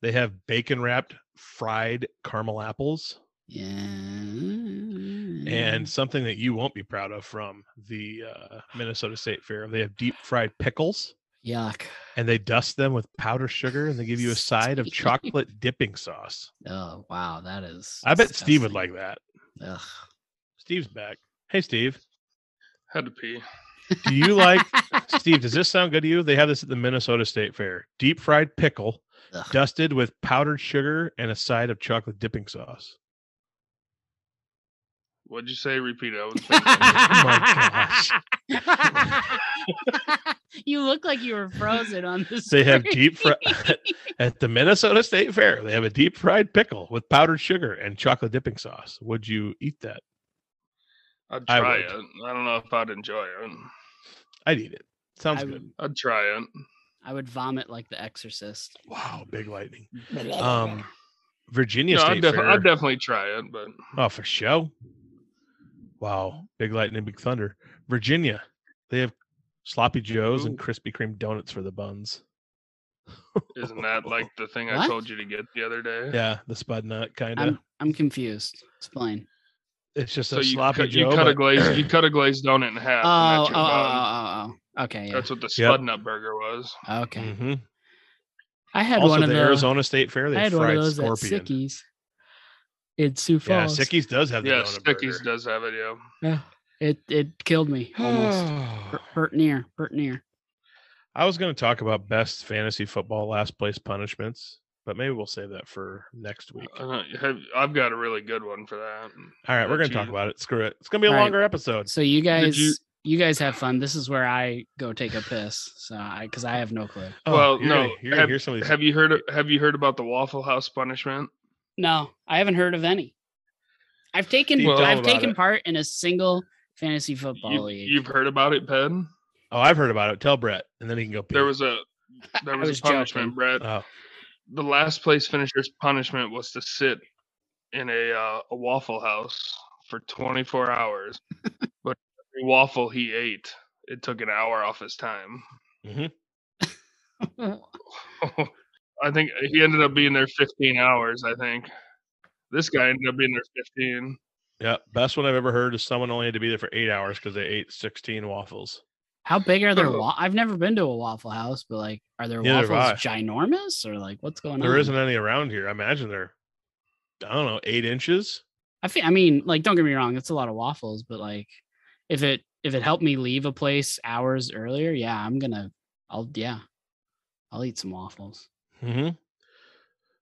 Speaker 2: they have bacon wrapped fried caramel apples
Speaker 1: Yeah.
Speaker 2: and something that you won't be proud of from the uh, Minnesota State Fair. They have deep fried pickles.
Speaker 1: yuck.
Speaker 2: and they dust them with powder sugar and they give you a side of chocolate dipping sauce.
Speaker 1: Oh wow, that is.
Speaker 2: I bet Steve would
Speaker 1: disgusting.
Speaker 2: like that.
Speaker 1: Ugh.
Speaker 2: Steve's back. Hey Steve,
Speaker 3: Had to pee.
Speaker 2: do you like Steve, does this sound good to you? They have this at the Minnesota State Fair. Deep fried pickle
Speaker 1: Ugh.
Speaker 2: dusted with powdered sugar and a side of chocolate dipping sauce.
Speaker 3: What'd you say? Repeat it. I was
Speaker 2: Oh
Speaker 1: you look like you were frozen on this.
Speaker 2: They have deep fried at the Minnesota State Fair. They have a deep fried pickle with powdered sugar and chocolate dipping sauce. Would you eat that?
Speaker 3: I'd
Speaker 2: I
Speaker 3: try
Speaker 2: would.
Speaker 3: it. I don't know if I'd enjoy it.
Speaker 2: I'd eat it. Sounds
Speaker 1: I
Speaker 2: good.
Speaker 1: would,
Speaker 3: I'd try it.
Speaker 1: I would vomit like The Exorcist.
Speaker 2: Wow, big lightning. Um Virginia
Speaker 3: No, I'd,
Speaker 2: State
Speaker 3: defi-
Speaker 2: Fair.
Speaker 3: I'd definitely try it, but
Speaker 2: Oh, for show. Wow. Big lightning, big thunder. Virginia. They have sloppy joes and
Speaker 3: Ooh.
Speaker 2: Krispy Kreme donuts for the buns.
Speaker 3: isn't that like the thing I
Speaker 1: What?
Speaker 3: told you to get the other day?
Speaker 2: Yeah, the spud nut kind of.
Speaker 1: I'm I'm confused. Explain.
Speaker 2: It's just
Speaker 3: So
Speaker 2: a
Speaker 3: you
Speaker 2: sloppy
Speaker 3: cut,
Speaker 2: joe.
Speaker 3: you cut a
Speaker 2: but-
Speaker 3: glazed you cut a glazed donut in half.
Speaker 1: Oh,
Speaker 3: and that's
Speaker 1: oh,
Speaker 3: your bun.
Speaker 1: oh, oh, oh. Okay. Yeah.
Speaker 3: That's what the
Speaker 2: Yep.
Speaker 3: Spud Nut Burger was.
Speaker 1: Okay.
Speaker 2: Mhm.
Speaker 1: I had
Speaker 2: Also,
Speaker 1: one
Speaker 2: the
Speaker 1: of the
Speaker 2: Arizona State Fair, they
Speaker 1: I
Speaker 2: have
Speaker 1: had one
Speaker 2: fried
Speaker 1: of those at
Speaker 2: scorpion.
Speaker 1: Sickies in Sioux
Speaker 2: Yeah,
Speaker 1: Falls.
Speaker 2: Sickies does have the
Speaker 3: Yeah,
Speaker 2: donut
Speaker 3: Stickies
Speaker 2: burger.
Speaker 3: does have it. Yeah.
Speaker 1: Yeah. It it killed me almost. Burt near, Burt near.
Speaker 2: I was going to talk about best fantasy football last place punishments, but maybe we'll save that for next week. All
Speaker 3: Uh, have- I've got a really good one for that.
Speaker 2: right, we're
Speaker 3: that
Speaker 2: going to talk
Speaker 3: you-
Speaker 2: about it. Screw it. It's going to be a
Speaker 1: All right.
Speaker 2: longer episode.
Speaker 1: So you guys,
Speaker 3: you-
Speaker 1: you... guys have fun. This is where I go take a piss. So I, because I have no clue.
Speaker 2: Oh,
Speaker 3: Well,
Speaker 2: you're
Speaker 3: no,
Speaker 2: gonna- you're going
Speaker 3: have-
Speaker 2: to hear some of these.
Speaker 3: Have you heard? Have you heard about the Waffle House punishment?
Speaker 1: No, I haven't heard of any. I've taken
Speaker 2: Keep telling
Speaker 1: I've
Speaker 2: about
Speaker 1: taken
Speaker 2: it.
Speaker 1: part in a single fantasy football
Speaker 3: You,
Speaker 1: league.
Speaker 3: you've heard about it, Ben.
Speaker 2: oh, I've heard about it. Tell Brett, and then he can go. Pee.
Speaker 3: There was a there was,
Speaker 1: was
Speaker 3: a punishment,
Speaker 1: joking.
Speaker 3: Brett.
Speaker 2: Oh,
Speaker 3: the last place finisher's punishment was to sit in a uh, a Waffle House for 24 hours, but every waffle he ate, it took an hour off his time. I think he ended up being there 15 hours. I think this guy ended up being there 15.
Speaker 2: yeah. Best one I've ever heard is someone only had to be there for eight hours because they ate sixteen waffles.
Speaker 1: How big are their? Wa- I've never been to a Waffle House, but like, are their
Speaker 2: Neither have
Speaker 1: waffles ginormous or like what's going on?
Speaker 2: There isn't any around here. I imagine they're, I don't know, eight inches.
Speaker 1: I feel. I mean, like, don't get me wrong. It's a lot of waffles, but like, if it if it helped me leave a place hours earlier, yeah, I'm gonna. I'll yeah, I'll eat some waffles.
Speaker 2: Mm-hmm.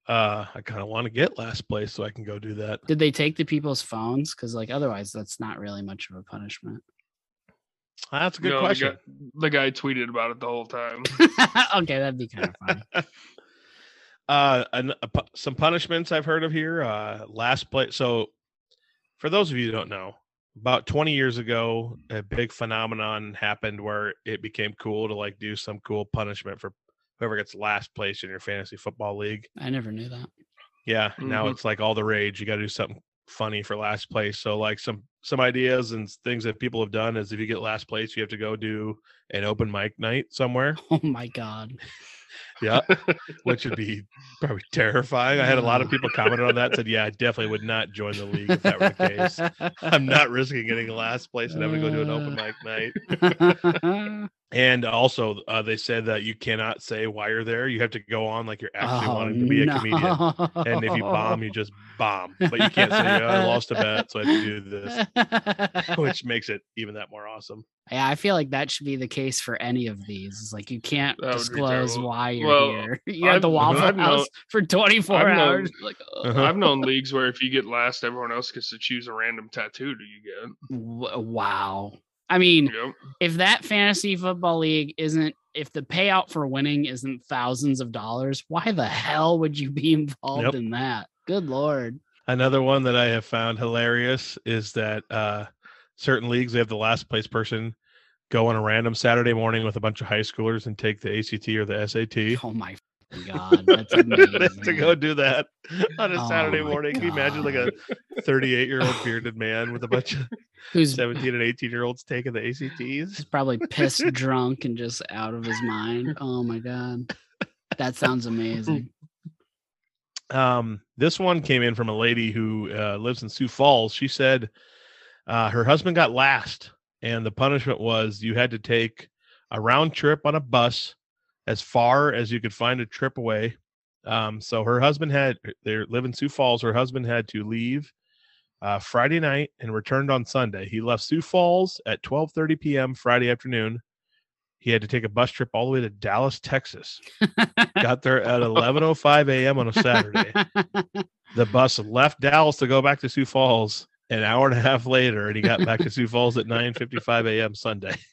Speaker 2: Uh, I kind of want to get last place so I can go do that.
Speaker 1: Did they take the people's phones? Because like otherwise, that's not really much of a punishment.
Speaker 2: That's a good
Speaker 3: No, the
Speaker 2: question.
Speaker 3: guy- The guy, tweeted about it the whole time.
Speaker 1: okay, that'd be kind of funny.
Speaker 2: uh an, a pu- some punishments i've heard of here uh last place so for those of you who don't know about 20 years ago a big phenomenon happened where it became cool to like do some cool punishment for whoever gets last place in your fantasy football league
Speaker 1: I never knew that.
Speaker 2: yeah now
Speaker 3: Mhm.
Speaker 2: it's like all the rage you got to do something funny for last place so like some some ideas and things that people have done is if you get last place you have to go do an open mic night somewhere
Speaker 1: Oh my god.
Speaker 2: yeah, which would be probably terrifying. I had a lot of people comment on that. Said, "Yeah, I definitely would not join the league if that were the case. I'm not risking getting last place and having to go do an open mic
Speaker 1: Uh.
Speaker 2: night." And also, uh, they said that you cannot say why you're there. You have to go on like you're actually
Speaker 1: Oh,
Speaker 2: wanting to be a comedian.
Speaker 1: no.
Speaker 2: And if you bomb, you just bomb. But you can't say, "Yeah, "I lost a bet, so I have to do this," which makes it even that more awesome.
Speaker 1: yeah, I feel like that should be the case for any of these. It's like you can't
Speaker 3: That would be
Speaker 1: disclose
Speaker 3: terrible.
Speaker 1: why you're
Speaker 3: Well,
Speaker 1: here. You're at
Speaker 3: I've-
Speaker 1: the Waffle
Speaker 3: I've known-
Speaker 1: House for 24
Speaker 3: I've known-
Speaker 1: hours. Like, uh,
Speaker 2: Uh-huh.
Speaker 3: I've known leagues where if you get last, everyone else gets to choose a random tattoo. Do you get?
Speaker 1: w- wow. I
Speaker 2: Mm.
Speaker 1: mean,
Speaker 3: Yep.
Speaker 1: if that fantasy football league isn't, if the payout for winning isn't thousands of dollars, why the hell would you be involved
Speaker 2: Yep.
Speaker 1: in that? Good lord.
Speaker 2: Another one that I have found hilarious is that uh, certain leagues they have the last place person go on a random Saturday morning with a bunch of high schoolers and take the ACT or the SAT
Speaker 1: Oh my f***ing god, that's amazing.
Speaker 2: to go do that on a
Speaker 1: Oh
Speaker 2: Saturday
Speaker 1: my
Speaker 2: morning. Can you imagine like a 38 year old bearded man with a bunch of
Speaker 1: Who's
Speaker 2: 17 and 18 year olds taking the ACTs?
Speaker 1: He's probably pissed drunk and just out of his mind. Oh my god. That sounds
Speaker 2: Oh,
Speaker 1: amazing.
Speaker 2: Um, this one came in from a lady who uh, lives in Sioux Falls. She said uh, her husband got last, and the punishment was you had to take a round trip on a bus as far as you could find a trip away. Um, so her husband had they live in Sioux Falls. Her husband had to leave uh, Friday night and returned on Sunday. He left Sioux Falls at 12:30 p.m. Friday afternoon. He had to take a bus trip all the way to Dallas, Texas. Got there at 11:05 a.m. on a Saturday the bus left Dallas to go back to Sioux Falls an hour and a half later, and he got back to Sioux Falls at 9:55 a.m. Sunday.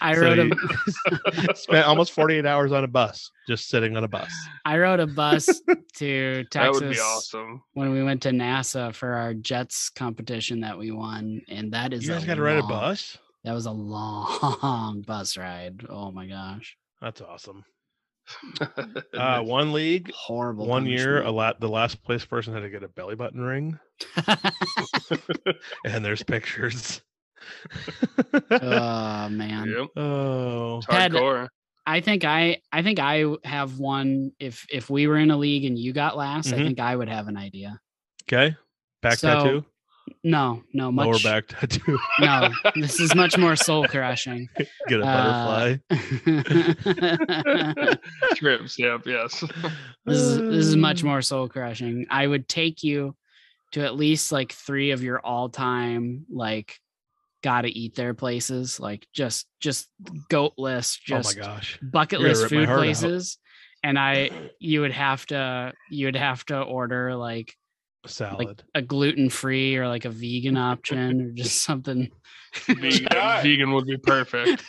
Speaker 1: I
Speaker 2: So
Speaker 1: rode a
Speaker 2: he spent almost 48 hours on a bus, just sitting on a bus.
Speaker 1: I rode a bus to Texas
Speaker 3: That would be awesome.
Speaker 1: when we went to NASA for our jets competition that we won. And that is
Speaker 2: you guys
Speaker 1: got to
Speaker 2: ride a bus?
Speaker 1: That was a long bus ride. Oh my gosh.
Speaker 2: That's awesome. Uh, one league,
Speaker 1: Horrible.
Speaker 2: one year, a
Speaker 1: punishment.
Speaker 2: lot. The last place person had to get a belly button ring, and there's pictures.
Speaker 1: oh man.
Speaker 3: yep.
Speaker 2: oh,
Speaker 3: It's
Speaker 1: Ted-
Speaker 3: hardcore.
Speaker 1: I think I I think I w- have one if if we were in a league and you got last, I
Speaker 2: Mhm.
Speaker 1: think I would have an idea.
Speaker 2: okay. Back
Speaker 1: So,
Speaker 2: tattoo,
Speaker 1: No, no, much
Speaker 2: lower back tattoo.
Speaker 1: no. This is much more soul crushing.
Speaker 2: get a
Speaker 1: Uh,
Speaker 2: butterfly.
Speaker 1: this
Speaker 3: Trips. Yep. Yes.
Speaker 1: is this is much
Speaker 2: Uh,
Speaker 1: more soul crushing. I would take you to at least like three of your all time like gotta eat their places, like just just goat list, just
Speaker 2: oh my gosh.
Speaker 1: bucket
Speaker 2: You're gonna
Speaker 1: list
Speaker 2: rip my
Speaker 1: food
Speaker 2: heart out.
Speaker 1: places. And I you would have to you would have to order like
Speaker 2: Salad.
Speaker 1: a gluten free or like a vegan option or just something.
Speaker 3: Vegan,
Speaker 4: God.
Speaker 3: vegan would be perfect.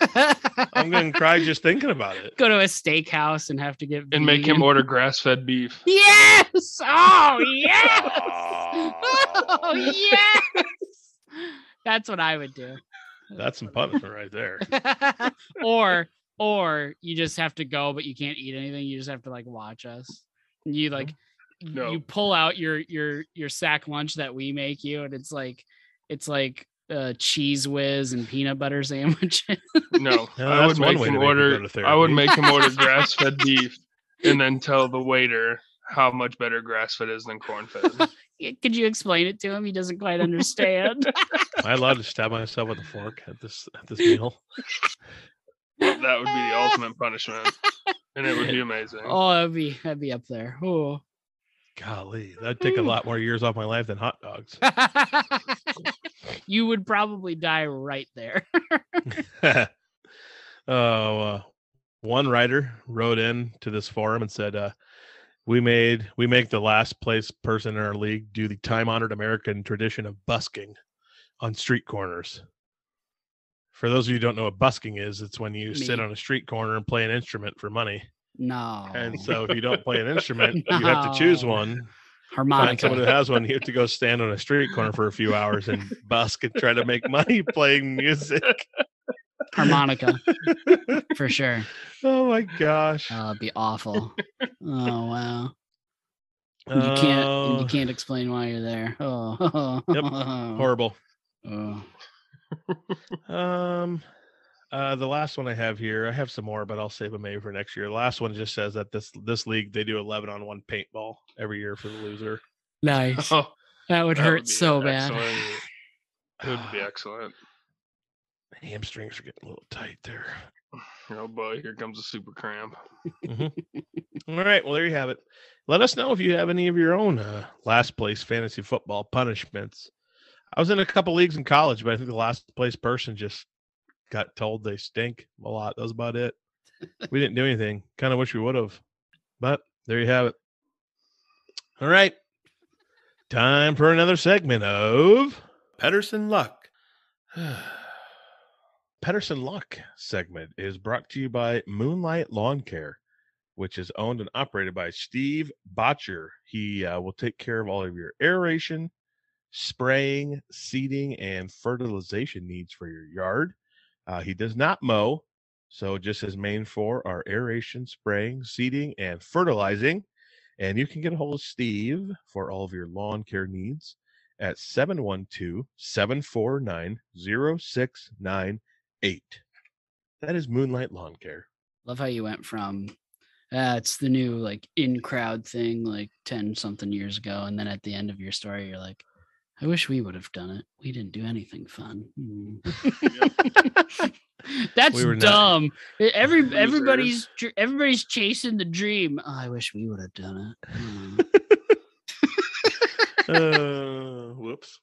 Speaker 2: I'm going to cry just thinking about it.
Speaker 1: Go to a steakhouse and have to get
Speaker 3: And make him
Speaker 1: vegan.
Speaker 3: order grass fed beef.
Speaker 1: Yes! Oh yes! oh yes! That's what I would do.
Speaker 2: That's some punishment right there.
Speaker 1: or or you just have to go, but you can't eat anything. You just have to like watch us. And You like
Speaker 3: No.
Speaker 1: you pull out your your your sack lunch that we make you, and it's like it's like uh cheese whiz and peanut butter sandwiches.
Speaker 3: No,
Speaker 2: No,
Speaker 3: I
Speaker 2: that's
Speaker 3: would
Speaker 2: one
Speaker 3: make
Speaker 2: way
Speaker 3: him
Speaker 2: to make him
Speaker 3: order.
Speaker 2: go to
Speaker 3: I would
Speaker 2: therapy.
Speaker 3: make him order grass fed beef, and then tell the waiter how much better grass fed is than corn fed.
Speaker 1: Could you explain it to him? He doesn't quite understand.
Speaker 2: Am I allowed to stab myself with a fork at this at this meal?
Speaker 3: That would be the ultimate punishment, and it would be amazing.
Speaker 1: oh, that'd be that'd be up there. Oh.
Speaker 2: Golly, that'd take a lot more years off my life than hot dogs.
Speaker 1: you would probably die right there.
Speaker 2: Oh, uh, one writer wrote in to this forum and said, uh, "We made we make the last place person in our league do the time honored American tradition of busking on street corners." For those of you who don't know what busking is, it's when you sit
Speaker 1: Me.
Speaker 2: on a street corner and play an instrument for money.
Speaker 1: No.
Speaker 2: And so, if you don't play an instrument, you have to choose
Speaker 1: No.
Speaker 2: one. Find someone who
Speaker 1: harmonica.
Speaker 2: has one. You have to go stand on a street corner for a few hours and busk and try to make money playing music.
Speaker 1: harmonica. For sure.
Speaker 2: Oh my gosh!
Speaker 1: Oh, it'd be awful. Oh wow. You can't and
Speaker 2: Oh,
Speaker 1: you can't explain why you're there. Oh.
Speaker 2: Yep. horrible.
Speaker 1: Oh.
Speaker 2: Um, uh, the last one I have here, I have some more, but I'll save them maybe for next year. The last one just says that this this league they do eleven on one paintball every year for the loser.
Speaker 1: Nice.
Speaker 3: Oh,
Speaker 1: That would
Speaker 3: that
Speaker 1: hurt
Speaker 3: would be
Speaker 1: so bad.
Speaker 3: excellent. It would be excellent.
Speaker 2: Hamstrings are getting a little tight there.
Speaker 3: Oh boy, here comes a super cramp.
Speaker 2: All right, well there you have it. Let us know if you have any of your own uh, last place fantasy football punishments. I was in a couple leagues in college, but I think the last place person just got told they stink a lot. That was about it. We didn't do anything. Kind of wish we would have, but there you have it. All right, time for another segment of
Speaker 5: Pedersen luck.
Speaker 2: Pedersen Luck segment is brought to you by Moonlight Lawn Care, which is owned and operated by Steve Botcher. He uh, will take care of all of your aeration, spraying, seeding, and fertilization needs for your yard. Uh, he does not mow, so just his main four are aeration, spraying, seeding, and fertilizing. And you can get a hold of Steve for all of your lawn care needs at 712 749 0698. That is Moonlight Lawn Care.
Speaker 1: Love how you went from uh, it's the new like in crowd thing like 10 something years ago. And then at the end of your story, you're like, I wish we would have done it. We didn't do anything fun. Hmm." That's
Speaker 2: We were not-
Speaker 1: dumb. E- Every everybody's
Speaker 3: Losers.
Speaker 1: dr- everybody's chasing the dream. "Oh, I wish we would have done it. Hmm."
Speaker 2: uh, whoops.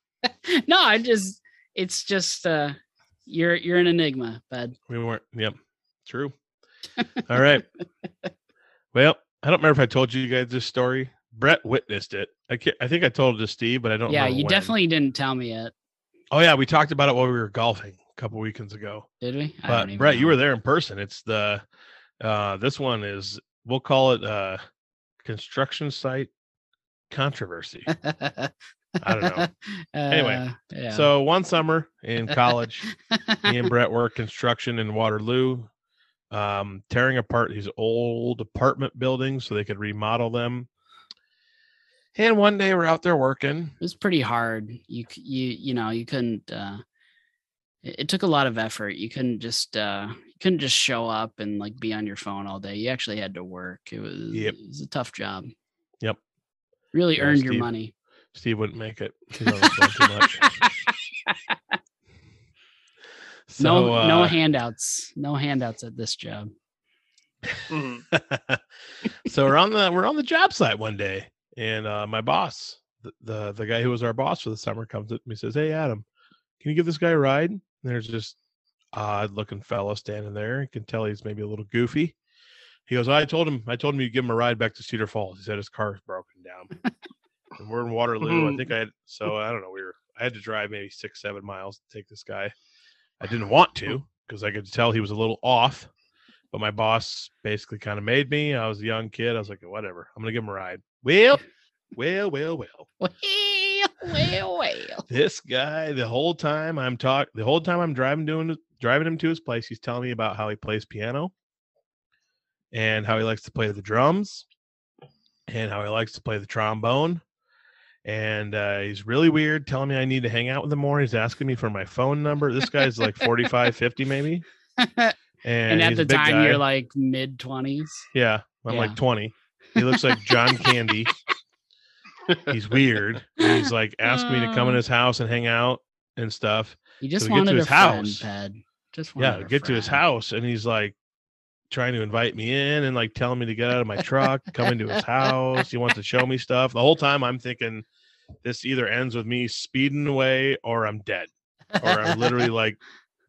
Speaker 1: no, I just it's just uh you're you're an enigma, bud.
Speaker 2: We weren't. Yep. True. All right. Well, I don't remember if I told you guys this story. Brett witnessed it. I can't, I think I told it to Steve, but I don't.
Speaker 1: Yeah,
Speaker 2: remember
Speaker 1: you
Speaker 2: when.
Speaker 1: definitely didn't tell me yet,
Speaker 2: Oh yeah, we talked about it while we were golfing a couple weekends ago.
Speaker 1: did we? I don't
Speaker 2: but
Speaker 1: even
Speaker 2: Brett, you
Speaker 1: know.
Speaker 2: were there in person. It's the uh this one is we'll call it uh construction site controversy. I don't know. Anyway,
Speaker 1: Uh, yeah.
Speaker 2: So one summer in college, me and Brett were construction in Waterloo, um, tearing apart these old apartment buildings so they could remodel them. And one day we're out there working.
Speaker 1: it was pretty hard. You c- you you know you couldn't. uh It, it took a lot of effort. You couldn't just uh you couldn't just show up and like be on your phone all day. You actually had to work. It was
Speaker 2: Yep.
Speaker 1: it was a tough job.
Speaker 2: Yep.
Speaker 1: Really
Speaker 2: Yeah,
Speaker 1: earned
Speaker 2: Steve.
Speaker 1: your money.
Speaker 2: Steve wouldn't make it. 'cause I was doing too much.
Speaker 1: no
Speaker 2: So,
Speaker 1: no
Speaker 2: uh,
Speaker 1: handouts. No handouts at this job.
Speaker 3: Mhm.
Speaker 2: uh, so we're on the we're on the job site one day, and uh, my boss, the, the the guy who was our boss for the summer, comes up to me and says, "Hey, Adam, can you give this guy a ride?" There's this odd looking fellow standing there. You can tell he's maybe a little goofy. He goes, I told him, I told him you give him a ride back to Cedar Falls. He said his car's broken down. and we're in Waterloo. I think I had, so I don't know. We were, I had to drive maybe six, seven miles to take this guy. I didn't want to because I could tell he was a little off, but my boss basically kind of made me. I was a young kid. I was like, whatever. I'm going to give him a ride. Well, well, well, well
Speaker 1: Well, well, well.
Speaker 2: this guy the whole time I'm talk the whole time I'm driving doing driving him to his place, he's telling me about how he plays piano and how he likes to play the drums and how he likes to play the trombone. And uh, he's really weird, telling me I need to hang out with him more. He's asking me for my phone number. This guy's like 45, 50 maybe.
Speaker 1: and,
Speaker 2: And,
Speaker 1: at
Speaker 2: he's
Speaker 1: the
Speaker 2: a big
Speaker 1: time,
Speaker 2: guy.
Speaker 1: you're like mid 20s.
Speaker 2: Yeah, I'm like
Speaker 1: Yeah.
Speaker 2: 20. He looks like John Candy. He's weird. and He's like asking me to come in
Speaker 1: Uh.
Speaker 2: his house and hang out and stuff.
Speaker 1: You just
Speaker 2: we get to
Speaker 1: wanted a
Speaker 2: his
Speaker 1: friend,
Speaker 2: house.
Speaker 1: Ped. Just wanted
Speaker 2: yeah
Speaker 1: a
Speaker 2: get to his
Speaker 1: friend.
Speaker 2: house and he's like trying to invite me in and like telling me to get out of my truck come into his house he wants to show me stuff the whole time i'm thinking this either ends with me speeding away or i'm dead or i'm literally like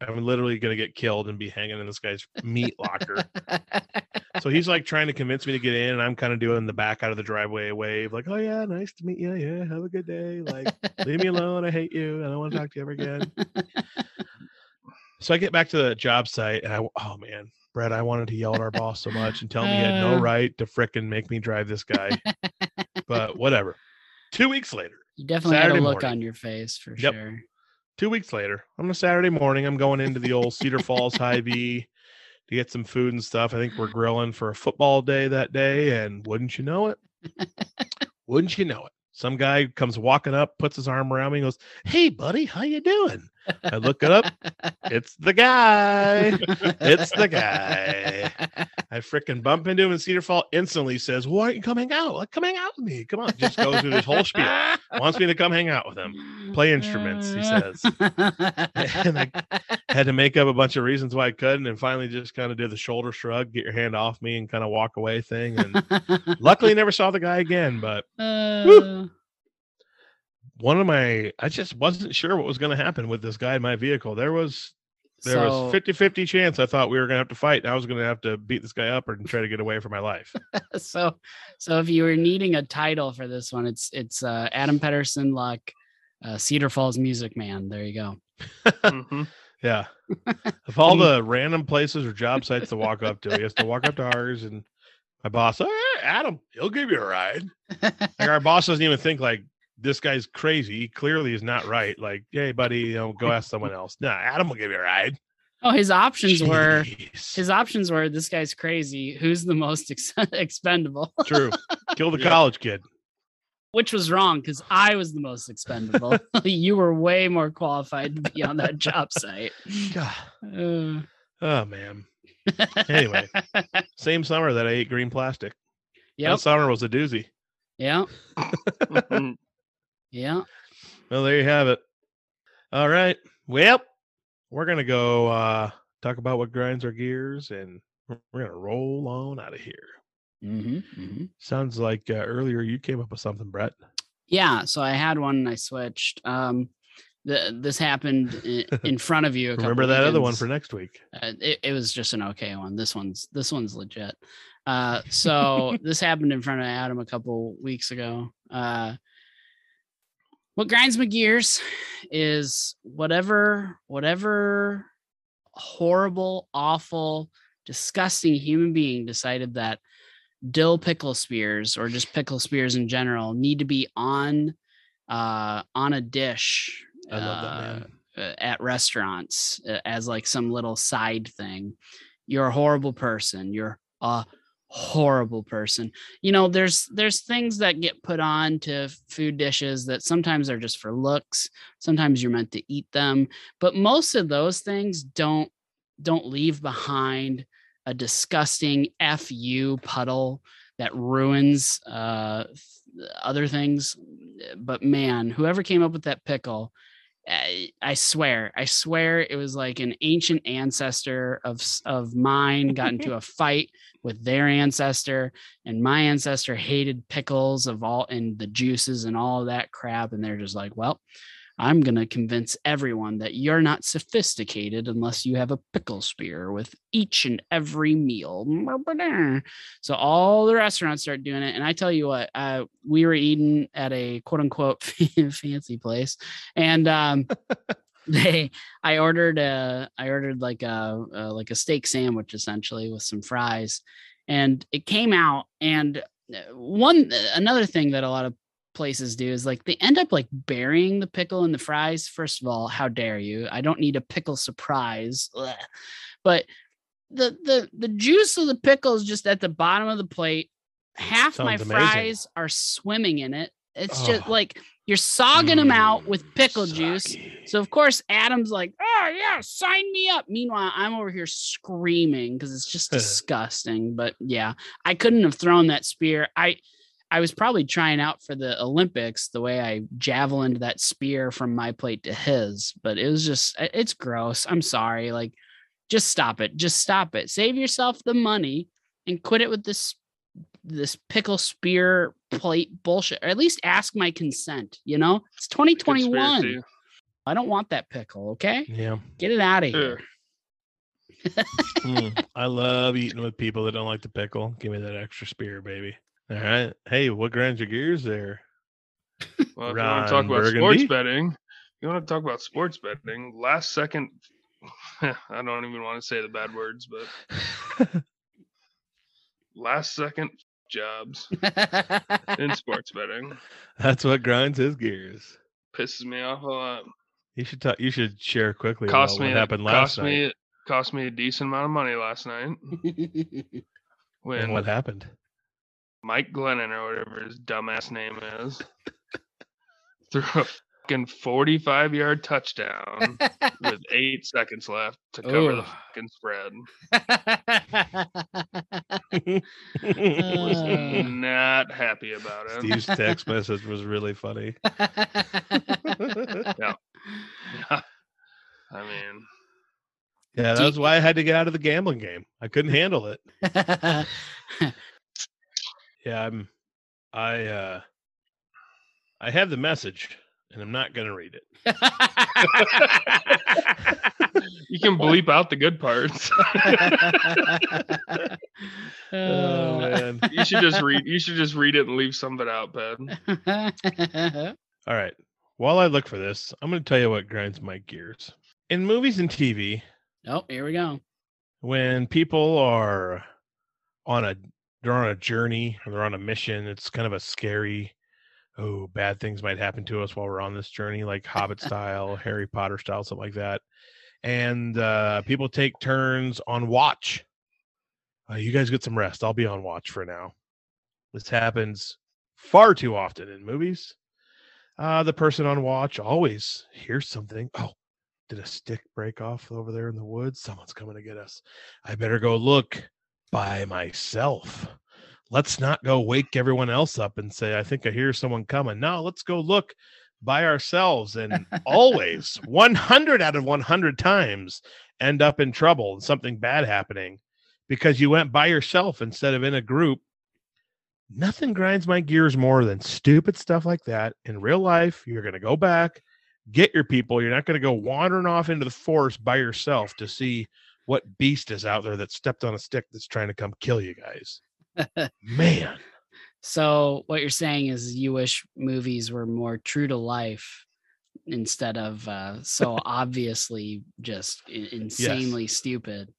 Speaker 2: i'm literally gonna get killed and be hanging in this guy's meat locker so he's like trying to convince me to get in and i'm kind of doing the back out of the driveway wave like oh yeah nice to meet you yeah have a good day like leave me alone. I hate you. I don't want to talk to you ever again. so I get back to the job site and I, oh man, Brett, I wanted to yell at our boss so much and tell him he had no
Speaker 1: Uh.
Speaker 2: right to frickin' make me drive this guy, but whatever. Two weeks later,
Speaker 1: You definitely had
Speaker 2: Saturday
Speaker 1: a look
Speaker 2: morning.
Speaker 1: on your face for
Speaker 2: Yep.
Speaker 1: sure.
Speaker 2: two weeks later, on a Saturday morning, I'm going into the old Cedar Falls High V to get some food and stuff. I think we're grilling for a football day that day, and wouldn't you know it? wouldn't you know it? Some guy comes walking up, puts his arm around me, and goes, "Hey, buddy, how you doing?" I look it up. It's the guy. It's the guy. I freaking bump into him in Cedar Fall. Instantly says, "Why don't you come hang out? Like, come hang out with me. Come on." Just goes through this whole spiel. Wants me to come hang out with him. Play instruments, he says. And Had to make up a bunch of reasons why I couldn't, and finally just kind of did the shoulder shrug, get your hand off me, and kind of walk away thing. And luckily, never saw the guy again. But
Speaker 1: Uh,
Speaker 2: one of my, I just wasn't sure what was going to happen with this guy in my vehicle. There was there
Speaker 1: so-
Speaker 2: was 50 50 chance I thought we were going to have to fight. And I was going to have to beat this guy up and try to get away from my life.
Speaker 1: so so if you were needing a title for this one it's it's uh adam pedersen luck uh, cedar falls music man there you go
Speaker 3: Mhm.
Speaker 2: Yeah. Of all the random places or job sites to walk up to, he has to walk up to ours. And my boss, all right, Adam, he'll give you a ride. Like our boss doesn't even think like this guy's crazy. He clearly is not right. Like, hey, buddy, you know, go ask someone else. Nah, Adam will give you a ride.
Speaker 1: oh his options were
Speaker 2: Jeez.
Speaker 1: his options were this guy's crazy who's the most ex- expendable
Speaker 2: true. Kill the
Speaker 3: Yeah.
Speaker 2: college kid.
Speaker 1: which was wrong because i was the most expendable you were way more qualified to be on that job site
Speaker 2: God.
Speaker 1: Uh,
Speaker 2: Oh man. Anyway. Same summer that I ate green plastic.
Speaker 1: yep
Speaker 2: That summer was a doozy.
Speaker 1: yeah
Speaker 3: Mhm.
Speaker 1: yeah
Speaker 2: Well, there you have it. All right. Well, we're gonna go uh talk about what grinds our gears and we're we're gonna roll on out of here.
Speaker 1: mm-hmm, mm-hmm.
Speaker 2: Sounds like uh, earlier you came up with something, Brett.
Speaker 1: Yeah, so I had one and I switched. Um, the, this happened in, in front of you. a couple
Speaker 2: Remember that other one
Speaker 1: weekends.
Speaker 2: for next week.
Speaker 1: Uh, it, it was just an okay one. This one's this one's legit. Uh, so this happened in front of Adam a couple weeks ago. Uh, what grinds my gears is whatever whatever horrible, awful, disgusting human being decided that dill pickle spears or just pickle spears in general need to be on uh, on a dish.
Speaker 2: I love that
Speaker 1: uh,
Speaker 2: man.
Speaker 1: uh, at restaurants uh, as like some little side thing. You're a horrible person. You're a horrible person. You know, there's there's things that get put on to food dishes that sometimes are just for looks. Sometimes you're meant to eat them, but most of those things don't don't leave behind a disgusting fu puddle that ruins uh th- other things but man whoever came up with that pickle I, I swear, I swear it was like an ancient ancestor of s- of mine got into a fight with their ancestor and my ancestor hated pickles of all and the juices and all of that crap and they're just like, well, I'm going to convince everyone that you're not sophisticated unless you have a pickle spear with each and every meal. So all the restaurants start doing it. And I tell you what, uh, we were eating at a quote unquote fancy place. And, um, they i ordered a i ordered like a, a like a steak sandwich essentially with some fries and it came out and uh, one another thing that a lot of places do is like they end up like burying the pickle in the fries first of all how dare you i don't need a pickle surprise Ugh. but the the the juice of the pickle is just at the bottom of the plate half my
Speaker 2: Sounds amazing.
Speaker 1: fries are swimming in it it's just
Speaker 2: Ugh.
Speaker 1: like you're sogging them Uh,
Speaker 2: Mm,
Speaker 1: out with pickle juice
Speaker 2: Sake.
Speaker 1: so of course Adam's like, "Oh yeah, sign me up." Meanwhile, I'm over here screaming because it's just disgusting. But yeah, I couldn't have thrown that spear. I I was probably trying out for the Olympics the way I javelined that spear from my plate to his, but it was just i- it's gross. I'm sorry. Like, just stop it. Just stop it. Save yourself the money and quit it with this this pickle spear plate bullshit. Or at least ask my consent. You know, it's 2021.
Speaker 3: Conspiracy.
Speaker 1: I don't want that pickle. Okay,
Speaker 2: Yeah.
Speaker 1: get it out of
Speaker 3: Sure.
Speaker 1: here.
Speaker 2: Mm, I love eating with people that don't like the pickle. Give me that extra spear, baby. All right. Hey, what grinds your gears there?
Speaker 3: Well, if you want to talk
Speaker 2: Ron
Speaker 3: about sports
Speaker 2: Burgundy?
Speaker 3: betting, you want to talk about sports betting. Last second, I don't even want to say the bad words, but last second jobs in sports betting
Speaker 2: That's what grinds his gears.
Speaker 3: pisses me off a lot.
Speaker 2: You should talk. You should share quickly
Speaker 3: Cost
Speaker 2: about
Speaker 3: me
Speaker 2: what happened last
Speaker 3: cost
Speaker 2: night
Speaker 3: me cost me a decent amount of money last night when
Speaker 2: and what happened.
Speaker 3: Mike Glennon or whatever his dumbass name is threw a fucking 45 yard touchdown with eight seconds left to cover the
Speaker 1: Ooh.
Speaker 3: fucking spread.
Speaker 1: Oh.
Speaker 3: Was
Speaker 1: Uh.
Speaker 3: Hmm. not happy about it.
Speaker 2: Steve's text message was really funny.
Speaker 3: I mean,
Speaker 2: Yeah,
Speaker 1: Do
Speaker 2: that was why I had to get out of the gambling game. I couldn't handle it. Yeah, I'm. I uh, I have the message, and I'm not gonna read it.
Speaker 3: you can bleep out the good parts.
Speaker 2: Oh man.
Speaker 3: you should just read. You should just read it and leave some of it out, Ben.
Speaker 2: All right. While I look for this, I'm going to tell you what grinds my gears. In movies and TV,
Speaker 1: oh, here we go.
Speaker 2: when people are on a they're on a journey or they're on a mission, it's kind of a scary oh, bad things might happen to us while we're on this journey like Hobbit style, Harry Potter style, something like that. And uh people take turns on watch. Uh, you guys get some rest. I'll be on watch for now. This happens far too often in movies. Uh, the person on watch always hears something. Oh, did a stick break off over there in the woods? Someone's coming to get us. I better go look by myself. Let's not go wake everyone else up and say, I think I hear someone coming. No, let's go look by ourselves. And always 100 out of 100 times end up in trouble and something bad happening because you went by yourself instead of in a group. Nothing grinds my gears more than stupid stuff like that. In real life, you're going to go back, get your people. You're not going to go wandering off into the forest by yourself to see what beast is out there that stepped on a stick that's trying to come kill you guys. Man,
Speaker 1: So what you're saying is you wish movies were more true to life instead of uh, so obviously just i- insanely stupid.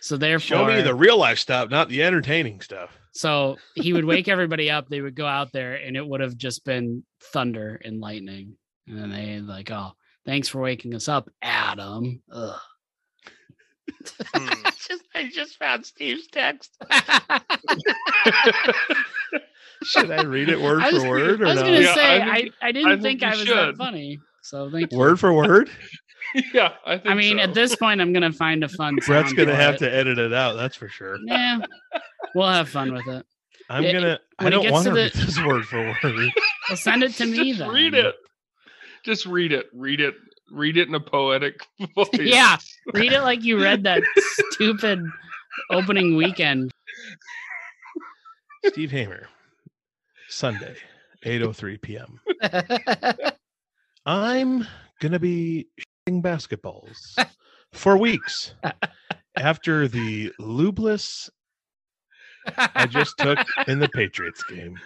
Speaker 1: So therefore,
Speaker 2: show me the real life stuff, not the entertaining stuff.
Speaker 1: So he would wake everybody up. They would go out there, and it would have just been thunder and lightning. And then they like, oh, thanks for waking us up, Adam. Ugh.
Speaker 3: Hmm.
Speaker 1: just, I just found Steve's text.
Speaker 2: Should I read it word
Speaker 1: I was
Speaker 2: for word or
Speaker 1: I was
Speaker 2: not?
Speaker 1: gonna
Speaker 3: Yeah, I
Speaker 1: say I,
Speaker 3: think-
Speaker 1: I, didn't
Speaker 3: I
Speaker 1: think,
Speaker 3: think
Speaker 1: I
Speaker 3: you
Speaker 1: was that
Speaker 3: should.
Speaker 1: funny. So thank you.
Speaker 2: Word for word?
Speaker 3: yeah, I think.
Speaker 1: I mean,
Speaker 3: so.
Speaker 1: at this point, I'm gonna find a fun.
Speaker 2: Brett's
Speaker 1: sound
Speaker 2: going to
Speaker 1: for
Speaker 2: have
Speaker 1: it.
Speaker 2: to edit it out, that's for sure.
Speaker 1: Yeah, we'll have fun with it.
Speaker 2: I'm
Speaker 1: It-
Speaker 2: going to, I
Speaker 1: when it
Speaker 2: don't
Speaker 1: gets
Speaker 2: want
Speaker 1: to
Speaker 2: to read
Speaker 1: the-
Speaker 2: this word for word.
Speaker 1: Well, send it to me
Speaker 3: Just
Speaker 1: then.
Speaker 3: read it. Just read it. Read it. Read it in a poetic voice.
Speaker 1: Yeah. Read it like you read that stupid opening weekend.
Speaker 2: Steve oh Hamer, Sunday, 8.03 p.m. I'm gonna be shitting basketballs for weeks after the lubeless I just took in the Patriots game.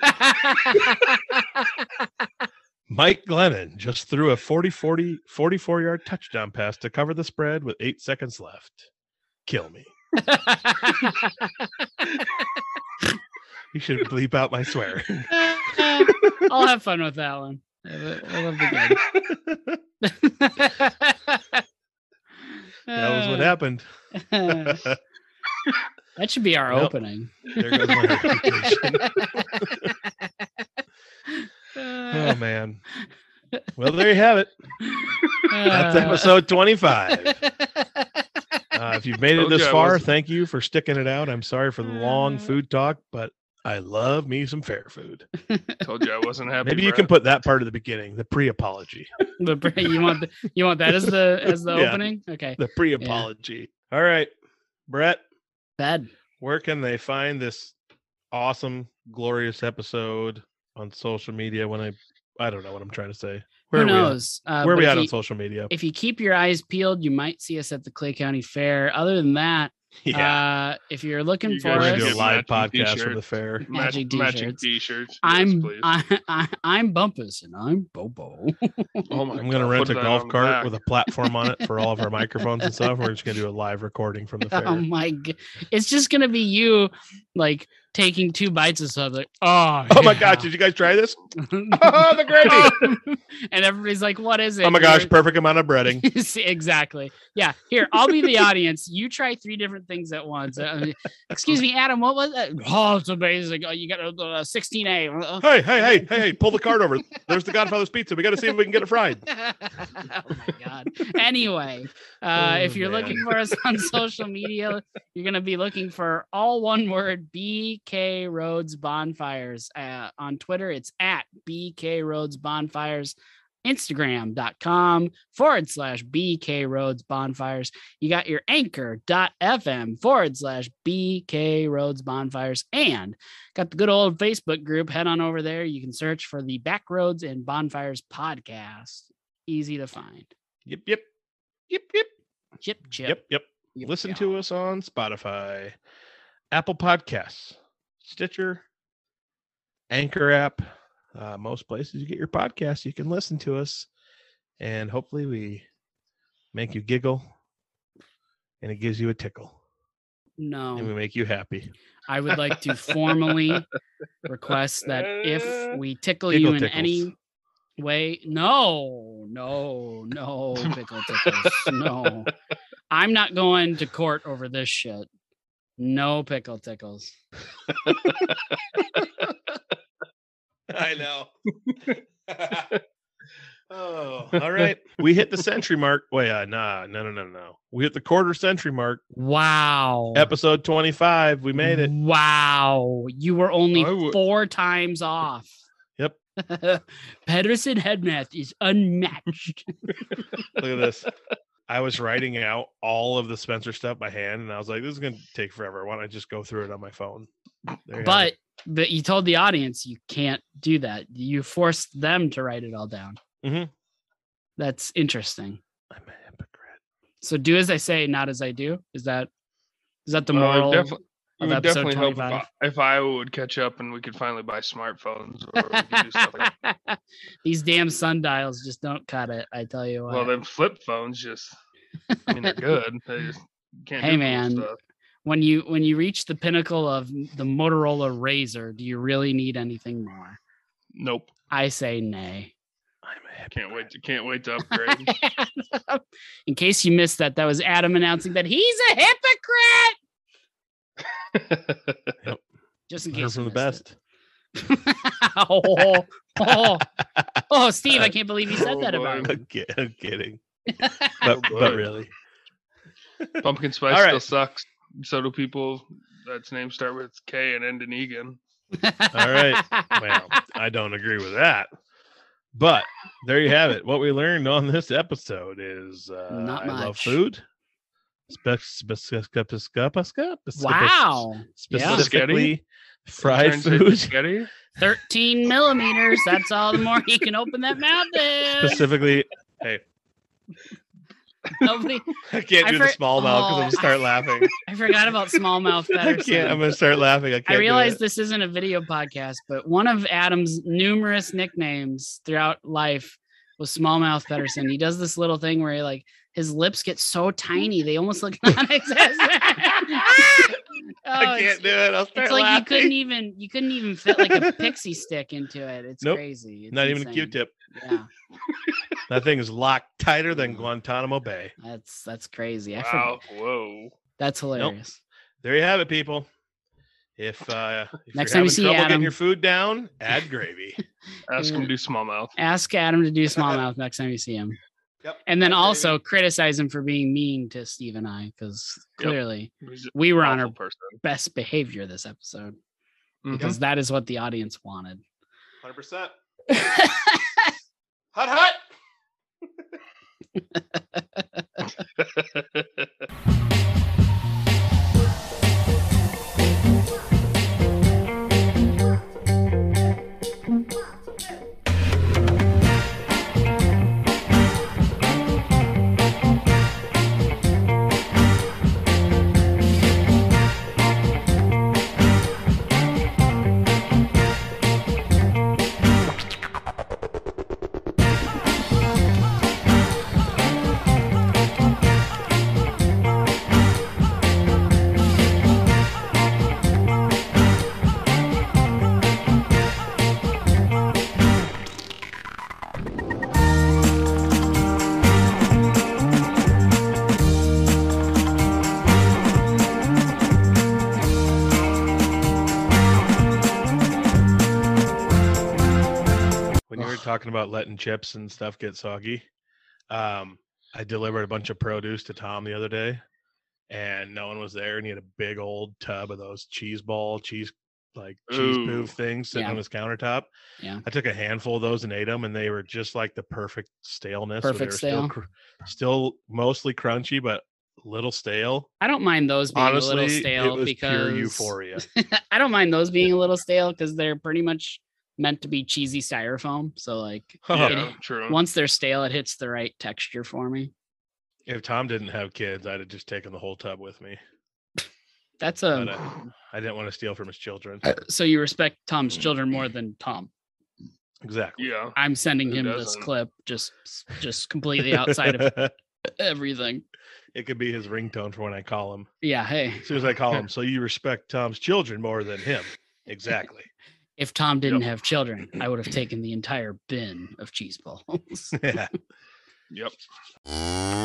Speaker 2: Mike Glennon just threw a 40 40 44 yard touchdown pass to cover the spread with eight seconds left. Kill me. You should bleep out my swear.
Speaker 1: I'll have fun with that one. I lo- I love the game.
Speaker 2: That was
Speaker 1: Uh.
Speaker 2: what happened.
Speaker 1: happened. that should be our
Speaker 2: Nope.
Speaker 1: opening.
Speaker 2: there goes my reputation. Oh
Speaker 1: Uh,
Speaker 2: man. Well, there you have it. That's
Speaker 1: uh,
Speaker 2: episode 25. Uh, if you've made it
Speaker 3: Told you
Speaker 2: this
Speaker 3: I
Speaker 2: far,
Speaker 3: wasn't.
Speaker 2: thank you for sticking it out. I'm sorry for the long
Speaker 1: Uh.
Speaker 2: food talk, but I love me some fair food.
Speaker 3: Told you I wasn't happy.
Speaker 2: Maybe you can
Speaker 3: Brad.
Speaker 2: put that part of the beginning, the pre-apology,
Speaker 1: the bra- you want the, you want that as the as the
Speaker 2: Yeah.
Speaker 1: opening? Okay.
Speaker 2: the pre-apology. All right, Brett,
Speaker 1: Bad.
Speaker 2: where can they find this awesome, glorious episode on social media? When I, I don't know what I'm trying to say. Where
Speaker 1: Who
Speaker 2: are we at?
Speaker 1: knows? Uh,
Speaker 2: Where are
Speaker 1: but
Speaker 2: we
Speaker 1: if
Speaker 2: at
Speaker 1: you-
Speaker 2: on social media?
Speaker 1: If you keep your eyes peeled, you might see us at the Clay County Fair. Other than that,
Speaker 2: Yeah,
Speaker 1: uh, if you're looking
Speaker 3: You
Speaker 1: for
Speaker 2: we're
Speaker 3: guys
Speaker 2: gonna
Speaker 1: us,
Speaker 2: do a
Speaker 3: Get
Speaker 2: live
Speaker 3: matching
Speaker 2: podcast from the
Speaker 3: t-shirts.
Speaker 2: fair.
Speaker 3: Match-
Speaker 1: Magic
Speaker 3: matching
Speaker 1: t-shirts.
Speaker 3: t-shirts. Yes,
Speaker 1: I'm
Speaker 3: please.
Speaker 1: I, I, I'm Bumpus and I'm Bobo.
Speaker 3: oh my
Speaker 2: I'm gonna
Speaker 3: God,
Speaker 2: rent
Speaker 3: put
Speaker 2: a
Speaker 3: that
Speaker 2: golf
Speaker 3: on the
Speaker 2: cart
Speaker 3: back.
Speaker 2: with a platform on it for all of our microphones and stuff. We're just gonna do a live recording from the fair.
Speaker 1: oh my god! It's just gonna be you, like taking two bites of something. Oh,
Speaker 2: oh my
Speaker 1: yeah.
Speaker 2: gosh, did you guys try this?
Speaker 4: Oh, the gravy.
Speaker 1: and everybody's like, "What is it?"
Speaker 2: Oh my
Speaker 1: And
Speaker 2: gosh,
Speaker 1: you're-
Speaker 2: perfect amount of breading.
Speaker 1: See, exactly. Yeah. Here, I'll be the audience. You try three different things at once. Uh, uh, excuse me, Adam. What was that? Oh, it's amazing. Oh, you got a uh, 16A. Uh,
Speaker 2: Hey, hey, hey, hey, hey, pull the cart over. There's the Godfather's pizza. We got to see if we can get it fried.
Speaker 1: oh my god. Anyway, uh,
Speaker 2: Oh,
Speaker 1: if you're looking
Speaker 2: man.
Speaker 1: for us on social media, you're gonna be looking for all one word BK Roads Bonfires. Uh, on Twitter, it's at BK Roads Bonfires. Instagram.com forward slash BK Roads Bonfires. You got your anchor.fm forward slash BK Roads Bonfires and got the good old Facebook group. Head on over there. You can search for the Backroads and Bonfires podcast. Easy to find.
Speaker 2: Yep, yep, yep, yep,
Speaker 1: Chip, chip.
Speaker 2: yep, yep.
Speaker 1: yip,
Speaker 2: Listen
Speaker 1: yip.
Speaker 2: to us on Spotify, Apple Podcasts, Stitcher, Anchor app. Uh, most places you get your podcasts, you can listen to us, and hopefully we make you giggle, and it gives you a tickle, and
Speaker 1: No,
Speaker 2: we make you happy.
Speaker 1: I would like to formally request that if we tickle you
Speaker 2: Tickle
Speaker 1: in
Speaker 2: Uh, tickles.
Speaker 1: any way, no, no, no, pickle tickles, no. I'm not going to court over this shit. No pickle tickles.
Speaker 2: I know. oh, all right. We hit the century mark. Wait, uh, nah, no, no, no, no. We hit the quarter century mark.
Speaker 1: Wow.
Speaker 2: Episode 25. We made it.
Speaker 1: Wow. You were only
Speaker 3: I would-
Speaker 1: four times off.
Speaker 2: Yep.
Speaker 1: Pedersen Headmath is unmatched.
Speaker 2: Look at this. I was writing out all of the Spencer stuff by hand, and I was like, this is going to take forever. Why don't I just go through it on my phone? There you have
Speaker 1: but
Speaker 2: it.
Speaker 1: but you told the audience you can't do that. You forced them to write it all down.
Speaker 3: Mm-hmm.
Speaker 2: Mhm.
Speaker 1: That's interesting.
Speaker 2: I'm a hypocrite.
Speaker 1: So do as I say, not as I do. Is that is that the
Speaker 3: Well, it
Speaker 1: moral?
Speaker 3: defi- it
Speaker 1: of
Speaker 3: would
Speaker 1: episode
Speaker 3: definitely help if
Speaker 1: 25.
Speaker 3: I, if I would catch up and we could finally buy smartphones or we could do stuff like
Speaker 1: These damn sundials just don't cut it. I tell you what.
Speaker 3: Well, them flip phones just, I mean, they're good. They just can't
Speaker 1: Hey,
Speaker 3: do cool
Speaker 1: man.
Speaker 3: stuff.
Speaker 1: when you when you reach the pinnacle of the Motorola Razor, do you really need anything more?
Speaker 3: Nope.
Speaker 1: I say nay.
Speaker 2: I'm a hypocrite.
Speaker 3: Can't wait to, can't wait to upgrade.
Speaker 1: In case you missed that, that was Adam announcing that he's a hypocrite. Just in
Speaker 2: Learn
Speaker 1: case
Speaker 2: from
Speaker 1: you
Speaker 2: the best.
Speaker 1: missed it. oh, oh, oh, Steve, I can't believe you said
Speaker 3: Oh,
Speaker 1: that about
Speaker 3: boy.
Speaker 1: him.
Speaker 2: I'm kid- I'm kidding.
Speaker 3: Oh,
Speaker 2: But, but
Speaker 3: boy.
Speaker 2: really.
Speaker 3: Pumpkin spice
Speaker 2: All
Speaker 3: still
Speaker 2: right.
Speaker 3: sucks. So do people that's names start with K and end in Egan.
Speaker 2: All right. well, I don't agree with that. But there you have it. What we learned on this episode is uh,
Speaker 1: Not
Speaker 2: I love
Speaker 1: much.
Speaker 2: food. Spe- spe- spe- spe- spe- spe- spe- spe-
Speaker 1: wow. Yeah.
Speaker 2: Specifically,
Speaker 3: It
Speaker 2: fried
Speaker 3: turns into
Speaker 2: food
Speaker 3: Spaghetti.
Speaker 1: 13 millimeters. That's all the more you can open that mouth is.
Speaker 2: Specifically,
Speaker 1: Nobody,
Speaker 2: I can't
Speaker 1: I
Speaker 2: do the
Speaker 1: for-
Speaker 2: small mouth because I'm
Speaker 1: Oh.
Speaker 2: gonna start laughing.
Speaker 1: I forgot about smallmouth
Speaker 2: I
Speaker 1: better.
Speaker 2: can't. I'm gonna start laughing. I can't.
Speaker 1: I
Speaker 2: do
Speaker 1: realize
Speaker 2: it.
Speaker 1: this isn't a video podcast, but one of Adam's numerous nicknames throughout life was Smallmouth Pedersen. He does this little thing where he like his lips get so tiny they almost look non-existent. Oh,
Speaker 2: I
Speaker 1: it's,
Speaker 2: can't do it. I'll start
Speaker 1: it's like you
Speaker 2: laughing.
Speaker 1: couldn't even you couldn't even fit like a pixie stick into it. It's
Speaker 2: Nope.
Speaker 1: crazy. It's
Speaker 2: Not even a
Speaker 1: insane.
Speaker 2: Q-tip.
Speaker 1: Yeah,
Speaker 2: That thing is locked tighter than
Speaker 1: Wow.
Speaker 2: Guantanamo Bay.
Speaker 1: that's that's crazy. I
Speaker 3: Wow.
Speaker 1: forgot.
Speaker 3: Whoa.
Speaker 1: That's hilarious.
Speaker 2: There you have it, people. If, uh,
Speaker 1: Next time you
Speaker 2: if you're having
Speaker 1: see
Speaker 2: trouble getting
Speaker 1: Adam.
Speaker 2: your food down, add gravy.
Speaker 3: Ask him
Speaker 1: Yeah.
Speaker 3: to do smallmouth.
Speaker 1: Ask Adam to do smallmouth next time you see him.
Speaker 2: Yep.
Speaker 1: And then
Speaker 2: Yep,
Speaker 1: also criticize him for being mean to Steve and I because
Speaker 3: Yep.
Speaker 1: clearly
Speaker 3: He's an
Speaker 1: we were on our
Speaker 3: awful person.
Speaker 1: best behavior this episode
Speaker 2: Mm-hmm.
Speaker 3: Mhm.
Speaker 1: because that is what the audience wanted.
Speaker 2: Hundred percent.
Speaker 4: Hut hut.
Speaker 2: When you were
Speaker 1: Ugh.
Speaker 2: talking about letting chips and stuff get soggy, um, I delivered a bunch of produce to Tom the other day, and no one was there, and he had a big old tub of those cheese ball cheese like cheese
Speaker 3: Ooh.
Speaker 2: poof things sitting
Speaker 1: Yeah.
Speaker 2: on his countertop.
Speaker 1: Yeah.
Speaker 2: I took a handful of those and ate them, and they were just like the perfect staleness. so they
Speaker 1: Perfect
Speaker 2: were
Speaker 1: stale.
Speaker 2: Still, cr- still mostly crunchy, but a little stale.
Speaker 1: I don't mind those being
Speaker 2: Honestly,
Speaker 1: a little
Speaker 2: it
Speaker 1: stale
Speaker 2: was pure
Speaker 1: because
Speaker 2: euphoria.
Speaker 1: I don't mind those being a little stale because they're pretty much meant to be cheesy styrofoam. So like
Speaker 2: Oh.
Speaker 3: Yeah, true.
Speaker 1: once they're stale, it hits the right texture for me.
Speaker 2: if Tom didn't have kids, I'd have just taken the whole tub with me.
Speaker 1: That's
Speaker 2: But
Speaker 1: a
Speaker 2: I, I didn't want to steal from his children.
Speaker 1: so you respect Tom's
Speaker 2: Mm.
Speaker 1: children more than Tom.
Speaker 2: Exactly.
Speaker 3: yeah.
Speaker 1: I'm sending
Speaker 3: Who
Speaker 1: him this
Speaker 3: doesn't?
Speaker 1: clip just just completely outside of everything.
Speaker 2: it could be his ringtone for when I call him.
Speaker 1: Yeah, hey.
Speaker 2: As soon as I call him, so you respect Tom's children more than him. Exactly.
Speaker 1: If Tom didn't have children, I would have taken the entire bin of cheese balls.
Speaker 2: Yeah.
Speaker 3: Yep.
Speaker 5: Mm-hmm.